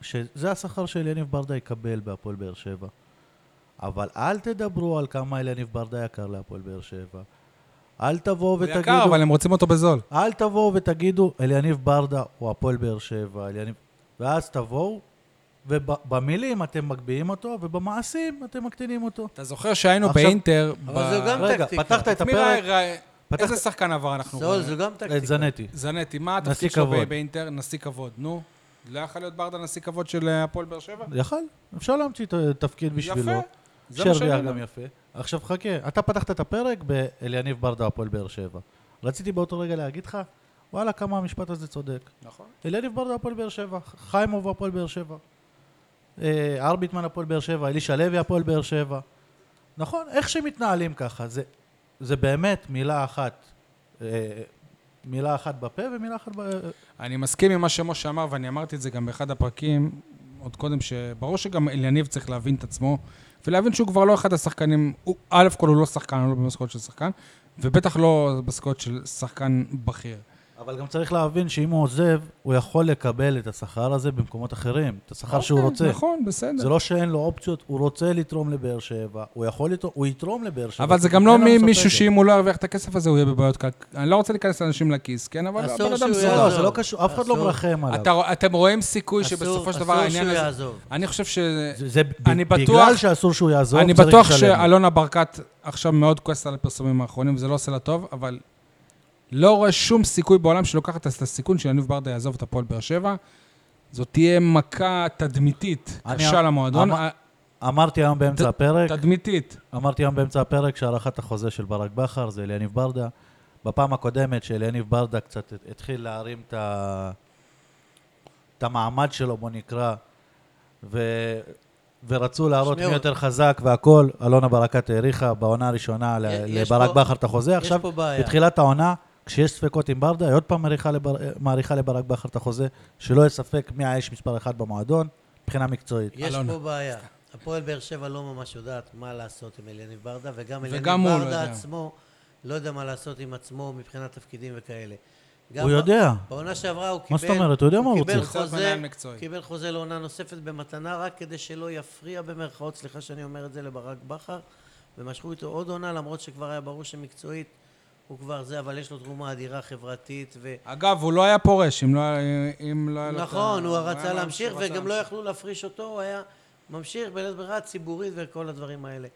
Speaker 2: שזה השכר שאליניב ברדה יקבל בהפועל באר שבע. אבל אל תדברו על כמה אליניב ברדה יקר להפועל באר שבע. אל תבואו
Speaker 1: הוא
Speaker 2: ותגידו...
Speaker 1: יקר, אבל הם רוצים אותו בזול.
Speaker 2: אל תבואו ותגידו, אליניב ברדה הוא הפועל באר שבע, אליניב... ואז תבואו, ובמילים אתם מגביהים אותו, ובמעשים אתם מקטינים אותו.
Speaker 1: אתה זוכר שהיינו
Speaker 2: עכשיו-
Speaker 1: באינטר...
Speaker 3: אבל זה גם
Speaker 2: רגע,
Speaker 3: טקטיקה.
Speaker 2: פתחת את
Speaker 1: מי ראה-
Speaker 2: הפרק,
Speaker 1: ראה-
Speaker 2: פתחת-
Speaker 1: איזה שחקן עבר אנחנו
Speaker 3: זול,
Speaker 1: רואים?
Speaker 3: זו גם
Speaker 2: את
Speaker 3: טקטיקה.
Speaker 2: זנתי.
Speaker 1: זנתי, מה התפקיד
Speaker 2: נשיא
Speaker 1: שלו
Speaker 2: כבוד.
Speaker 1: ב- באינטר? נשיא כבוד. נו, לא יכול להיות ברדה נשיא כבוד של אה, הפועל באר שבע?
Speaker 2: יכל, אפשר להמציא את התפקיד בשבילו.
Speaker 1: יפה. זה מה שאני
Speaker 2: שהרוויח
Speaker 1: אומר.
Speaker 2: גם יפה. עכשיו חכה, אתה פתחת את הפרק באליניב ברדה, הפועל באר שבע. רציתי באותו רגע להגיד לך, וואלה, כמה המשפט הזה צודק.
Speaker 1: נכון.
Speaker 2: אליניב ברדה הפועל באר שבע, חיימוב הפועל באר שבע, אה, ארביטמן הפועל באר שבע, אלישע לוי הפועל באר שבע. נכון, איך שמתנהלים ככה, זה, זה באמת מילה אחת, אה, מילה אחת בפה ומילה אחת ב...
Speaker 1: אני מסכים עם מה שמשה אמר, ואני אמרתי את זה גם באחד הפרקים עוד קודם, שברור שגם אליניב צריך להבין את עצמו, ולהבין שהוא כבר לא אחד השחקנים, הוא, א' כל הוא לא שחקן, הוא לא במשכורת של שחקן, ובטח לא במשכורת של שחקן בכיר.
Speaker 2: אבל גם צריך להבין שאם הוא עוזב, הוא יכול לקבל את השכר הזה במקומות אחרים, את השכר שהוא
Speaker 1: אוקיי,
Speaker 2: רוצה.
Speaker 1: נכון, בסדר.
Speaker 2: זה לא שאין לו אופציות, הוא רוצה לתרום לבאר שבע, הוא יכול לתרום, הוא יתרום לבאר שבע.
Speaker 1: אבל זה
Speaker 2: כי
Speaker 1: גם לא
Speaker 2: אין לנו ספק
Speaker 1: מישהו
Speaker 2: בזה.
Speaker 1: שאם הוא לא ירוויח את הכסף הזה, הוא יהיה בבעיות כל... אני לא רוצה להיכנס לאנשים לכיס, כן? אבל
Speaker 3: אסור
Speaker 1: הבן אדם
Speaker 3: שהוא
Speaker 1: מסודר.
Speaker 2: לא, זה
Speaker 3: יעזוב.
Speaker 2: לא קשור, אף אחד לא
Speaker 3: אסור.
Speaker 2: מרחם עליו.
Speaker 1: אתה רוא- אתם רואים סיכוי
Speaker 3: אסור-
Speaker 1: שבסופו של
Speaker 3: אסור
Speaker 1: דבר העניין
Speaker 3: שהוא
Speaker 1: הזה...
Speaker 3: יעזוב.
Speaker 1: אני חושב ש...
Speaker 2: זה, זה ב-
Speaker 1: אני
Speaker 2: בגלל
Speaker 1: בטוח-
Speaker 2: שאסור שהוא יעזוב,
Speaker 1: אני
Speaker 2: צריך
Speaker 1: בטוח
Speaker 2: לשלם.
Speaker 1: שאלונה ברקת עכשיו מאוד כועסת על הפרסומים האחרונים, וזה לא עושה לה טוב, אבל לא רואה שום סיכוי בעולם שלוקחת את הסיכון שיניב ברדה יעזוב את הפועל באר שבע. זאת תהיה מכה תדמיתית
Speaker 2: אני
Speaker 1: קשה
Speaker 2: אמ-
Speaker 1: למועדון.
Speaker 2: אמ-
Speaker 1: ה-
Speaker 2: אמרתי היום
Speaker 1: ת-
Speaker 2: באמצע הפרק,
Speaker 1: תדמיתית.
Speaker 2: אמרתי היום באמצע הפרק שהארכת החוזה של ברק בכר זה אליניב ברדה. בפעם הקודמת שאליניב ברדה קצת התחיל להרים את ה... את המעמד שלו, בוא נקרא, ו... ורצו להראות מי
Speaker 3: שמעו.
Speaker 2: יותר חזק והכול, אלונה ברקת האריכה בעונה הראשונה ל-
Speaker 3: יש
Speaker 2: לברק
Speaker 3: פה-
Speaker 2: בכר את החוזה.
Speaker 3: יש
Speaker 2: עכשיו,
Speaker 3: פה בעיה.
Speaker 2: בתחילת העונה, כשיש ספקות עם ברדה, היא עוד פעם מאריכה לבר- מאריכה לברק בכר את החוזה, שלא יהיה ספק מי האיש מספר אחת במועדון, מבחינה מקצועית.
Speaker 3: יש
Speaker 1: אלונה.
Speaker 3: פה בעיה. הפועל באר שבע לא ממש יודעת מה לעשות עם אליניב ברדה, וגם אליניב
Speaker 1: וגם הוא לא
Speaker 3: ברדה
Speaker 1: יודע.
Speaker 3: עצמו לא יודע מה לעשות עם עצמו מבחינת תפקידים וכאלה. גם
Speaker 2: הוא
Speaker 3: ב-
Speaker 2: יודע.
Speaker 3: בעונה שעברה הוא קיבל...
Speaker 2: מה זאת אומרת? הוא יודע מה הוא
Speaker 3: קיבל
Speaker 1: רוצה. קצת
Speaker 3: חוזה,
Speaker 1: מנהל מקצועי.
Speaker 3: קיבל חוזה לעונה נוספת במתנה רק כדי שלא יפריע במרכאות, סליחה שאני אומר את זה לברק בכר, ומשכו איתו עוד עונה למרות שכבר היה ברור שמקצועית הוא כבר זה, אבל יש לו תרומה אדירה חברתית ו...
Speaker 1: אגב, הוא לא היה פורש, אם לא היה... אם לא היה לו את ה-
Speaker 3: נכון, הוא רצה
Speaker 1: היה
Speaker 3: להמשיך,
Speaker 1: רצה
Speaker 3: וגם לא
Speaker 1: להמשיך.
Speaker 3: יכלו להפריש אותו, הוא היה ממשיך בלית ברירה ציבורית וכל הדברים האלה.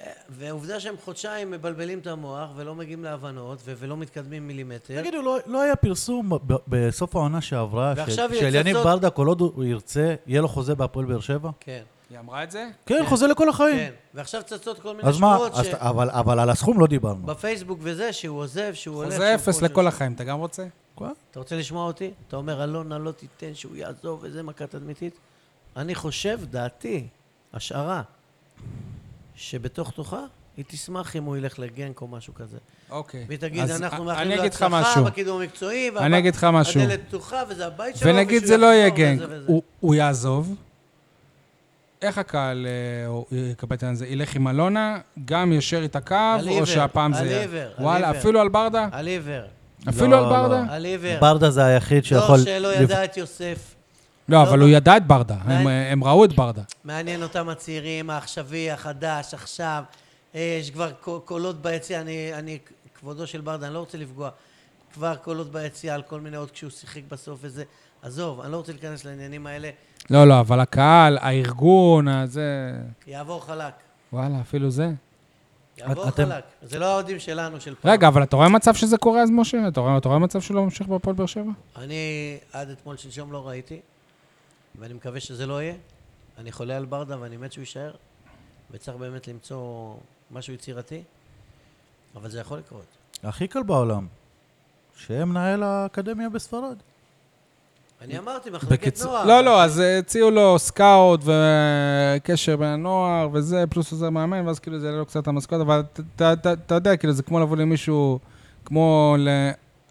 Speaker 3: אה, והעובדה שהם חודשיים מבלבלים את המוח ולא מגיעים להבנות ו- ולא מתקדמים מילימטר.
Speaker 2: תגידו, לא, לא היה פרסום ב- ב- בסוף העונה שעברה, ש-
Speaker 3: ועכשיו יש
Speaker 2: שאליניב
Speaker 3: הצצות.
Speaker 2: ברדה, כל עוד הוא ירצה, יהיה לו חוזה בהפועל באר שבע?
Speaker 3: כן,
Speaker 1: היא אמרה את זה?
Speaker 2: כן, חוזה לכל החיים.
Speaker 3: כן. ועכשיו צצות כל מיני
Speaker 2: אז מה,
Speaker 3: שמועות
Speaker 2: אז ת- אבל, אבל על הסכום לא דיברנו.
Speaker 3: שבפייסבוק וזה, שהוא עוזב, שהוא הולך...
Speaker 1: חוזה
Speaker 3: שהוא
Speaker 1: אפס
Speaker 3: פה, שהוא-
Speaker 1: לכל החיים, אתה גם רוצה?
Speaker 2: כן.
Speaker 3: אתה רוצה לשמוע אותי? אתה אומר, אלונה לא תיתן שהוא יעזוב וזה מכה תדמיתית? אני חושב, דעתי, השערה, שבתוך תוכה היא תשמח אם הוא ילך לגנק או משהו כזה.
Speaker 1: אוקיי.
Speaker 3: והיא תגיד,
Speaker 1: אז
Speaker 3: אנחנו
Speaker 1: א-
Speaker 3: מאחלים
Speaker 1: אני
Speaker 3: לו
Speaker 1: אגיד לך
Speaker 3: הצלחה
Speaker 1: משהו.
Speaker 3: בקידום המקצועי, והב-
Speaker 1: אני אגיד לך משהו.
Speaker 3: הדלת פתוחה וזה הבית שלו,
Speaker 1: ונגיד
Speaker 3: ושהוא
Speaker 1: זה לא יהיה
Speaker 3: יחזור
Speaker 1: גנג,
Speaker 3: וזה וזה.
Speaker 1: הוא- הוא יעזוב. איך הקהל אה, הוא- יקבל את העניין הזה? ילך עם אלונה, גם ישר איתה קו,
Speaker 3: על עיוור,
Speaker 1: או שהפעם זה...
Speaker 3: על
Speaker 1: יהיה-
Speaker 3: עיוור, על
Speaker 1: וואלה,
Speaker 3: עיוור.
Speaker 1: אפילו על ברדה?
Speaker 3: על עיוור.
Speaker 1: אפילו
Speaker 2: לא,
Speaker 1: על ברדה?
Speaker 2: לא.
Speaker 3: על עיוור.
Speaker 2: ברדה זה היחיד שיכול...
Speaker 3: דור כן. לא, שלא
Speaker 2: לפ-
Speaker 3: ידע את יוסף.
Speaker 1: לא, אבל
Speaker 3: לא.
Speaker 1: הוא ידע את ברדה, הם- אה,
Speaker 3: מעניין.
Speaker 1: הם ראו את ברדה.
Speaker 3: מעניין אותם הצעירים, העכשווי, החדש, עכשיו. אה, יש כבר ק- קולות ביציע, אני, אני, כבודו של ברדה, אני לא רוצה לפגוע. כבר קולות ביציע על כל מיני עוד כשהוא שיחק בסוף וזה. עזוב, אני לא רוצה להיכנס לעניינים האלה.
Speaker 1: לא, לא, אבל הקהל, הארגון, הזה...
Speaker 3: יעבור חלק.
Speaker 1: וואלה, אפילו
Speaker 3: אה.
Speaker 1: זה.
Speaker 3: יעבור
Speaker 2: את- אתם-
Speaker 3: חלק. זה לא האוהדים שלנו, של פעם.
Speaker 1: רגע, אבל אתה רואה מצב שזה קורה אז, משה? אתה רואה, אתה רואה מצב שהוא לא ממשיך בהפועל באר שבע?
Speaker 3: אני עד אתמול שלשום לא ראיתי, ואני מקווה שזה לא יהיה. אני חולה על ברדה ואני מת שהוא יישאר, וצריך באמת למצוא משהו יצירתי, אבל זה יכול לקרות.
Speaker 2: הכי קל בעולם. שיהיה מנהל האקדמיה בספרד.
Speaker 3: אני אמרתי, מחלקת
Speaker 1: בקיצור-
Speaker 3: נוער.
Speaker 1: לא, לא, אז אה, הציעו לו סקאוט וקשר בין הנוער וזה, פלוס עוזר מאמן, ואז כאילו זה יעלה לו קצת המשכורת, אבל ת- ת- ת- אתה יודע, כאילו זה כמו לבוא למישהו, כמו ל-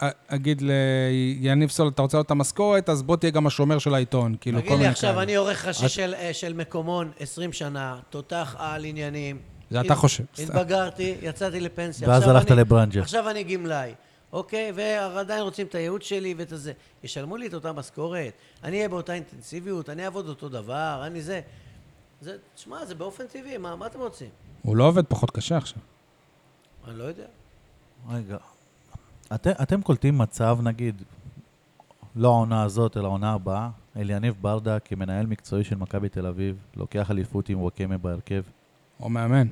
Speaker 1: אה, אגיד ליניב סול, אתה רוצה לו את המשכורת, אז בוא תהיה גם השומר של העיתון, כאילו, כל
Speaker 3: תגיד לי
Speaker 1: מיני
Speaker 3: עכשיו,
Speaker 1: כאלה.
Speaker 3: אני עורך ראשי של, אה, של מקומון 20 שנה, תותח על עניינים.
Speaker 1: זה
Speaker 3: הת-
Speaker 1: אתה חושב.
Speaker 3: התבגרתי, יצאתי לפנסיה.
Speaker 2: ואז
Speaker 3: עכשיו
Speaker 2: הלכת
Speaker 3: אני-
Speaker 2: לברנג'ה.
Speaker 3: עכשיו אני גמלאי, אוקיי? ועדיין רוצים את הייעוד שלי ואת הזה. ישלמו לי את אותה משכורת, אני אהיה באותה אינטנסיביות, אני אעבוד אותו דבר, אני זה. זה, תשמע, זה באופן טבעי, מה, מה אתם רוצים?
Speaker 1: הוא לא עובד פחות קשה עכשיו.
Speaker 3: אני לא יודע.
Speaker 2: רגע. אתם, אתם קולטים מצב, נגיד, לא העונה הזאת, אלא העונה הבאה, אליניב ברדה כמנהל מקצועי של מכבי תל אביב, לוקח אליפות עם וואקמה בהרכב.
Speaker 1: או מאמן.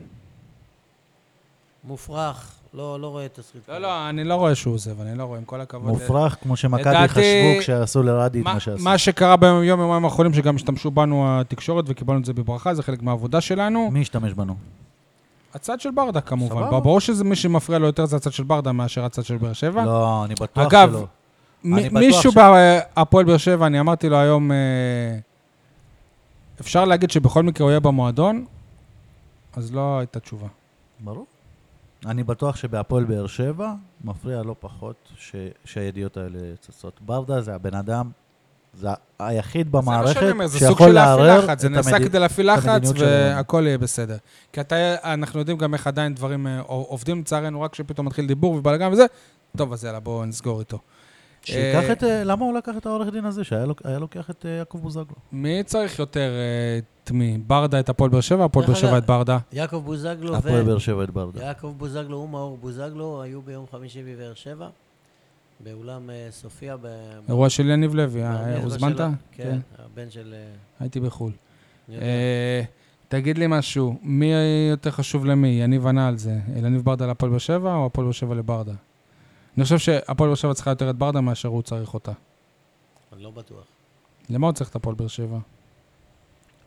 Speaker 3: מופרך, לא, לא רואה תסריט.
Speaker 1: לא, לא, אני לא רואה שהוא עוזב, אני לא רואה, עם כל הכבוד.
Speaker 2: מופרך, כמו שמכבי
Speaker 1: לדעתי-
Speaker 2: חשבו כשעשו לרדי את
Speaker 1: מה-
Speaker 2: מה שעשו.
Speaker 1: מה שקרה ביום יום, יומיים האחרונים, שגם השתמשו בנו התקשורת וקיבלנו את זה בברכה, זה חלק מהעבודה שלנו.
Speaker 2: מי השתמש בנו?
Speaker 1: הצד של ברדה כמובן.
Speaker 2: סבבה.
Speaker 1: ברור שזה מי שמפריע לו יותר זה הצד של ברדה מאשר הצד של באר שבע.
Speaker 2: לא, אני בטוח
Speaker 1: אגב,
Speaker 2: שלא.
Speaker 1: מ-
Speaker 2: אני בטוח
Speaker 1: מישהו
Speaker 2: ש-
Speaker 1: בהפועל באר שבע, אני אמרתי לו היום, אה, אפשר להגיד שבכל מקרה הוא יהיה במועדון, אז לא הייתה תשובה.
Speaker 2: ברור. אני בטוח שבהפועל באר שבע מפריע לא פחות ש... שהידיעות האלה צצות. ברדה זה הבן אדם, זה היחיד במערכת
Speaker 1: זה מה שאני אומר, זה סוג
Speaker 2: שיכול
Speaker 1: של להפעיל
Speaker 2: לערער
Speaker 1: לחץ, זה
Speaker 2: את
Speaker 1: נעשה
Speaker 2: המדינה.
Speaker 1: כדי להפעיל
Speaker 2: את
Speaker 1: לחץ
Speaker 2: המדיניות שלהם.
Speaker 1: והכל יהיה בסדר. כי אתה, אנחנו יודעים גם איך עדיין דברים אה, עובדים לצערנו, רק כשפתאום מתחיל דיבור ובלאגן וזה, טוב, אז יאללה, בואו נסגור איתו.
Speaker 2: שייקח
Speaker 1: אה,
Speaker 2: את... אה, למה הוא לקח את העורך דין הזה, שהיה לוק- היה לוקח את אה, יעקב בוזגלו?
Speaker 1: מי צריך יותר אה, תמי? ברדה את הפועל באר שבע, הפועל באר
Speaker 3: דרך
Speaker 1: שבע
Speaker 3: אגב-
Speaker 1: את ברדה?
Speaker 3: יעקב בוזגלו ו...
Speaker 2: הפועל באר שבע את ברדה.
Speaker 3: יעקב בוזגלו ומאור בוזגלו היו ביום חמישי בבאר שבע, באולם אה, סופיה. ב...
Speaker 1: אירוע של יניב לוי, אה,
Speaker 3: במזרע
Speaker 1: הוזמנת?
Speaker 3: שלה. כן, הבן של... אה,
Speaker 1: הייתי בחו"ל.
Speaker 3: אני יודע.
Speaker 1: אה, תגיד לי משהו, מי יותר חשוב למי? יניב ענה על זה. אה, יניב ברדה להפועל באר שבע או הפועל באר שבע לברדה? אני חושב שהפועל באר שבע צריכה יותר את ברדה מאשר הוא צריך אותה.
Speaker 3: אני לא בטוח.
Speaker 1: למה הוא צריך את הפועל באר שבע?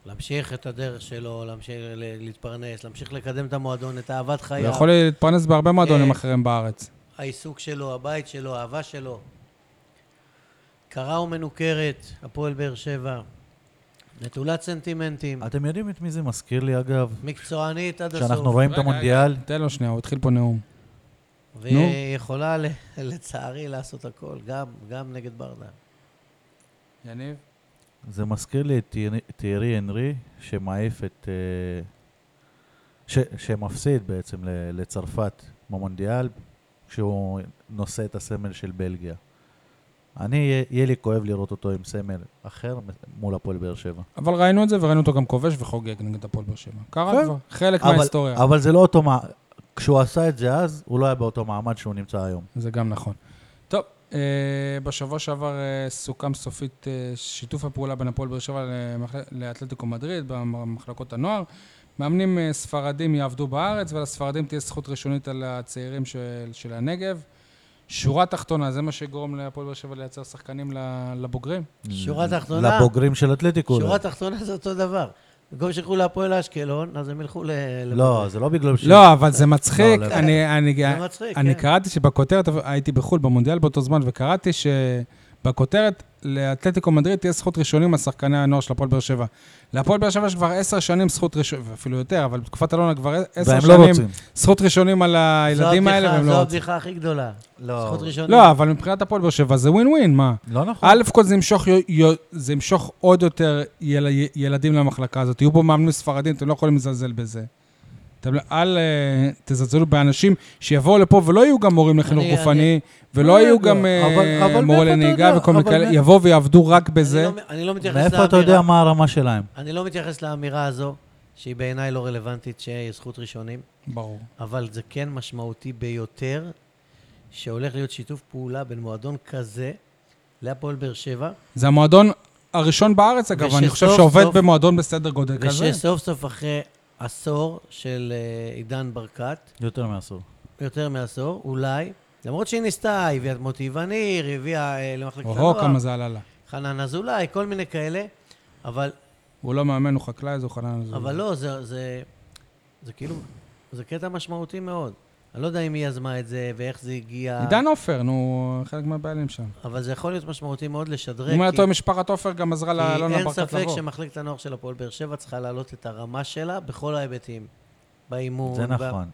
Speaker 3: להמשיך את הדרך שלו, להמשיך ל- להתפרנס, להמשיך לקדם את המועדון, את אהבת
Speaker 1: הוא
Speaker 3: חייו,
Speaker 1: יכול להתפרנס בהרבה מועדונים
Speaker 3: אה,
Speaker 1: אחרים בארץ.
Speaker 3: העיסוק שלו, הבית שלו, האהבה שלו. קרה ומנוכרת, הפועל באר שבע, נטולת סנטימנטים,
Speaker 2: אתם יודעים את מי זה מזכיר לי, אגב?
Speaker 3: מקצוענית עד הסוף.
Speaker 2: כשאנחנו רואים את
Speaker 1: רגע, רגע.
Speaker 2: המונדיאל,
Speaker 1: תן לו שנייה, הוא התחיל פה נאום.
Speaker 3: והיא יכולה, ל- לצערי, לעשות הכל, גם, גם נגד ברדה.
Speaker 1: יניב?
Speaker 2: זה מזכיר לי את תיארי- תיארי הנרי, שמעיף את... אה, ש, שמפסיד בעצם ל- לצרפת במונדיאל, כשהוא נושא את הסמל של בלגיה. אני, יהיה- יהיה לי כואב לראות אותו עם סמל אחר מול הפועל באר שבע.
Speaker 1: אבל ראינו את זה וראינו אותו גם כובש וחוגג נגד הפועל באר שבע. קרה
Speaker 2: כן.
Speaker 1: כבר, חלק
Speaker 2: אבל-
Speaker 1: מההיסטוריה.
Speaker 2: אבל זה לא אותו מע... כשהוא עשה את זה אז, הוא לא היה באותו מעמד שהוא נמצא היום.
Speaker 1: זה גם נכון. טוב, אה, בשבוע שעבר אה, סוכם סופית אה, שיתוף הפעולה בין הפועל באר שבע למחל- לאתלטיקו מדריד במחלקות הנוער. מאמנים אה, ספרדים יעבדו בארץ, ולספרדים תהיה זכות ראשונית על הצעירים של, של הנגב. שורה תחתונה, זה מה שיגרום להפועל באר שבע לייצר שחקנים ל- לבוגרים?
Speaker 3: שורה תחתונה.
Speaker 2: לבוגרים של אתלטיקו. אולי.
Speaker 3: שורה תחתונה זה אותו דבר. במקום שילכו להפועל אשקלון, אז הם ילכו ל...
Speaker 2: לא, זה לא בגלל ש...
Speaker 1: לא, אבל זה מצחיק.
Speaker 2: לא, לא.
Speaker 1: אני, אני,
Speaker 3: זה מצחיק,
Speaker 1: אני
Speaker 3: כן.
Speaker 1: קראתי שבכותרת, הייתי בחו"ל במונדיאל באותו זמן, וקראתי שבכותרת לאתלטיקו מדריד תהיה זכות ראשונים על שחקני הנוער של הפועל באר שבע. להפועל באר שבע יש כבר עשר שנים זכות ראשונים, אפילו יותר, אבל בתקופת אלונה כבר עשר
Speaker 2: והם לא
Speaker 1: שנים
Speaker 2: רוצים.
Speaker 1: זכות ראשונים על הילדים
Speaker 3: זו
Speaker 1: האלה,
Speaker 3: הבדיחה-
Speaker 1: והם
Speaker 3: זו
Speaker 1: לא רוצים.
Speaker 3: הבדיחה הכי גדולה.
Speaker 2: לא,
Speaker 3: זכות ראשונים.
Speaker 1: לא, אבל מבחינת הפועל באר שבע זה ווין ווין, מה?
Speaker 2: לא נכון.
Speaker 1: א' כל זה ימשוך, יו- יו- זה ימשוך עוד יותר יל, ילדים למחלקה הזאת. יהיו פה מאמנים ספרדים, אתם לא יכולים לזלזל בזה. אתם אל אה, תזלזלו באנשים שיבואו לפה ולא יהיו גם מורים לחינוך
Speaker 3: אני-
Speaker 1: גופני,
Speaker 2: לא
Speaker 1: ולא יהיו
Speaker 2: יודע,
Speaker 1: גם
Speaker 2: אבל-
Speaker 1: אה,
Speaker 2: אבל מאיפה
Speaker 1: מורי
Speaker 2: אתה
Speaker 1: לנהיגה
Speaker 2: יודע?
Speaker 1: וכל מיני
Speaker 2: אבל
Speaker 1: כאלה,
Speaker 2: מא-
Speaker 1: יבואו ויעבדו רק
Speaker 3: אני
Speaker 1: בזה.
Speaker 3: לא- אני לא מתייחס לאמירה...
Speaker 2: מאיפה אתה יודע מה הרמה שלהם?
Speaker 3: אני לא מתייחס לאמירה הזו, שהיא בעיניי לא רלוונטית, שיהיה זכות ראשונים,
Speaker 1: ברור.
Speaker 3: אבל זה כן משמעותי ביותר, שהולך להיות שיתוף פעולה בין מועדון כזה להפועל באר שבע,
Speaker 1: זה המועדון הראשון בארץ, אגב, אני
Speaker 3: ושסוף-
Speaker 1: חושב שעובד
Speaker 3: סוף-
Speaker 1: במועדון בסדר גודל כזה.
Speaker 3: ושסוף סוף אחרי עשור של אה, עידן ברקת,
Speaker 2: יותר מעשור.
Speaker 3: יותר מעשור, אולי, למרות שהיא ניסתה, הביאה את מוטי וניר, הביאה אה, למחלקת
Speaker 1: או,
Speaker 3: הנוער,
Speaker 1: כמה זה עלה לה.
Speaker 3: חנן אזולאי, כל מיני כאלה, אבל
Speaker 1: הוא לא מאמן, הוא חקלאי, זו חנן אזולאי.
Speaker 3: אבל לא, זה, זה, זה כאילו, זה קטע משמעותי מאוד. אני לא יודע אם היא יזמה את זה ואיך זה הגיע,
Speaker 1: עידן עופר, נו, חלק מהבעלים שם.
Speaker 3: אבל זה יכול להיות משמעותי מאוד לשדרג.
Speaker 1: אם אני
Speaker 3: כי-
Speaker 1: טועה, משפחת עופר גם עזרה
Speaker 3: כי
Speaker 1: לאלונה
Speaker 3: אין
Speaker 1: ברקת
Speaker 3: ספק
Speaker 1: לבוא.
Speaker 3: שמחלקת הנוער של הפועל באר שבע צריכה להעלות את הרמה שלה בכל ההיבטים. באימון.
Speaker 2: זה
Speaker 3: ב-
Speaker 2: נכון.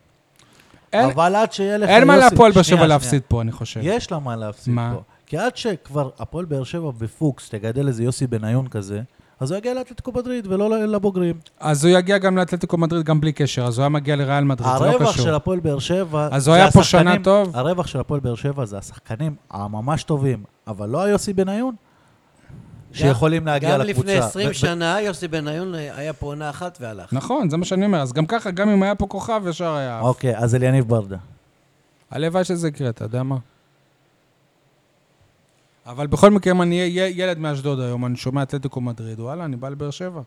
Speaker 1: אין-
Speaker 2: אבל עד שיהיה לך...
Speaker 1: אין מה
Speaker 2: יוסי-
Speaker 1: להפועל באר שבע
Speaker 2: שנייה, שנייה.
Speaker 1: להפסיד פה, אני חושב.
Speaker 2: יש לה מה להפסיד
Speaker 1: מה?
Speaker 2: פה. כי עד שכבר הפועל באר שבע בפוקס תגדל איזה יוסי בניון כזה, אז הוא יגיע לאתלטיקו מדריד ולא ל- לבוגרים.
Speaker 1: אז הוא יגיע גם לאתלטיקו מדריד גם בלי קשר, אז הוא היה מגיע לריאל מדריד, זה לא
Speaker 2: הרווח
Speaker 1: קשור.
Speaker 2: של הפועל באר שבע...
Speaker 1: אז
Speaker 2: זה
Speaker 1: הוא היה פה
Speaker 2: השחקנים-
Speaker 1: שנה טוב?
Speaker 2: הרווח של הפועל באר שבע זה השחקנים הממש טובים, אבל לא היוסי בניון, שיכולים להגיע
Speaker 3: גם
Speaker 2: לקבוצה.
Speaker 3: לפני 20
Speaker 2: ו- ו-
Speaker 3: שנה יוסי בניון אה, היה פה עונה אחת והלך.
Speaker 1: נכון, זה מה שאני אומר. אז גם ככה, גם אם היה פה כוכב, ישר היה. עף.
Speaker 2: אוקיי, אז אליניב ברדה.
Speaker 1: הלוואי שזה יקרה, אתה יודע מה? אבל בכל מקרה, אם אני אהיה ילד מאשדוד היום, אני שומע אתלטיקו מדריד, וואלה, אני בא לבאר שבע.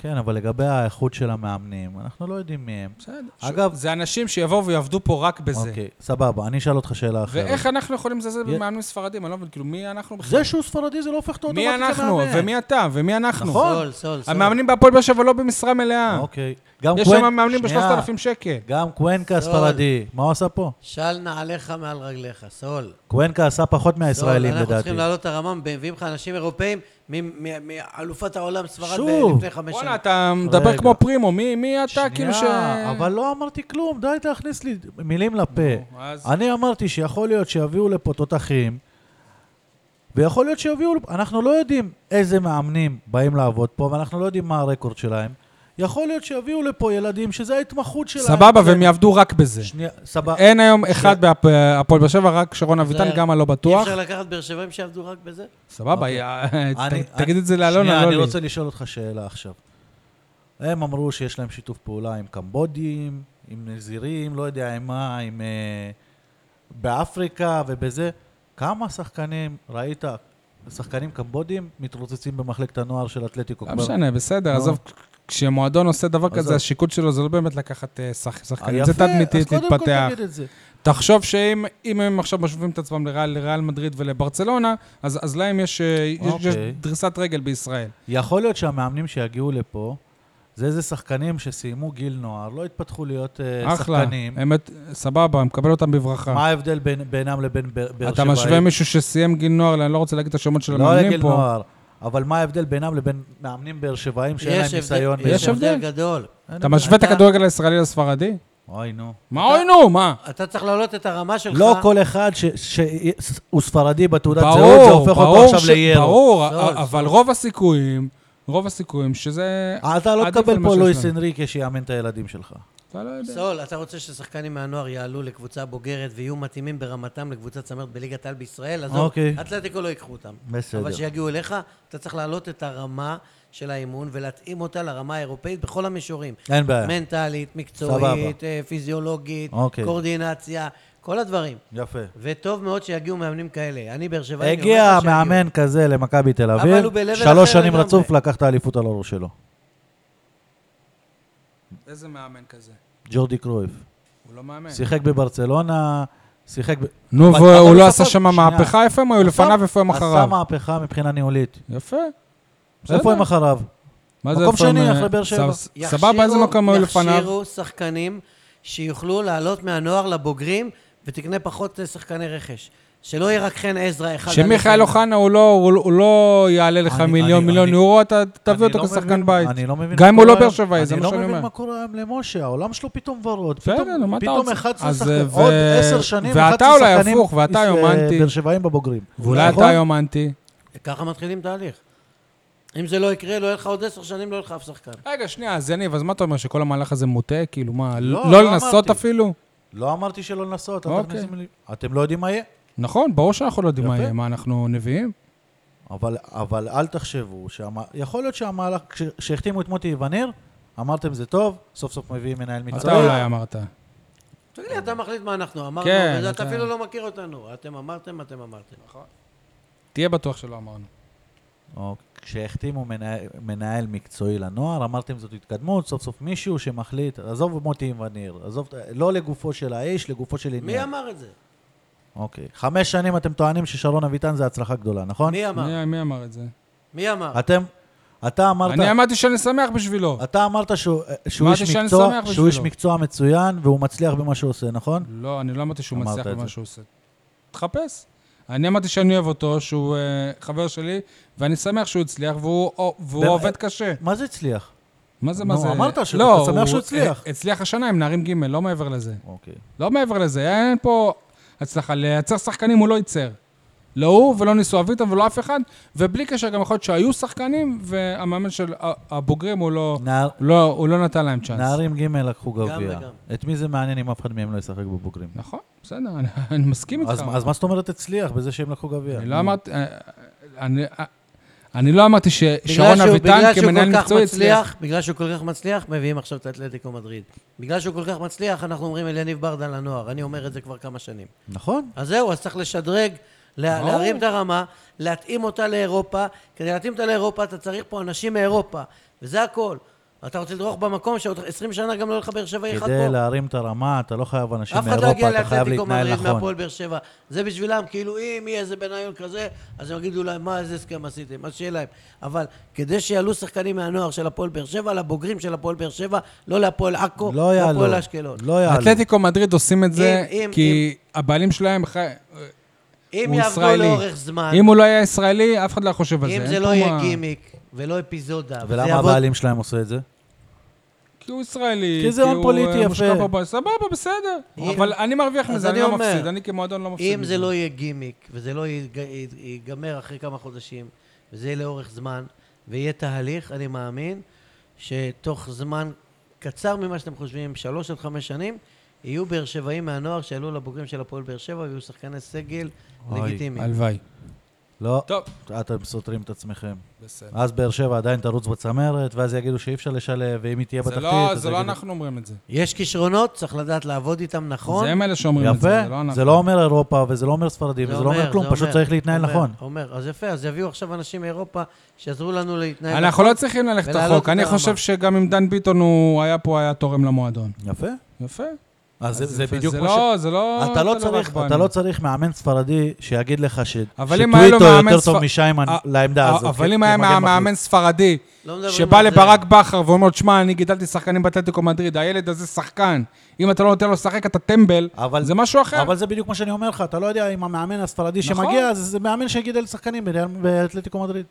Speaker 2: כן, אבל לגבי האיכות של המאמנים, אנחנו לא יודעים מי הם.
Speaker 1: בסדר.
Speaker 2: אגב-
Speaker 1: אגב, זה אנשים שיבואו ויעבדו פה רק בזה.
Speaker 2: אוקיי, סבבה, אני אשאל אותך שאלה אחרת.
Speaker 1: ואיך אנחנו יכולים לזלזל
Speaker 2: י-
Speaker 1: במאמנים ספרדים? אני לא מבין, כאילו, מי אנחנו בכלל?
Speaker 2: זה שהוא ספרדי זה לא הופך אותו
Speaker 1: מי
Speaker 2: אוטומטית למאמן.
Speaker 1: אנחנו? ומי אתה? ומי אנחנו?
Speaker 2: נכון.
Speaker 3: סול, סול, סול.
Speaker 1: המאמנים בהפועל באר שבע לא במשרה מלאה.
Speaker 2: אוקיי. גם
Speaker 1: יש
Speaker 2: קוונ-
Speaker 1: שם מאמנים
Speaker 2: שנייה.
Speaker 1: ב-3,000 שקל.
Speaker 2: גם קוונקה
Speaker 3: סול.
Speaker 2: ספרדי, מה הוא עשה פה?
Speaker 3: של נעליך מעל רגליך, סול.
Speaker 2: קוונקה עשה פחות מהישראלים
Speaker 3: אנחנו
Speaker 2: לדעתי.
Speaker 3: צריכים להעלות את הרמה, מביאים לך אנשים אירופאים מ- מ- מאלופת העולם ספרד
Speaker 2: שוב.
Speaker 3: ב- לפני חמש שנים.
Speaker 1: וואלה, אתה מדבר
Speaker 2: רגע.
Speaker 1: כמו פרימו, מי- מי אתה כאילו ש...
Speaker 2: שנייה, אבל לא אמרתי כלום, די תכניס לי מילים לפה.
Speaker 1: אז-
Speaker 2: אני אמרתי שיכול להיות שיביאו לפה תותחים, ויכול להיות שיביאו, לפה- אנחנו לא יודעים איזה מאמנים באים לעבוד פה, ואנחנו לא יודעים מה הרקורד שלהם. יכול להיות שיביאו לפה ילדים שזה ההתמחות שלהם.
Speaker 1: סבבה,
Speaker 2: זה-
Speaker 1: והם יעבדו רק בזה.
Speaker 2: לא שנייה, סבבה.
Speaker 1: אין היום אחד בהפועל באר שבע, רק שרון אביטן,
Speaker 3: זה-
Speaker 1: גם הלא
Speaker 3: אי
Speaker 1: בטוח.
Speaker 3: אפשר לקחת באר שבעים שיעבדו רק בזה?
Speaker 1: סבבה,
Speaker 2: אוקיי.
Speaker 1: יא- ת-
Speaker 2: אני-
Speaker 1: תגיד את זה
Speaker 2: שנייה,
Speaker 1: לאלונה, לא
Speaker 2: אני
Speaker 1: לי.
Speaker 2: רוצה לשאול אותך שאלה עכשיו. הם אמרו שיש להם שיתוף פעולה עם קמבודים, עם נזירים, לא יודע עם מה, עם... אה, באפריקה ובזה. כמה שחקנים, ראית, שחקנים קמבודים מתרוצצים במחלקת הנוער של אתלטיקו?
Speaker 1: לא
Speaker 2: כבר?
Speaker 1: משנה, בסדר,
Speaker 2: נו.
Speaker 1: עזוב. כשמועדון עושה דבר
Speaker 2: עזוב.
Speaker 1: כזה, השיקול שלו זה לא באמת לקחת אה, שח-
Speaker 2: אה,
Speaker 1: שחקנים,
Speaker 2: יפה,
Speaker 1: זה תדמיתית,
Speaker 2: אז קודם כל
Speaker 1: להתפתח.
Speaker 2: תגיד את זה.
Speaker 1: תחשוב שאם אם הם עכשיו משווים את עצמם לריאל, לריאל מדריד ולברצלונה, אז, אז להם יש, אה, יש, יש
Speaker 2: אוקיי.
Speaker 1: דריסת רגל בישראל.
Speaker 2: יכול להיות שהמאמנים שיגיעו לפה, זה איזה שחקנים שסיימו גיל נוער, לא התפתחו להיות אה,
Speaker 1: אחלה,
Speaker 2: שחקנים.
Speaker 1: אמת, סבבה, מקבל אותם בברכה.
Speaker 2: מה ההבדל בין- בינם לבין באר שבע?
Speaker 1: אתה משווה מישהו שסיים גיל נוער, אני לא רוצה להגיד את השמות של
Speaker 2: לא
Speaker 1: המאמנים
Speaker 2: לגיל
Speaker 1: פה.
Speaker 2: נוער, אבל מה ההבדל בינם לבין מאמנים באר שבעים שאין להם
Speaker 3: יש הבדל-
Speaker 2: ניסיון?
Speaker 1: יש
Speaker 2: בזה? כן.
Speaker 1: הבדל.
Speaker 3: גדול.
Speaker 2: אין
Speaker 1: אתה
Speaker 2: הבדל.
Speaker 1: משווה את
Speaker 3: אתה-
Speaker 1: הכדורגל הישראלי לספרדי?
Speaker 2: אוי, נו.
Speaker 1: מה אוינו, מה?
Speaker 3: אתה צריך להעלות את הרמה שלך.
Speaker 2: לא כל אחד שהוא ספרדי בתעודת זהות, זה
Speaker 1: ברור,
Speaker 2: הופך אותו
Speaker 1: ברור,
Speaker 2: עכשיו
Speaker 1: ש-
Speaker 2: לאיירו.
Speaker 1: ברור,
Speaker 3: זול,
Speaker 1: א-
Speaker 3: זול.
Speaker 1: אבל רוב הסיכויים, רוב הסיכויים שזה...
Speaker 2: אתה לא
Speaker 1: עדיף על
Speaker 2: תקבל
Speaker 1: מה
Speaker 2: פה
Speaker 1: שיש
Speaker 2: לואיס
Speaker 1: לנו.
Speaker 2: אנריקה שיאמן את הילדים שלך.
Speaker 1: אתה לא
Speaker 2: כן.
Speaker 1: יודע.
Speaker 3: סול, אתה רוצה ששחקנים מהנוער יעלו לקבוצה בוגרת ויהיו מתאימים ברמתם לקבוצת צמרת בליגת העל בישראל? עזוב,
Speaker 2: אוקיי.
Speaker 3: אתלטיקו לא ייקחו אותם.
Speaker 2: בסדר.
Speaker 3: אבל שיגיעו אליך, אתה צריך להעלות את הרמה של האימון ולהתאים אותה לרמה האירופאית בכל המישורים.
Speaker 2: אין בעיה.
Speaker 3: מנטלית, מקצועית, אה, פיזיולוגית,
Speaker 2: אה. אוקיי.
Speaker 3: קואורדינציה, כל הדברים.
Speaker 2: יפה.
Speaker 3: וטוב מאוד שיגיעו מאמנים כאלה. אני באר שבעי, אני אומר
Speaker 2: הגיע
Speaker 3: לך שיגיעו.
Speaker 2: מאמן כזה למכבי תל
Speaker 3: אבל
Speaker 2: אביב,
Speaker 3: הוא ב-level
Speaker 2: שלוש
Speaker 3: אחר
Speaker 2: שנים
Speaker 3: לגמרי.
Speaker 2: רצוף לקח את האליפות על הראש שלו.
Speaker 1: איזה מאמן כזה?
Speaker 2: ג'ורדי קרויף.
Speaker 1: הוא לא מאמן.
Speaker 2: שיחק בברצלונה, שיחק ב...
Speaker 1: נו,
Speaker 2: אבל-
Speaker 1: והוא
Speaker 2: אבל
Speaker 1: לא
Speaker 2: בסוף-
Speaker 1: עשה שם
Speaker 2: שנייה.
Speaker 1: מהפכה? איפה הם היו
Speaker 2: עשה-
Speaker 1: לפניו, איפה הם
Speaker 2: עשה
Speaker 1: אחריו?
Speaker 2: מהפכה מבחינה ניהולית.
Speaker 1: יפה.
Speaker 2: איפה הם אחריו?
Speaker 1: מה זה
Speaker 2: מקום
Speaker 1: איפה הם,
Speaker 2: שני
Speaker 1: אה,
Speaker 2: אחרי באר שבע.
Speaker 1: סב-
Speaker 3: יכשירו-
Speaker 1: סבבה, איזה מקום היו לפניו?
Speaker 3: יכשירו שחקנים שיוכלו לעלות מהנוער לבוגרים, ותקנה פחות אה, שחקני רכש. שלא יהיה רק חן עזרא אחד... על
Speaker 1: שמיכאל
Speaker 3: אחד.
Speaker 1: אוחנה הוא לא- הוא לא- הוא לא יעלה לך
Speaker 2: אני-
Speaker 1: מיליון,
Speaker 2: אני-
Speaker 1: מיליון
Speaker 2: אני-
Speaker 1: יורו, אתה
Speaker 2: אני
Speaker 1: תביא אותו
Speaker 2: לא
Speaker 1: כשחקן
Speaker 2: מבין-
Speaker 1: בית.
Speaker 2: אני לא מבין
Speaker 1: גם
Speaker 2: מה
Speaker 1: אם הוא לא
Speaker 2: קורה-
Speaker 1: באר שבעי, זה מה שאני
Speaker 2: אני לא
Speaker 1: אומר.
Speaker 2: מבין מה קורה היום למשה, העולם שלו פתאום ורוד.
Speaker 1: בסדר,
Speaker 2: פתאום-
Speaker 1: נו, מה אתה
Speaker 2: פתאום
Speaker 1: רוצה?
Speaker 2: 11
Speaker 1: אז, אה,
Speaker 2: שחקנים,
Speaker 1: ו-
Speaker 2: עוד 10 שנים,
Speaker 1: ואתה
Speaker 2: 11
Speaker 1: אולי
Speaker 2: שחקנים
Speaker 1: הפוך, ואתה
Speaker 2: אה,
Speaker 1: היום אנטי.
Speaker 2: באר שבעים בבוגרים.
Speaker 1: ואולי
Speaker 2: נכון?
Speaker 1: אתה היום אנטי.
Speaker 3: ככה מתחילים תהליך. אם זה לא יקרה, לא יהיה לך עוד עשר שנים, לא יהיה לך אף שחקן.
Speaker 1: רגע, שנייה, אז יניב, אז מה אתה אומר, שכל המהלך הזה מוטה? כאילו, מה,
Speaker 2: לא,
Speaker 1: לא,
Speaker 2: לא
Speaker 1: לנסות
Speaker 2: אמרתי.
Speaker 1: אפילו?
Speaker 2: לא אמרתי שלא לנסות, אל
Speaker 1: אוקיי.
Speaker 2: תכניסו לי... אתם לא יודעים מה יהיה.
Speaker 1: נכון, ברור שאנחנו לא יודעים מה
Speaker 2: יפה.
Speaker 1: יהיה, מה, אנחנו נביאים?
Speaker 2: אבל, אבל אל תחשבו, שהמה... יכול להיות שהמהלך, כש- כשהחתימו את מוטי איווניר, אמרתם זה טוב, סוף סוף מביאים מנהל
Speaker 1: אתה
Speaker 2: מקצועי.
Speaker 1: אולי אמרת.
Speaker 3: תגיד לי, אתה מחליט מה אנחנו אמרנו,
Speaker 1: כן, אתה-
Speaker 3: וזה-
Speaker 1: נכון.
Speaker 3: אתה אפילו לא מכיר אותנו. אתם אמרתם, אתם אמרתם.
Speaker 1: תהיה בטוח שלא אמרנו.
Speaker 2: או כשהחתימו מנהל, מנהל מקצועי לנוער, אמרתם זאת התקדמות, סוף סוף מישהו שמחליט, עזוב מוטי איווניר, עזוב, לא לגופו של האיש, לגופו של
Speaker 1: נכון.
Speaker 3: מי
Speaker 2: עניין.
Speaker 3: אמר את זה?
Speaker 2: אוקיי. חמש שנים אתם טוענים ששרון אביטן זה הצלחה גדולה, נכון?
Speaker 3: מי אמר?
Speaker 1: מי- מי אמר את זה?
Speaker 3: מי אמר?
Speaker 2: אתם, אתה אמרת...
Speaker 1: אני אמרתי שאני שמח בשבילו.
Speaker 2: אתה אמרת שהוא, שהוא,
Speaker 1: אמרתי
Speaker 2: איש
Speaker 1: שאני
Speaker 2: מקצוע,
Speaker 1: שמח
Speaker 2: שהוא איש
Speaker 1: בשבילו.
Speaker 2: מקצוע מצוין והוא מצליח במה שהוא עושה, נכון?
Speaker 1: לא, אני לא אמרתי שהוא
Speaker 2: אמרת
Speaker 1: מצליח
Speaker 2: את
Speaker 1: במה
Speaker 2: זה.
Speaker 1: שהוא עושה. תחפש. אני אמרתי שאני אוהב אותו, שהוא אה, חבר שלי, ואני שמח שהוא הצליח, והוא או- והוא
Speaker 2: באמת?
Speaker 1: עובד קשה.
Speaker 2: מה זה הצליח?
Speaker 1: מה זה,
Speaker 2: נו,
Speaker 1: מה זה?
Speaker 2: אמרת שהוא-
Speaker 1: לא,
Speaker 2: אתה שמח
Speaker 1: הוא-
Speaker 2: שהוא הצליח.
Speaker 1: אה, הצליח השנה עם נערים ג', לא מעבר לזה.
Speaker 2: אוקיי.
Speaker 1: לא מעבר לזה, אין פה הצלחה. לייצר שחקנים הוא לא ייצר. לא הוא ולא ניסו אביטן ולא אף אחד, ובלי קשר גם יכול להיות שהיו שחקנים, והמאמן של ה- הבוגרים הוא לא,
Speaker 2: נער,
Speaker 1: לא, הוא לא נתן להם צ'אנס.
Speaker 2: נערים ג' לקחו
Speaker 3: גם
Speaker 2: גביע.
Speaker 3: וגם.
Speaker 2: את מי זה מעניין אם אף אחד מהם לא ישחק בבוגרים?
Speaker 1: נכון, בסדר, אני, אני מסכים איתך.
Speaker 2: אז, אז מה זאת אומרת הצליח בזה שהם לקחו גביע?
Speaker 1: נכון. אני לא אמרתי, אה, אני, אה, אני לא אמרתי
Speaker 3: בגלל
Speaker 1: ששרון
Speaker 3: שהוא-
Speaker 1: אביטן
Speaker 3: בגלל שהוא
Speaker 1: כמנהל
Speaker 3: כל כך
Speaker 1: מקצועי הצליח.
Speaker 3: מצליח, בגלל שהוא כל כך מצליח, מביאים עכשיו את אתלטיקו מדריד. בגלל שהוא כל כך מצליח, אנחנו אומרים אל יניב ברדה לנוער. אני אומר את זה כבר כמה שנים.
Speaker 2: נכון.
Speaker 3: אז זהו, אז צריך לשדרג, לה,
Speaker 1: ברור.
Speaker 3: להרים את הרמה, להתאים אותה לאירופה. כדי להתאים אותה לאירופה, אתה צריך פה אנשים מאירופה, וזה הכל. אתה רוצה לדרוך במקום שעוד 20 שנה גם לא יהיה לך באר שבע אחד
Speaker 2: כדי
Speaker 3: פה.
Speaker 2: להרים את הרמה, אתה לא חייב אנשים
Speaker 3: אף אחד לא יגיע
Speaker 2: מאירופה, אתה חייב
Speaker 3: לאתלטיקו
Speaker 2: להתנהל
Speaker 3: מדריד
Speaker 2: נכון.
Speaker 3: מהפועל באר שבע. זה בשבילם, כאילו אם יהיה איזה בניון כזה, אז הם יגידו להם, מה איזה הסכם עשיתם, אז שיהיה להם. אבל כדי שיעלו שחקנים מהנוער של הפועל באר שבע, לבוגרים של הפועל באר שבע, לא להפועל עכו,
Speaker 2: לא יעלו.
Speaker 3: להפועל אשקלון.
Speaker 2: לא יעלו.
Speaker 1: אתלטיקו מדריד עושים את זה,
Speaker 3: אם- אם-
Speaker 1: כי הבעלים שלהם חי...
Speaker 3: אם
Speaker 1: הוא
Speaker 3: יעבדו
Speaker 1: ישראלי.
Speaker 3: לאורך זמן,
Speaker 1: אם הוא לא היה ישראלי, אף אחד לא היה חושב על זה.
Speaker 3: אם
Speaker 1: אין
Speaker 3: זה
Speaker 1: פה
Speaker 3: לא יהיה
Speaker 1: מה-
Speaker 3: גימיק ולא אפיזודה, וזה
Speaker 2: ולמה
Speaker 3: יעבוד
Speaker 2: הבעלים שלהם עושה את זה?
Speaker 1: כי הוא ישראלי,
Speaker 2: כי זה הון
Speaker 1: הוא,
Speaker 2: פוליטי
Speaker 1: אה, מושקע פה
Speaker 2: יפה.
Speaker 1: ב- סבבה, בסדר.
Speaker 3: אם-
Speaker 1: אבל אני מרוויח
Speaker 3: אז
Speaker 1: מזה, אני
Speaker 3: אני
Speaker 1: לא
Speaker 3: אומר,
Speaker 1: מפסיד, אני כמועדון לא מפסיד.
Speaker 3: אם
Speaker 1: מזה.
Speaker 3: זה לא יהיה גימיק, וזה לא ייג- ייג- ייגמר אחרי כמה חודשים, וזה יהיה לאורך זמן, ויהיה תהליך, אני מאמין, שתוך זמן קצר ממה שאתם חושבים, שלוש עד חמש שנים, יהיו באר שבעים מהנוער שעלו לבוגרים של הפועל באר שבע, ויהיו שחקני סגל
Speaker 2: אוי,
Speaker 3: לגיטימיים.
Speaker 1: הלוואי.
Speaker 2: לא,
Speaker 1: טוב,
Speaker 2: אתם סותרים את עצמכם.
Speaker 1: בסדר.
Speaker 2: אז באר שבע עדיין תרוץ בצמרת, ואז יגידו שאי אפשר לשלב, ואם היא תהיה
Speaker 1: זה
Speaker 2: בתחתית,
Speaker 1: לא-
Speaker 2: אז
Speaker 1: זה לא
Speaker 2: יגידו-
Speaker 1: אנחנו אומרים את זה.
Speaker 3: יש כישרונות, צריך לדעת לעבוד איתם נכון.
Speaker 1: זה הם אלה שאומרים את זה, זה לא
Speaker 2: יפה, זה
Speaker 1: אנחנו.
Speaker 2: לא אומר אירופה, וזה לא אומר ספרדים, וזה לא אומר כלום, פשוט
Speaker 3: אומר,
Speaker 2: צריך להתנהל
Speaker 3: אומר,
Speaker 2: נכון.
Speaker 3: אומר, אז יפה, אז יביאו עכשיו אנשים מאירופה שיעזרו לנו להתנהל נכון.
Speaker 1: אנחנו לא צריכים ללכת
Speaker 3: ולהעלות
Speaker 1: רחוק.
Speaker 3: את
Speaker 1: אני
Speaker 3: הרמה.
Speaker 1: חושב שגם אם דן ביטון הוא היה פה, היה תורם למועדון.
Speaker 2: יפה.
Speaker 1: יפה.
Speaker 2: אז זה-
Speaker 1: אז
Speaker 2: זה
Speaker 1: יפה,
Speaker 2: בדיוק
Speaker 1: זה
Speaker 2: כמו ש...
Speaker 1: לא, זה לא...
Speaker 2: אתה
Speaker 1: תלוי
Speaker 2: לא
Speaker 1: רק
Speaker 2: צריך, אתה
Speaker 1: בנו.
Speaker 2: לא צריך מאמן ספרדי שיגיד לך ש...
Speaker 1: אבל אם היה לו
Speaker 2: שטוויטו
Speaker 1: מאמן
Speaker 2: יותר
Speaker 1: ספ-
Speaker 2: טוב משיימן
Speaker 1: אה,
Speaker 2: לעמדה הזאת.
Speaker 1: אבל
Speaker 3: כן,
Speaker 2: כ-
Speaker 1: אם היה
Speaker 2: כמגן מחליף.
Speaker 1: מאמן ספרדי,
Speaker 3: לא מדברים
Speaker 1: שבא
Speaker 3: על זה.
Speaker 1: לברק בכר ואומר לו, שמע, אני גידלתי שחקנים באתלטיקו מדריד, הילד הזה שחקן, אם אתה לא נותן לו לשחק אתה טמבל,
Speaker 2: אבל-
Speaker 1: זה משהו אחר.
Speaker 2: אבל זה בדיוק מה שאני אומר לך, אתה לא יודע אם המאמן הספרדי
Speaker 1: נכון.
Speaker 2: שמגיע, אז זה מאמן שיגידל שחקנים בריאל- באתלטיקו מדריד.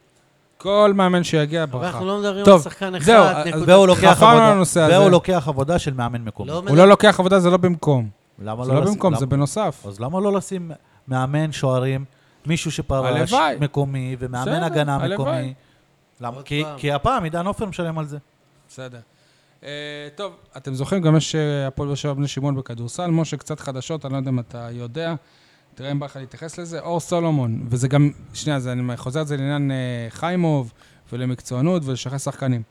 Speaker 1: כל מאמן שיגיע
Speaker 3: אבל
Speaker 1: ברכה.
Speaker 3: אנחנו לא מדברים
Speaker 1: טוב,
Speaker 3: על שחקן אחד,
Speaker 1: זהו, אז
Speaker 3: נקודה.
Speaker 2: והוא לוקח
Speaker 1: חפרנו על
Speaker 2: עבודה-
Speaker 1: הנושא הזה.
Speaker 2: והוא לוקח עבודה של מאמן מקומי.
Speaker 3: לא
Speaker 1: הוא לא לוקח עבודה, זה לא במקום.
Speaker 2: למה
Speaker 1: זה לא
Speaker 2: לשים-
Speaker 1: במקום,
Speaker 2: למה-
Speaker 1: זה בנוסף.
Speaker 2: אז למה לא לשים מאמן שוערים, מישהו שפרש
Speaker 1: הלוואי.
Speaker 2: מקומי, ומאמן
Speaker 1: בסדר,
Speaker 2: הגנה
Speaker 1: הלוואי.
Speaker 2: מקומי? למה?
Speaker 3: עוד
Speaker 2: כי-
Speaker 3: פעם.
Speaker 2: כי הפעם עידן עופר משלם על זה.
Speaker 1: בסדר. אה, טוב, אתם זוכרים, גם יש אה, הפועל באר שבע בני שמעון בכדורסל. משה, קצת חדשות, אני לא יודע אם אתה יודע. תראה אם בא לך להתייחס לזה. אור סולומון, וזה גם, שנייה, זה, אני חוזר את זה לעניין אה, חיימוב ולמקצוענות ולשחרר שחקנים.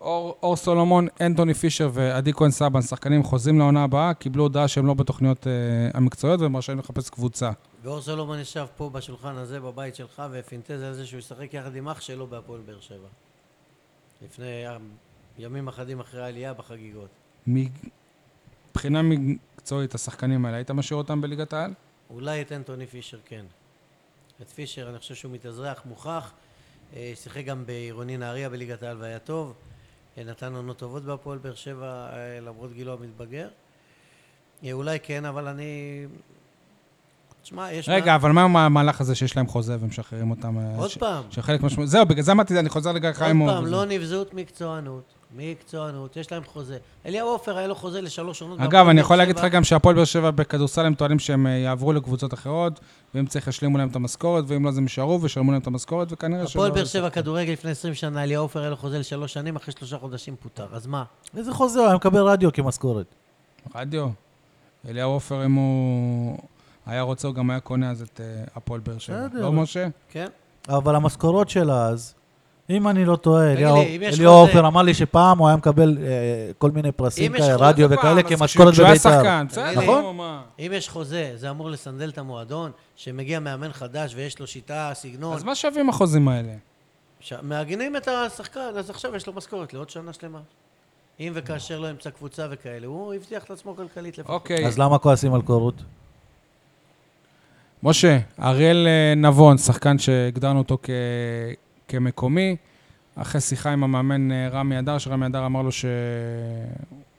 Speaker 1: אור, אור סולומון, אנטוני פישר ועדי כהן סבן, שחקנים חוזרים לעונה הבאה, קיבלו הודעה שהם לא בתוכניות אה, המקצועיות והם רשאים לחפש קבוצה.
Speaker 3: ואור סולומון ישב פה בשולחן הזה, בבית שלך, ופינטז על זה שהוא ישחק יחד עם אח שלו בהפועל באר שבע. לפני ים- ימים אחדים אחרי העלייה בחגיגות.
Speaker 1: מבחינה מקצועית, השחקנים האלה, היית משאיר אותם בליגת העל?
Speaker 3: אולי את אנטוני פישר כן. את פישר, אני חושב שהוא מתאזרח, מוכח. אה, שיחק גם בעירוני נהריה בליגת העל והיה טוב. אה, נתן עונות טובות בהפועל באר שבע, אה, למרות גילו המתבגר. אה, אולי כן, אבל אני... תשמע, יש...
Speaker 1: רגע, אבל מה עם המהלך הזה שיש להם חוזה ומשחררים אותם? אה,
Speaker 3: עוד
Speaker 1: ש-
Speaker 3: פעם.
Speaker 1: שחלק משמעותי. זהו, בגלל זה אמרתי, אני חוזר לגיא
Speaker 3: עוד
Speaker 1: חיימוב.
Speaker 3: פעם,
Speaker 1: וזה.
Speaker 3: לא נבזות מקצוענות. מקצוענות, יש להם חוזה. אליהו עופר היה לו חוזה לשלוש עונות.
Speaker 1: אגב,
Speaker 3: בהפועל
Speaker 1: אני
Speaker 3: באר
Speaker 1: יכול להגיד לך
Speaker 3: שבע.
Speaker 1: גם שהפועל באר שבע בכדורסל הם טוענים שהם אה, יעברו לקבוצות אחרות, ואם צריך ישלימו להם את המשכורת, ואם לא אז הם יישארו וישלמו להם את המשכורת, וכנראה שלא...
Speaker 3: הפועל באר שבע כדורגל לפני 20 שנה, אליהו עופר היה לו חוזה לשלוש שנים, אחרי שלושה חודשים פוטר. אז מה?
Speaker 2: איזה חוזה, הוא היה מקבל רדיו כמשכורת.
Speaker 1: רדיו. אליהו עופר, אם הוא היה רוצה, הוא גם היה קונה אז את אה, הפועל באר שבע.
Speaker 2: בסדר.
Speaker 1: לא, משה?
Speaker 3: כן?
Speaker 2: אבל המשכורות שלה אז, אם אני לא טועה,
Speaker 3: תגיד לי,
Speaker 2: אליהו
Speaker 3: אם יש
Speaker 2: אליהו
Speaker 3: חוזה-
Speaker 2: עופר אמר לי שפעם הוא היה מקבל אה, כל מיני פרסים
Speaker 3: אם יש
Speaker 2: כאלה,
Speaker 3: חוזה
Speaker 2: רדיו
Speaker 1: פעם,
Speaker 2: וכאלה,
Speaker 1: אז
Speaker 2: כמשכורת
Speaker 1: כשהוא היה
Speaker 2: בביתר.
Speaker 1: שחקן, בסדר,
Speaker 3: נכון.
Speaker 1: נו, מה?
Speaker 3: אם יש חוזה, זה אמור לסנדל את המועדון, שמגיע מאמן חדש ויש לו שיטה, סגנון.
Speaker 1: אז מה שווים החוזים האלה?
Speaker 3: ש... מעגנים את השחקן, אז עכשיו יש לו משכורת לעוד שנה שלמה. אם וכאשר לא ימצא קבוצה וכאלה, הוא הבטיח את עצמו כלכלית לפחות.
Speaker 1: אוקיי.
Speaker 2: אז למה כועסים על קורות?
Speaker 1: משה, אריאל אה, נבון, שחקן שהגדרנו אותו כ... כמקומי, אחרי שיחה עם המאמן אה, רמי אדר, שרמי אדר אמר לו שהוא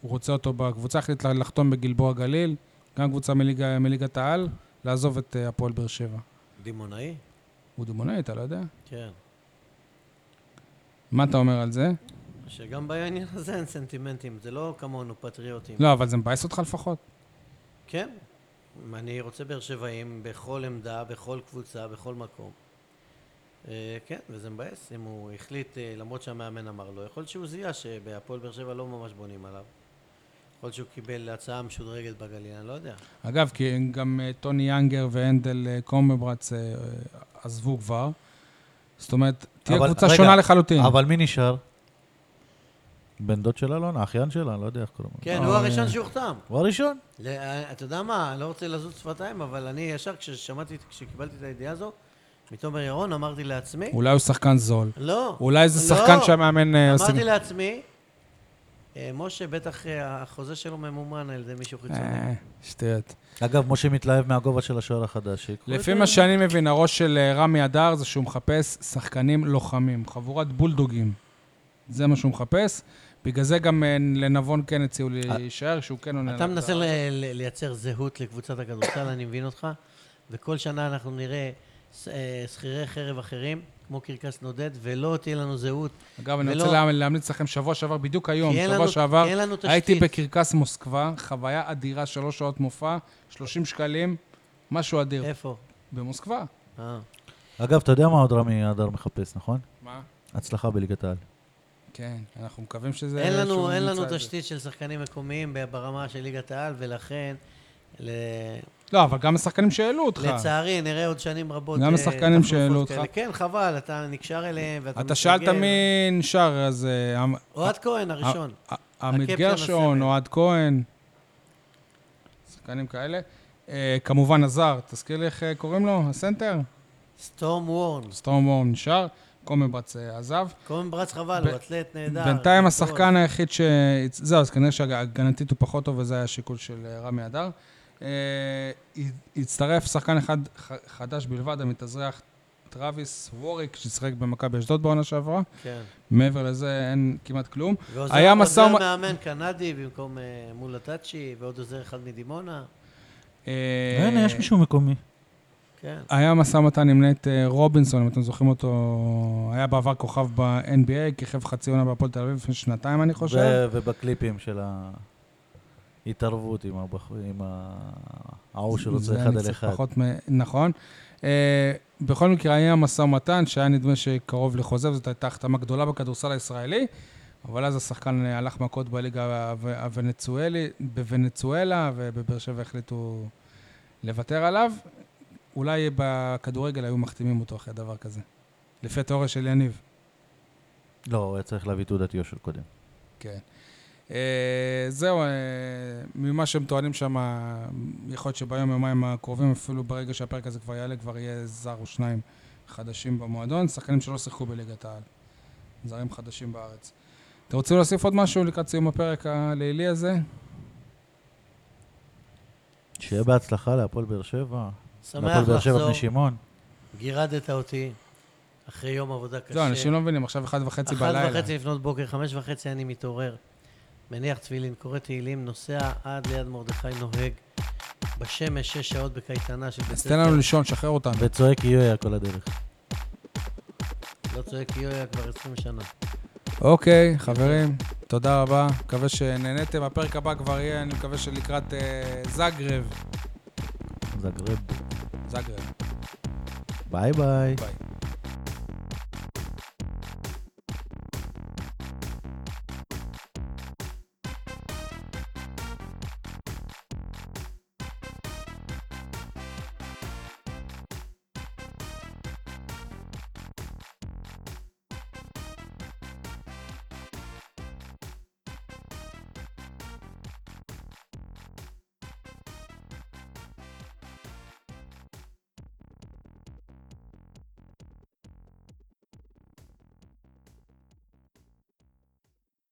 Speaker 1: רוצה אותו בקבוצה, החליט לה- לחתום בגלבוע גליל, גם קבוצה מליגה, מליגת העל, לעזוב את אה, הפועל באר שבע.
Speaker 3: דימונאי?
Speaker 1: הוא דומוני, אתה לא יודע?
Speaker 3: כן.
Speaker 1: מה אתה אומר על זה?
Speaker 3: שגם בעניין הזה אין סנטימנטים, זה לא כמונו פטריוטים.
Speaker 1: לא, אבל זה מבאס אותך לפחות.
Speaker 3: כן, אני רוצה באר שבעים בכל עמדה, בכל קבוצה, בכל מקום. אה, כן, וזה מבאס אם הוא החליט, אה, למרות שהמאמן אמר לו, יכול להיות שהוא זיהה שבהפועל באר שבע לא ממש בונים עליו. יכול להיות שהוא קיבל הצעה משודרגת בגליל, אני לא יודע.
Speaker 1: אגב, כי גם אה, טוני יאנגר והנדל אה, קומברץ אה, אה, עזבו כבר. זאת אומרת, תהיה
Speaker 2: אבל-
Speaker 1: קבוצה
Speaker 2: רגע,
Speaker 1: שונה לחלוטין.
Speaker 2: אבל מי נשאר? בן דוד של אלונה, אחיין שלה, אני לא יודע איך קוראים לו.
Speaker 3: כן, הוא
Speaker 1: אה.
Speaker 3: הראשון שהוחתם.
Speaker 2: הוא הראשון.
Speaker 3: ל- אתה יודע מה, אני לא רוצה לזוז שפתיים, אבל אני ישר כששמעתי, כשקיבלתי את הידיעה הזו, מתומר ירון אמרתי לעצמי,
Speaker 1: אולי הוא שחקן זול.
Speaker 3: לא.
Speaker 1: אולי זה
Speaker 3: לא.
Speaker 1: שחקן שהמאמן אה, עושה...
Speaker 3: אמרתי לעצמי, אה, משה, בטח אה, החוזה שלו ממומן על ידי מישהו חיצוני.
Speaker 1: אה, שטויות.
Speaker 2: אגב, משה מתלהב מהגובה של השוער החדש. שיקחו
Speaker 1: לפי
Speaker 2: את
Speaker 1: מה
Speaker 2: ה-
Speaker 1: שאני מבין, הראש של אה, רמי אדר זה שהוא מחפש שחקנים לוחמים, חבורת בולדוגים. זה מה שהוא מחפש. בגלל זה גם אה, לנבון כן הציעו לי להישאר, שהוא כן עונה.
Speaker 3: אה, אתה
Speaker 1: להגדרה.
Speaker 3: מנסה ל- ל- לייצר זהות לקבוצת הכדורסל, אני מבין אותך, וכל שנה אנחנו נראה ס- אה, שכירי חרב אחרים, כמו קרקס נודד, ולא תהיה לנו זהות.
Speaker 1: אגב, אני
Speaker 3: ולא-
Speaker 1: רוצה לה- להמליץ לכם, שבוע שעבר, בדיוק היום,
Speaker 3: כי אין
Speaker 1: שבוע
Speaker 3: לנו-
Speaker 1: שעבר,
Speaker 3: כי אין לנו תשתית.
Speaker 1: הייתי בקרקס מוסקבה, חוויה אדירה, שלוש שעות מופע, 30 שקלים, משהו אדיר.
Speaker 3: איפה?
Speaker 1: במוסקבה.
Speaker 3: אה,
Speaker 2: אגב, אתה יודע מה עוד רמי אדר מחפש, נכון?
Speaker 1: מה?
Speaker 2: הצלחה בליגת העל.
Speaker 1: כן, אנחנו מקווים שזה...
Speaker 3: אין לנו,
Speaker 1: שהוא
Speaker 3: אין
Speaker 1: ימצא
Speaker 3: לנו
Speaker 1: את זה.
Speaker 3: תשתית של שחקנים מקומיים ב- ברמה של ליגת העל, ולכן, ל-
Speaker 1: לא, אבל גם השחקנים שהעלו אותך.
Speaker 3: לצערי, נראה עוד שנים רבות.
Speaker 1: גם
Speaker 3: אה,
Speaker 1: השחקנים
Speaker 3: תחלופות
Speaker 1: שהעלו
Speaker 3: כאלה.
Speaker 1: אותך.
Speaker 3: כן, חבל, אתה נקשר אליהם ואתה
Speaker 1: אתה שאלת
Speaker 3: מתרגל.
Speaker 1: מי נשאר, אז אה, עמ-
Speaker 3: אוהד כהן הראשון.
Speaker 1: ע- עמית
Speaker 3: הקפטן
Speaker 1: גרשון,
Speaker 3: הסמל.
Speaker 1: אוהד כהן, שחקנים כאלה. אה, כמובן הזר, תזכיר לי איך אה, קוראים לו? הסנטר?
Speaker 3: סטורם וורן.
Speaker 1: סטורם וורם נשאר, קומברץ אה, עזב.
Speaker 3: קוראים ברץ חבל,
Speaker 1: ב-
Speaker 3: הוא אתלט נהדר.
Speaker 1: בינתיים
Speaker 3: גדול.
Speaker 1: השחקן היחיד ש... זהו, אז כנראה שהגנתית הוא פחות טוב, וזה היה השיקול של אה, רמי אדר. אה, הת- הצטרף שחקן אחד ח- חדש בלבד, המתאזרח טרוויס ווריק, ששיחק במכבי אשדוד בעונה שעברה.
Speaker 3: כן.
Speaker 1: מעבר לזה אין כמעט כלום.
Speaker 3: ועוזר
Speaker 1: היה
Speaker 3: היה
Speaker 1: משא ומ-
Speaker 3: מאמן קנדי במקום אה, מול הטאצ'י, ועוד עוזר אחד מדימונה.
Speaker 1: אה,
Speaker 2: הנה, יש מישהו מקומי.
Speaker 3: כן.
Speaker 1: היה משא ומתן עם נט אה, רובינסון, אם אתם זוכרים אותו, היה בעבר כוכב ב-NBA, כיכב חצי עונה בהפועל תל אביב לפני שנתיים, אני חושב.
Speaker 2: ו- ובקליפים של ההתערבות עם הבחור, עם ה- ההוא שרוצה
Speaker 1: זה
Speaker 2: אחד
Speaker 1: אני
Speaker 2: על
Speaker 1: קצת
Speaker 2: אחד.
Speaker 1: פחות מ- נכון. אה, בכל מקרה, היה משא ומתן שהיה נדמה שקרוב לחוזה, וזאת הייתה החתמה גדולה בכדורסל הישראלי, אבל אז השחקן אה, הלך מכות בליגה ה- הוונצואלי- בוונצואלה, ובבאר שבע החליטו לוותר עליו. אולי בכדורגל היו מחתימים אותו אחרי דבר כזה. לפי התיאוריה של יניב.
Speaker 2: לא, הוא היה צריך להביא תעודת יושר קודם.
Speaker 1: כן. אה, זהו, אה, ממה שהם טוענים שם, יכול להיות שביום יומיים הקרובים, אפילו ברגע שהפרק הזה כבר יעלה, כבר יהיה זר או שניים חדשים במועדון, שחקנים שלא שיחקו בליגת העל. זרים חדשים בארץ. אתם רוצים להוסיף עוד משהו לקראת סיום הפרק הלילי הזה?
Speaker 2: שיהיה בהצלחה להפועל באר שבע. להפועל
Speaker 3: שמח
Speaker 2: באר שבע
Speaker 3: לחזור.
Speaker 2: בני שמעון.
Speaker 3: גירדת אותי אחרי יום עבודה קשה.
Speaker 1: לא, אנשים לא מבינים, עכשיו אחת וחצי בלילה.
Speaker 3: אחת וחצי לפנות בוקר, חמש וחצי אני מתעורר. מניח תפילין, קורא תהילים, נוסע עד ליד מרדכי נוהג. בשמש שש שעות בקייטנה של בית
Speaker 1: אז תן לנו לישון, שחרר אותנו.
Speaker 2: וצועק יויה כל הדרך.
Speaker 3: לא צועק יויה כבר 20 שנה.
Speaker 1: אוקיי, חברים, תודה רבה, מקווה שנהניתם. הפרק הבא כבר יהיה, אני מקווה שלקראת אה, זגרב.
Speaker 2: זגרב.
Speaker 1: זגרב,
Speaker 2: ביי ביי.
Speaker 1: ביי.